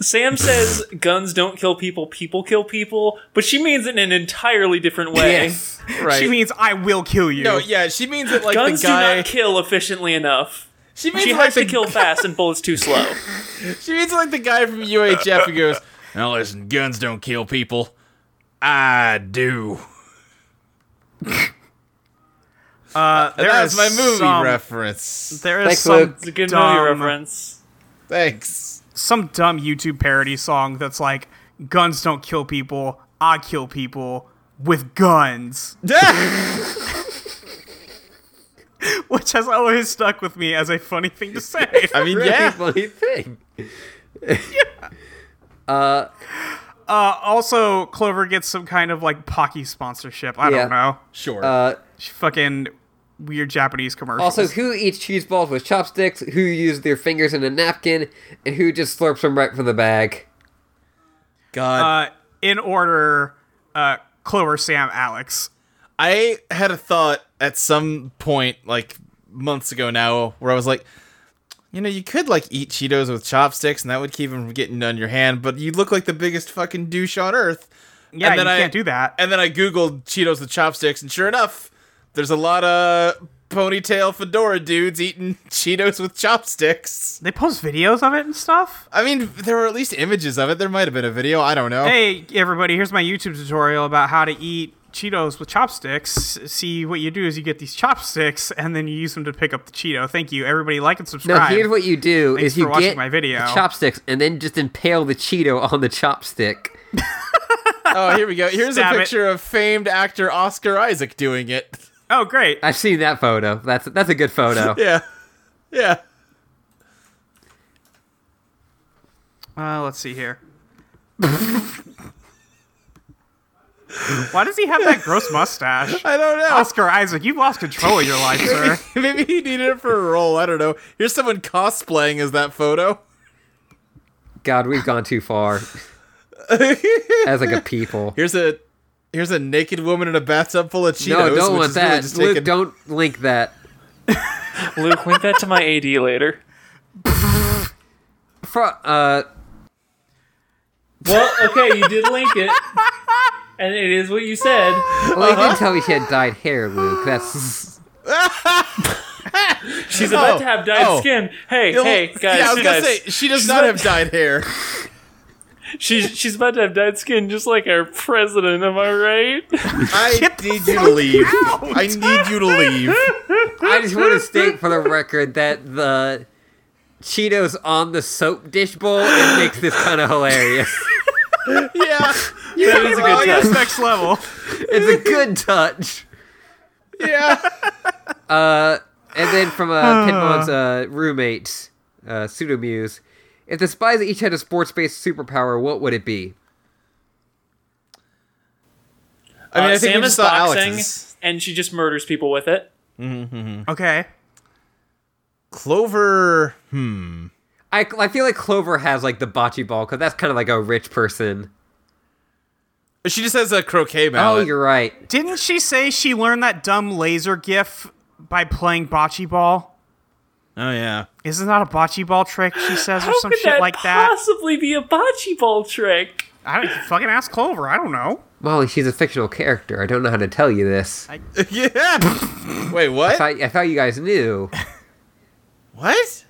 Speaker 5: Sam says
Speaker 4: <laughs>
Speaker 5: guns don't kill people, people kill people, but she means it in an entirely different way.
Speaker 2: Yes.
Speaker 4: Right.
Speaker 3: She means I will kill you.
Speaker 4: no, yeah, she means it like
Speaker 5: Guns
Speaker 4: the guy.
Speaker 5: do not kill efficiently enough.
Speaker 4: she means
Speaker 5: She
Speaker 4: it like
Speaker 5: has to
Speaker 4: the-
Speaker 5: kill fast and bullets too
Speaker 4: <laughs>
Speaker 5: slow.
Speaker 4: She means it like the guy from UHF who goes, "Now listen, guns don't kill people. I <laughs> do."
Speaker 3: uh, there
Speaker 4: That's
Speaker 3: is
Speaker 4: my movie
Speaker 3: some-
Speaker 4: reference.
Speaker 3: There is
Speaker 2: Thanks,
Speaker 3: some
Speaker 2: Luke.
Speaker 5: It's a good
Speaker 3: dumb,
Speaker 5: movie reference.
Speaker 4: <laughs> Thanks.
Speaker 3: Some dumb YouTube parody song that's like, "Guns don't kill people, I kill people with guns," <laughs> which has always stuck with me as a funny thing to say.
Speaker 2: <laughs>
Speaker 4: I mean,
Speaker 2: Really
Speaker 4: yeah.
Speaker 2: funny thing.
Speaker 3: uh, also, Clover gets some kind of like Pocky sponsorship. I
Speaker 2: Yeah.
Speaker 3: don't know.
Speaker 4: Sure.
Speaker 2: Uh,
Speaker 3: She fucking weird Japanese commercials.
Speaker 2: also, who eats cheese balls with chopsticks? Who uses their fingers in a napkin? And who just slurps them right from the bag?
Speaker 4: God,
Speaker 3: uh, in order, uh, Clover, Sam, Alex.
Speaker 4: I had a thought at some point, like months ago now, where I was like, you know, you could like eat Cheetos with chopsticks, and that would keep them from getting on your hand. But you look like the biggest fucking douche on earth.
Speaker 3: Yeah,
Speaker 4: And
Speaker 3: you
Speaker 4: then I-
Speaker 3: can't do that.
Speaker 4: And then I googled Cheetos with chopsticks, and sure enough, there's a lot of ponytail fedora dudes eating <laughs> Cheetos with chopsticks.
Speaker 3: They post videos of it and stuff.
Speaker 4: I mean, there were at least images of it. There might have been a video. I don't know.
Speaker 3: Hey, everybody, here's my YouTube tutorial about how to eat Cheetos with chopsticks. See, what you do is you get these chopsticks and then you use them to pick up the Cheeto. Thank you. Everybody, like and
Speaker 2: No,
Speaker 3: subscribe.
Speaker 2: here's what you do:
Speaker 3: Thanks
Speaker 2: is you
Speaker 3: for watching
Speaker 2: get
Speaker 3: my video.
Speaker 2: the chopsticks and then just impale the Cheeto on the chopstick.
Speaker 4: Oh, here
Speaker 5: <laughs>
Speaker 4: we go. Here's a
Speaker 3: Stab it.
Speaker 4: picture of famed actor Oscar Isaac doing it.
Speaker 3: oh, great.
Speaker 2: I've seen that photo. That's that's a good
Speaker 4: <laughs>
Speaker 2: photo.
Speaker 4: Yeah. Yeah.
Speaker 3: Uh, let's see here. Why does he have that gross mustache?
Speaker 4: I don't know.
Speaker 3: Oscar Isaac, you've lost control of your life, sir.
Speaker 4: <laughs> Maybe he needed it for a role. I don't know. Here's someone cosplaying as that photo.
Speaker 2: God, we've gone too far as like a people.
Speaker 4: Here's a here's a naked woman in a bathtub full of Cheetos.
Speaker 2: no, don't
Speaker 4: which
Speaker 2: want
Speaker 4: is really
Speaker 2: that.
Speaker 4: just
Speaker 2: Luke,
Speaker 4: taken-
Speaker 2: don't link that.
Speaker 5: Luke, link that to my AD later.
Speaker 2: Fro- uh,
Speaker 5: Well, okay, you did link
Speaker 4: <laughs>
Speaker 5: it, and it is what you said.
Speaker 2: well, you didn't tell me she had dyed hair, Luke. That's
Speaker 5: She's about
Speaker 4: Oh,
Speaker 5: to have dyed
Speaker 4: oh.
Speaker 5: skin. Hey, hey, guys,
Speaker 4: yeah, I was gonna
Speaker 5: guys.
Speaker 4: say she does not have dyed <laughs> hair.
Speaker 5: she's she's about to have dyed skin, just like our president. Am I right?
Speaker 4: I need you to leave. I need you to leave.
Speaker 2: I just want to state for the record that the Cheetos on the soap dish bowl it makes this kind of hilarious.
Speaker 4: <laughs>
Speaker 2: <laughs>
Speaker 4: Yeah,
Speaker 5: That is a
Speaker 3: Oh,
Speaker 5: good
Speaker 3: yes,
Speaker 5: test.
Speaker 3: next level.
Speaker 2: It's a good touch.
Speaker 4: yeah.
Speaker 2: And then from uh, Pitmon's uh, roommate, uh, Pseudomuse, if the spies each had a sports-based superpower, what would it be?
Speaker 4: I mean, I
Speaker 5: Uh,
Speaker 4: think we
Speaker 5: Sam
Speaker 4: just
Speaker 5: is
Speaker 4: saw
Speaker 5: boxing,
Speaker 4: Alex's.
Speaker 5: and she just murders people with it.
Speaker 3: Okay.
Speaker 4: Clover. Hmm.
Speaker 2: I, I feel like Clover has like the bocce ball because that's kind of like a rich person.
Speaker 4: She just has a croquet
Speaker 2: Oh,
Speaker 4: mallet.
Speaker 2: you're right.
Speaker 3: Didn't she say she learned that dumb laser gif by playing bocce ball?
Speaker 4: oh yeah. <laughs>
Speaker 3: Isn't that a bocce ball trick? She says or
Speaker 5: How
Speaker 3: some
Speaker 5: could
Speaker 3: shit
Speaker 5: that
Speaker 3: like that.
Speaker 5: possibly be a bocce ball trick?
Speaker 3: I don't fucking ask Clover. I don't know.
Speaker 2: Molly, she's a fictional character. I don't know how to tell you this. I
Speaker 4: yeah. Wait, what?
Speaker 2: thought, I thought you guys knew.
Speaker 4: What?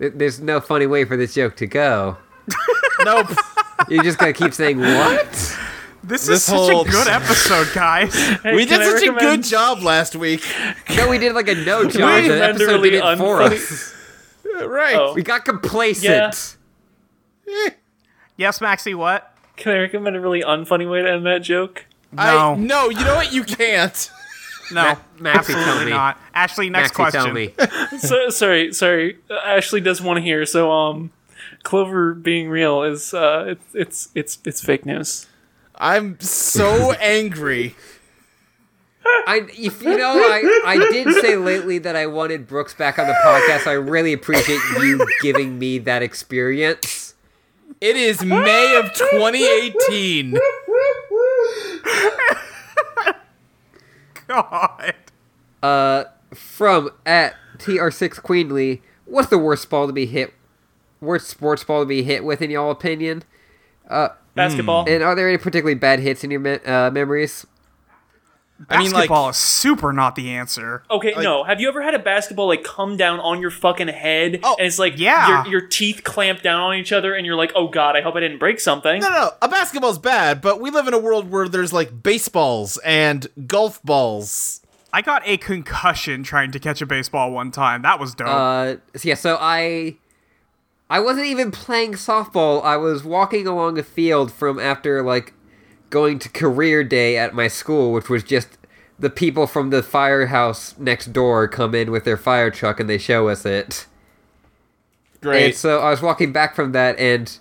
Speaker 2: Th- There's no funny way for this joke to go.
Speaker 5: <laughs>
Speaker 4: Nope.
Speaker 2: You're just gonna keep saying <laughs> what?
Speaker 3: This,
Speaker 4: This
Speaker 3: is such
Speaker 4: whole-
Speaker 2: <laughs>
Speaker 3: a good episode, guys.
Speaker 5: Hey,
Speaker 4: we
Speaker 5: can
Speaker 4: did
Speaker 5: I
Speaker 4: such a good
Speaker 5: recommend-
Speaker 4: job
Speaker 5: <laughs>
Speaker 4: last week.
Speaker 2: No, we did like a no job.
Speaker 5: We
Speaker 2: The episode
Speaker 5: renderly
Speaker 2: did it for
Speaker 5: unfunny-
Speaker 2: us.
Speaker 5: <laughs>
Speaker 4: right.
Speaker 5: Oh.
Speaker 2: We got complacent.
Speaker 3: Yes, Maxie, what?
Speaker 5: Can I recommend a really unfunny way to end that joke?
Speaker 4: I,
Speaker 3: No.
Speaker 4: no, you know what? You can't.
Speaker 3: No,
Speaker 2: Ma- Maxie, tell
Speaker 3: absolutely
Speaker 2: me.
Speaker 3: not. Ashley, next
Speaker 2: Maxie,
Speaker 3: question.
Speaker 2: tell me.
Speaker 5: So, sorry, sorry. Uh, Ashley does want to hear. So, um, Clover being real is uh, it's it's it's it's fake news.
Speaker 6: I'm
Speaker 5: <laughs>
Speaker 6: so angry.
Speaker 2: I, if, you know, I, I did say lately that I wanted Brooks back on the podcast. So I really appreciate you giving me that experience.
Speaker 6: It is May of 2018.
Speaker 3: <laughs> God.
Speaker 2: Uh, from at TR6 Queenly, what's the worst ball to be hit? Worst sports ball to be hit with, in y'all opinion?
Speaker 5: Basketball.
Speaker 2: And are there any particularly bad hits in your me- uh, memories?
Speaker 6: I mean, like,
Speaker 3: Basketball is super not the answer.
Speaker 5: Okay, no. Have you ever had a basketball like come down on your fucking head,
Speaker 6: Oh,
Speaker 5: and it's like
Speaker 3: yeah.
Speaker 5: your, your teeth clamp down on each other, and you're like, oh god, I hope I didn't break something.
Speaker 6: no, no, no, a basketball's bad, but we live in a world where there's like baseballs and golf balls.
Speaker 3: I got a concussion trying to catch a baseball one time. That was dope.
Speaker 2: Uh, so yeah, so I I wasn't even playing softball. I was walking along a field from after like going to career day at my school, which was just the people from the firehouse next door come in with their fire truck and they show us it. And
Speaker 4: Great.
Speaker 2: so I was walking back from that and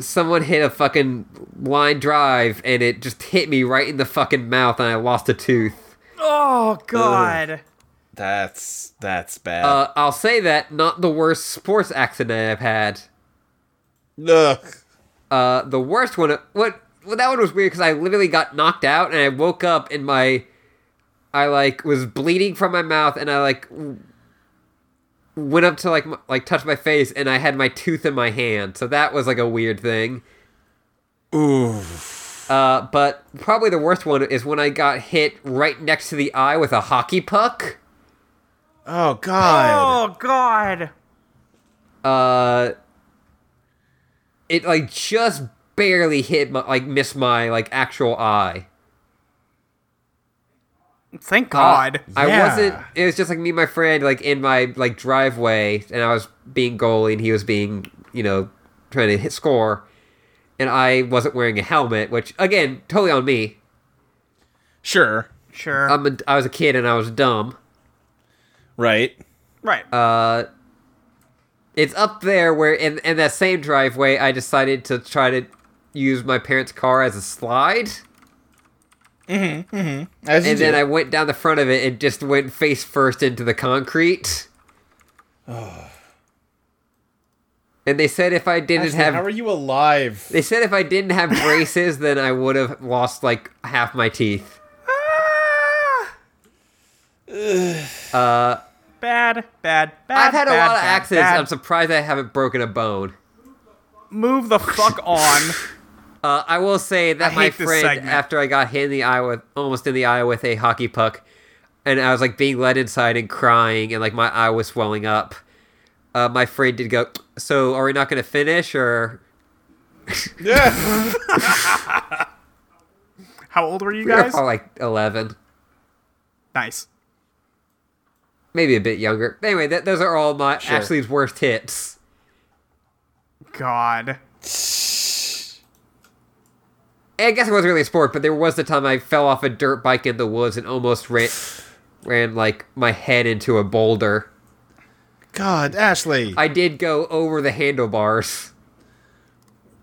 Speaker 2: someone hit a fucking line drive and it just hit me right in the fucking mouth and I lost a tooth.
Speaker 3: oh God.
Speaker 6: That's that's bad.
Speaker 2: Uh, I'll say that not the worst sports accident I've had.
Speaker 4: Ugh.
Speaker 2: Uh, the worst one. What? Well, that one was weird because I literally got knocked out and I woke up and my, I like was bleeding from my mouth and I like w- went up to like m- like touch my face and I had my tooth in my hand. So that was like a weird thing. Ooh. Uh, but probably the worst one is when I got hit right next to the eye with a hockey puck.
Speaker 6: oh god.
Speaker 3: Oh God.
Speaker 2: uh it like just barely hit my like missed my like actual eye
Speaker 3: Thank God.
Speaker 2: Uh, i
Speaker 6: Yeah.
Speaker 2: wasn't it was just like me and my friend like in my like driveway and i was being goalie and he was being you know trying to hit score and i wasn't wearing a helmet which again totally on me
Speaker 6: Sure.
Speaker 3: sure.
Speaker 2: i'm a, i was a kid and i was dumb
Speaker 6: Right.
Speaker 3: right.
Speaker 2: uh, it's up there where in, in that same driveway i decided to try to use my parents car as a slide
Speaker 4: As you
Speaker 2: and then
Speaker 4: do.
Speaker 2: I went down the front of it and just went face first into the concrete. and they said if I didn't
Speaker 4: Ashley,
Speaker 2: have
Speaker 4: how are you alive?
Speaker 2: they said if I didn't
Speaker 3: <laughs>
Speaker 2: have braces, then I would have lost like half my teeth.
Speaker 3: bad. Bad. Bad.
Speaker 2: I've had a
Speaker 3: bad,
Speaker 2: lot of
Speaker 3: bad,
Speaker 2: accidents.
Speaker 3: bad.
Speaker 2: I'm surprised I haven't broken a bone.
Speaker 3: Move
Speaker 2: <laughs>
Speaker 3: the fuck on.
Speaker 2: Uh, I will say that
Speaker 3: I
Speaker 2: my
Speaker 3: hate this
Speaker 2: friend,
Speaker 3: segment.
Speaker 2: after I got hit in the eye with almost in the eye with a hockey puck, and I was like being led inside and crying, and like my eye was swelling up. Uh, my friend did go. So are we not going to finish or?
Speaker 4: Yeah.
Speaker 3: How old were you
Speaker 2: We were
Speaker 3: guys?
Speaker 2: probably like 11,
Speaker 3: Nice.
Speaker 2: maybe a bit younger. Anyway, th- those are all my
Speaker 6: Sure.
Speaker 2: Ashley's worst hits.
Speaker 3: God. Oh
Speaker 2: And I guess it wasn't really a sport, but there was the time I fell off a dirt bike in the woods and almost ran, ran like my head into a boulder.
Speaker 6: God, Ashley.
Speaker 2: I did go over the handlebars.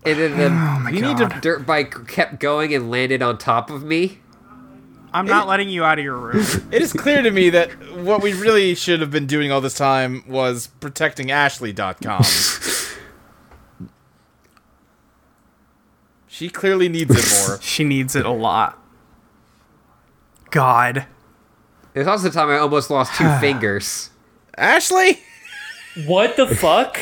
Speaker 2: And then the
Speaker 6: you need to
Speaker 2: dirt bike kept going and landed on top of me.
Speaker 3: I'm not letting you out of your room.
Speaker 6: It is
Speaker 4: Clear to me that what we really should have been doing all this time was
Speaker 6: <laughs>
Speaker 4: protecting Ashley.com. she clearly needs it more.
Speaker 3: she needs it a lot. God.
Speaker 2: There's also the time I almost lost two fingers.
Speaker 4: Ashley?
Speaker 5: What the fuck?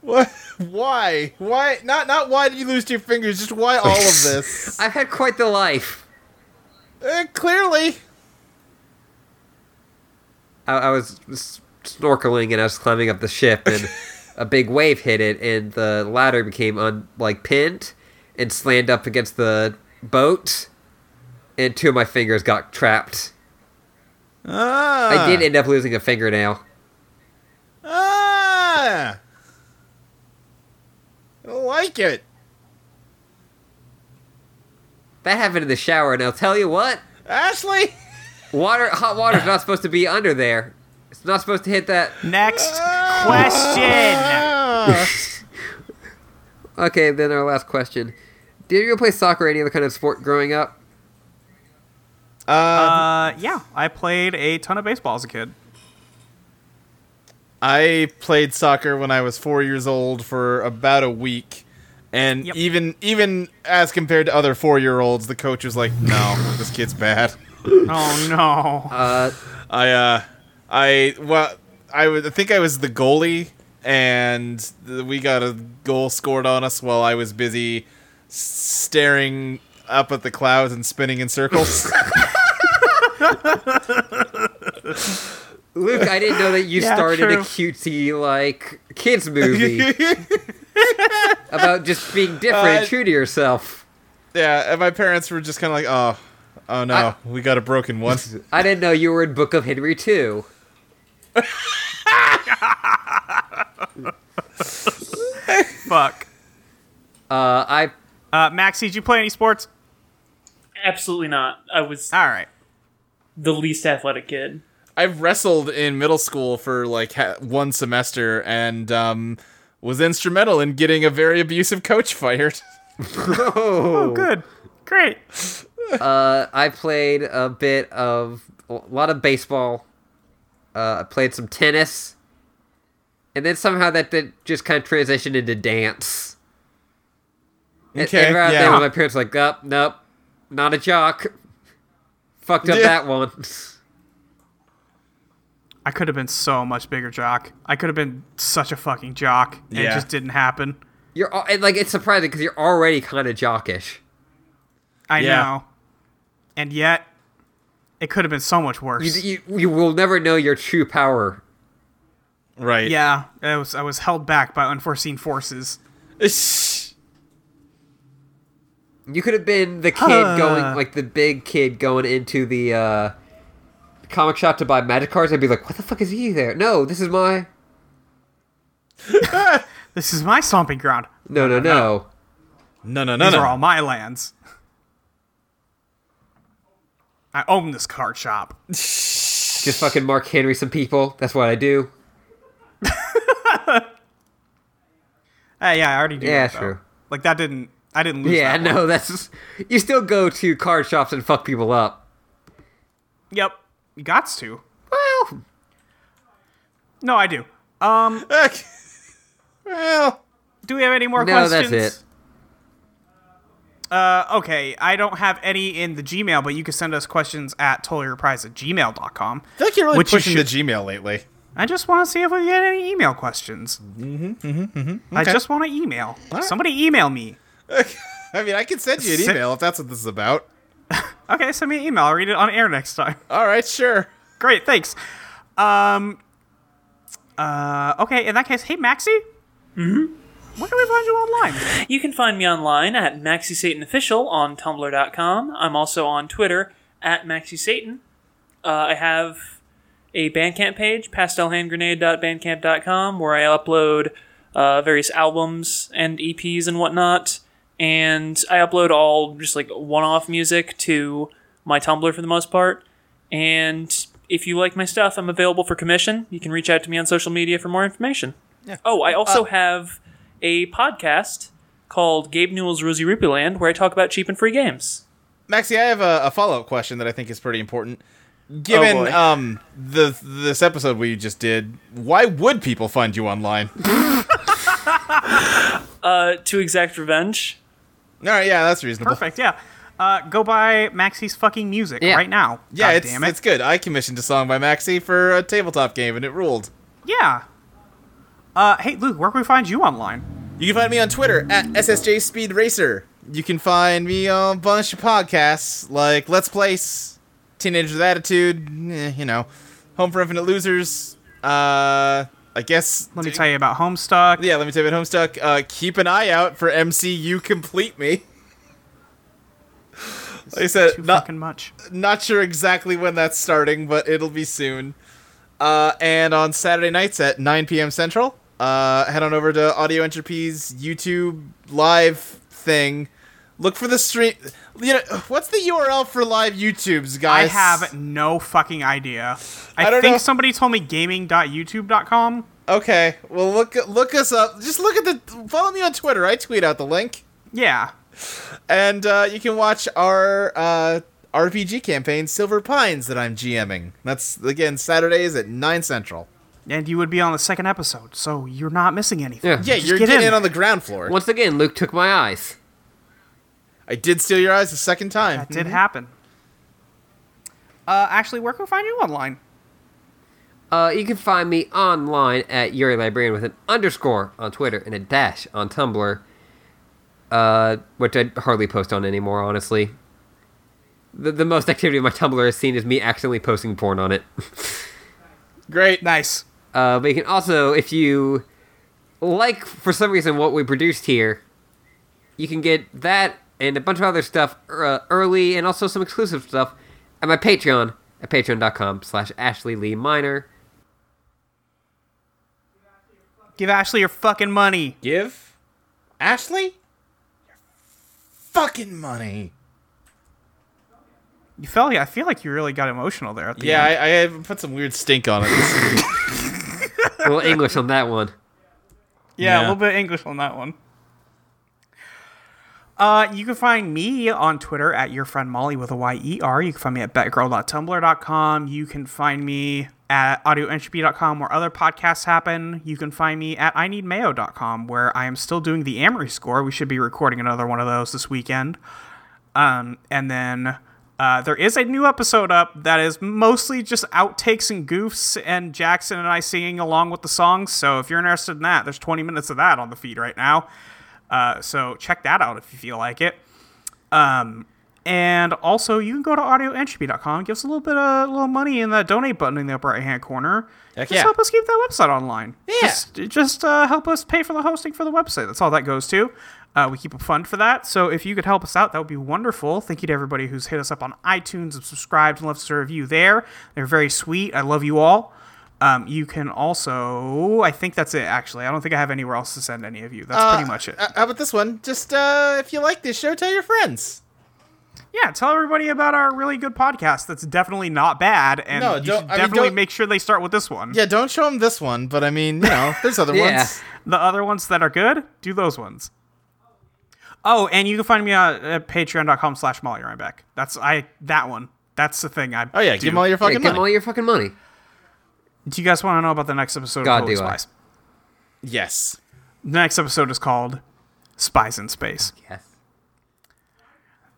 Speaker 4: What? <laughs> Why? Why? Not not why did you lose two fingers? Just why all of this?
Speaker 2: I've had quite the life.
Speaker 4: Eh, clearly.
Speaker 2: I, I was s- snorkeling and I was climbing up the ship,
Speaker 3: <laughs>
Speaker 2: and a big wave hit it, and the ladder became un, like pinned and slammed up against the boat, and two of my fingers got trapped.
Speaker 4: Ah.
Speaker 2: I did end up losing a fingernail.
Speaker 4: Ah. I don't like it.
Speaker 2: That happened in the shower, and I'll tell you what.
Speaker 8: Ashley.
Speaker 2: Water, hot water's not supposed to be under there. It's not supposed to hit that.
Speaker 3: Next
Speaker 4: Ah.
Speaker 3: <laughs> question.
Speaker 2: Okay, then our last question: Did you play soccer or any other kind of sport growing up?
Speaker 3: Uh, yeah, I played a ton of baseball as a kid.
Speaker 4: I played soccer when I was four years old for about a week, and
Speaker 3: Yep.
Speaker 4: even even as compared to other four year olds, the coach was like, "No, this kid's bad."
Speaker 3: Oh no.
Speaker 2: Uh,
Speaker 4: I uh, I well, I was I think I was the goalie, and th- we got a goal scored on us while I was busy staring up at the clouds and spinning in circles.
Speaker 2: Luke, I didn't know that you
Speaker 3: <laughs> Yeah,
Speaker 2: started a
Speaker 3: true.
Speaker 2: cutesy like
Speaker 3: <laughs>
Speaker 2: kids movie about just being different,
Speaker 4: Uh,
Speaker 2: true to yourself.
Speaker 4: <laughs> yeah, and my parents were just kind of like, "Oh, oh no,
Speaker 2: I-
Speaker 4: we got a broken one."
Speaker 2: I didn't know you were in Book of Henry too.
Speaker 3: Fuck.
Speaker 2: Uh, I
Speaker 3: Uh, Maxie, did you play any sports?
Speaker 5: Absolutely not. I was
Speaker 3: All right.
Speaker 5: the least athletic kid.
Speaker 4: I wrestled in middle school for like ha- one semester and um, was instrumental in getting a very abusive coach fired.
Speaker 3: Oh, good. Great.
Speaker 2: uh, I played a bit of a lot of baseball. Uh, I played some tennis, and then somehow that did just kind of transitioned into dance. And-
Speaker 4: Okay,
Speaker 2: and around
Speaker 4: yeah.
Speaker 2: then my parents were like, oh, nope, not a jock. Fucked up
Speaker 4: Yeah.
Speaker 2: that one. <laughs>
Speaker 3: I could have been so much bigger jock. I could have been such a fucking jock. And It
Speaker 4: Yeah.
Speaker 3: just didn't happen.
Speaker 2: You're al- and like it's surprising because you're already kind of jockish.
Speaker 3: I
Speaker 4: Yeah.
Speaker 3: know. And yet, it could have been so much worse.
Speaker 2: You, you you will never know your true power.
Speaker 4: Right. <laughs>
Speaker 3: yeah, I was I was held back by unforeseen forces.
Speaker 2: You could have been the kid
Speaker 3: Huh.
Speaker 2: going like the big kid going into the uh, comic shop to buy magic cards and be like, "What the fuck is he there? No, this is my
Speaker 3: This is my stomping ground.
Speaker 2: no no no."
Speaker 4: No, no, no,
Speaker 3: These
Speaker 4: no.
Speaker 3: are all my lands. I own this card shop.
Speaker 2: Just fucking Mark Henry some people. That's what I do.
Speaker 3: Hey, yeah, I already do.
Speaker 2: Yeah,
Speaker 3: that, though.
Speaker 2: true.
Speaker 3: Like that didn't I didn't lose.
Speaker 2: Yeah,
Speaker 3: that one.
Speaker 2: no, that's you still go to card shops and fuck people up.
Speaker 3: Yep, you got to.
Speaker 2: Well,
Speaker 3: No, I do. Um,
Speaker 4: Okay. <laughs> well,
Speaker 3: do we have any more
Speaker 2: no,
Speaker 3: questions?
Speaker 2: that's it.
Speaker 3: Uh, okay, I don't have any in the Gmail, but you can send us questions at totallyreprise at gmail.com.
Speaker 4: I feel like you're really
Speaker 3: Which you
Speaker 4: pushing
Speaker 3: should-
Speaker 4: the Gmail lately. <laughs>
Speaker 3: I just want to see if we get any email questions. Mm-hmm, mm-hmm, mm-hmm. I just want to email. Somebody email me.
Speaker 4: I mean, I can send you an
Speaker 3: Se-
Speaker 4: email if that's what this is about.
Speaker 3: Okay, send me an email. I'll read it on air next time. <laughs>
Speaker 4: All right, sure.
Speaker 3: Great, thanks. Um, uh, okay, in that case, hey, Maxie? Mm-hmm. Where can we find you <laughs> online?
Speaker 5: You can find me online at Maxi Satan Official on Tumblr.com. I'm also on Twitter at Maxi Satan. Uh, I have a Bandcamp page, pastelhandgrenade.bandcamp.com, where I upload uh, various albums and EPs and whatnot. And I upload all just like one off music to my Tumblr for the most part. And if you like my stuff, I'm available for commission. You can reach out to me on social media for more information. Oh, I also have a podcast called Gabe Newell's Rosie Rupiland, where I talk about cheap and free games.
Speaker 4: Maxie, I have a, a follow up question that I think is pretty important. Given
Speaker 3: Oh,
Speaker 5: boy.
Speaker 4: um the this episode we just did, why would people find you online? <laughs> All
Speaker 5: Uh, to exact revenge.
Speaker 4: right, yeah, that's reasonable.
Speaker 3: Perfect, yeah. Uh, go buy Maxie's fucking music
Speaker 2: Yeah.
Speaker 3: right now.
Speaker 4: Yeah,
Speaker 3: God
Speaker 4: it's
Speaker 3: damn it.
Speaker 4: it's good. I commissioned a song by Maxi for a tabletop game, and it ruled.
Speaker 3: Yeah. Uh, hey, Luke, where can we find you online?
Speaker 4: You can find me on Twitter at SSJ Speed Racer. You can find me on a bunch of podcasts like Let's Place, Teenagers with Attitude, eh, you know, Home for Infinite Losers. Uh, I guess.
Speaker 3: Let me tell you about Homestuck.
Speaker 4: Yeah, let me tell you about Homestuck. Uh, keep an eye out for MCU Complete Me. like I said,
Speaker 3: Too
Speaker 4: not,
Speaker 3: fucking much.
Speaker 4: not sure exactly when that's starting, but it'll be soon. Uh, and on Saturday nights at 9 p.m. Central, uh, head on over to Audio Entropy's YouTube live thing. Look for the stream. You know what's the URL for live YouTubes, guys?
Speaker 3: I have no fucking idea. I,
Speaker 4: I don't
Speaker 3: think
Speaker 4: know.
Speaker 3: somebody told me gaming.youtube.com.
Speaker 4: Okay, well look look us up. Just look at the follow me on Twitter. I tweet out the link,
Speaker 3: Yeah.
Speaker 4: and uh, you can watch our uh, RPG campaign, Silver Pines, that I'm GMing. That's again Saturdays at nine central.
Speaker 3: And you would be on the second episode, so you're not missing anything.
Speaker 2: Yeah.
Speaker 4: Yeah,
Speaker 3: Just
Speaker 4: you're
Speaker 3: get
Speaker 4: getting
Speaker 3: in.
Speaker 4: in on the ground floor.
Speaker 2: Once again, Luke took my eyes.
Speaker 4: I did steal your eyes the second time.
Speaker 3: That did happen. Uh, Ashley, where can we find you online?
Speaker 2: Uh, you can find me online at Yuri Librarian with an underscore on Twitter and a dash on Tumblr, uh, which I hardly post on anymore, honestly. The, the most activity my Tumblr has seen is me accidentally posting porn on it. <laughs>
Speaker 4: Great.
Speaker 3: Nice.
Speaker 2: Uh, but you can also, if you like, for some reason, what we produced here, you can get that and a bunch of other stuff uh, early and also some exclusive stuff at my Patreon at patreon.com slash Ashley Lee Minor.
Speaker 3: Give Ashley your fucking money.
Speaker 6: Give
Speaker 4: Ashley? Your fucking money.
Speaker 3: You felt. I feel like you really got emotional there. At the
Speaker 6: Yeah,
Speaker 3: end.
Speaker 6: I, I put some weird stink on it.
Speaker 2: A little English on that one.
Speaker 3: yeah,
Speaker 6: yeah.
Speaker 3: a little bit English on that one. Uh, you can find me on Twitter at your friend Molly with a Y E R. You can find me at betgirl.tumblr.com. You can find me at audioentropy.com where other podcasts happen. You can find me at I need mayo.com where I am still doing the Amory score. We should be recording another one of those this weekend. Um, and then uh, there is a new episode up that is mostly just outtakes and goofs and Jackson and I singing along with the songs. So if you're interested in that, there's 20 minutes of that on the feed right now. Uh, so check that out if you feel like it. Um, and also, you can go to audioentropy.com, give us a little bit of a little money in that donate button in the upper right hand corner.
Speaker 6: Heck
Speaker 3: just
Speaker 6: yeah.
Speaker 3: help us keep that website online. Yeah. Just, just uh, help us pay for the hosting for the website. That's all that goes to. Uh, we keep a fund for that. So if you could help us out, that would be wonderful. Thank you to everybody who's hit us up on iTunes and subscribed and left us a review there. They're very sweet. I love you all. Um, you can also, I think that's it, actually. I don't think I have anywhere else to send any of you. That's
Speaker 4: Uh,
Speaker 3: pretty much it.
Speaker 4: How about this one? Just uh, if you like this show, tell your friends.
Speaker 3: Yeah, tell everybody about our really good podcast. That's definitely not bad, and
Speaker 4: No,
Speaker 3: you
Speaker 4: don't-
Speaker 3: should
Speaker 4: I mean,
Speaker 3: definitely
Speaker 4: don't-
Speaker 3: make sure they start with this one.
Speaker 4: Yeah, don't show them this one, but I mean, you know, there's other
Speaker 2: Yeah.
Speaker 4: ones.
Speaker 3: The other ones that are good, do those ones. Oh, and you can find me on uh, patreon.com slash Molly Reinbeck. That's I that one. That's the thing. I
Speaker 4: Oh yeah, give them all your
Speaker 2: Yeah,
Speaker 4: fucking
Speaker 2: give 'em all
Speaker 4: money.
Speaker 2: your fucking money.
Speaker 3: Do you guys want to know about the next episode?
Speaker 2: God,
Speaker 3: of Totally
Speaker 2: do I.
Speaker 3: Spies?
Speaker 6: yes.
Speaker 3: The next episode is called Spies in Space.
Speaker 2: Yes.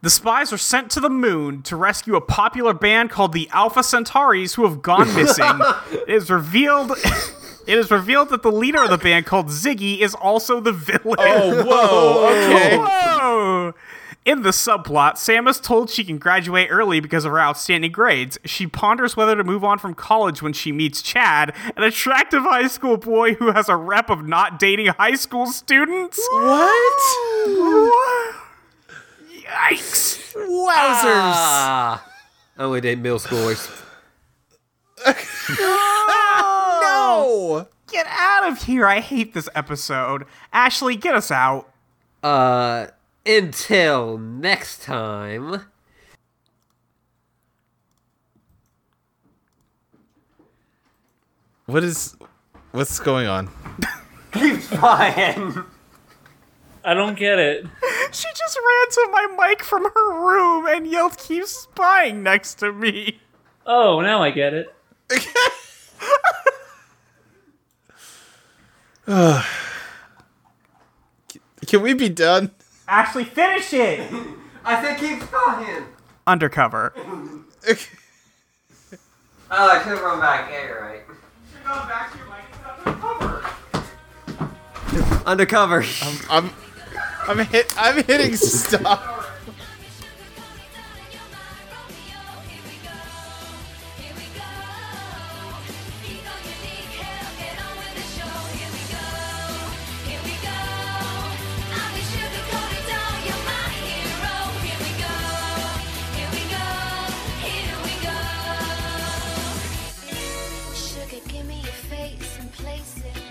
Speaker 3: The spies are sent to the moon to rescue a popular band called the Alpha Centauris who have gone missing. it is revealed <laughs> it is revealed that the leader of the band called Ziggy is also the villain.
Speaker 4: <laughs>
Speaker 6: Oh, whoa. Okay.
Speaker 3: Whoa! In the subplot, Sam is told she can graduate early because of her outstanding grades. She ponders whether to move on from college when she meets Chad, an attractive high school boy who has a rep of not dating high school students. What? Yikes!
Speaker 4: Wowzers!
Speaker 2: Ah. Only date middle schoolers. <laughs>
Speaker 4: no.
Speaker 3: Get out of here! I hate this episode. Ashley, get us out.
Speaker 2: Uh, until next time.
Speaker 6: What is. What's going on?
Speaker 5: I don't get it.
Speaker 3: She just ran to my mic from her room and yelled, Keep spying next to me.
Speaker 5: Oh, now I get it.
Speaker 4: Can we be done?
Speaker 3: Ashley, finish it!
Speaker 2: I said keep fucking.
Speaker 3: Undercover.
Speaker 2: Oh, I should have run back. Yeah, you're right. Undercover. <laughs>
Speaker 4: I'm I'm hit I'm hitting stop.
Speaker 1: Sugar, Give me your face and place it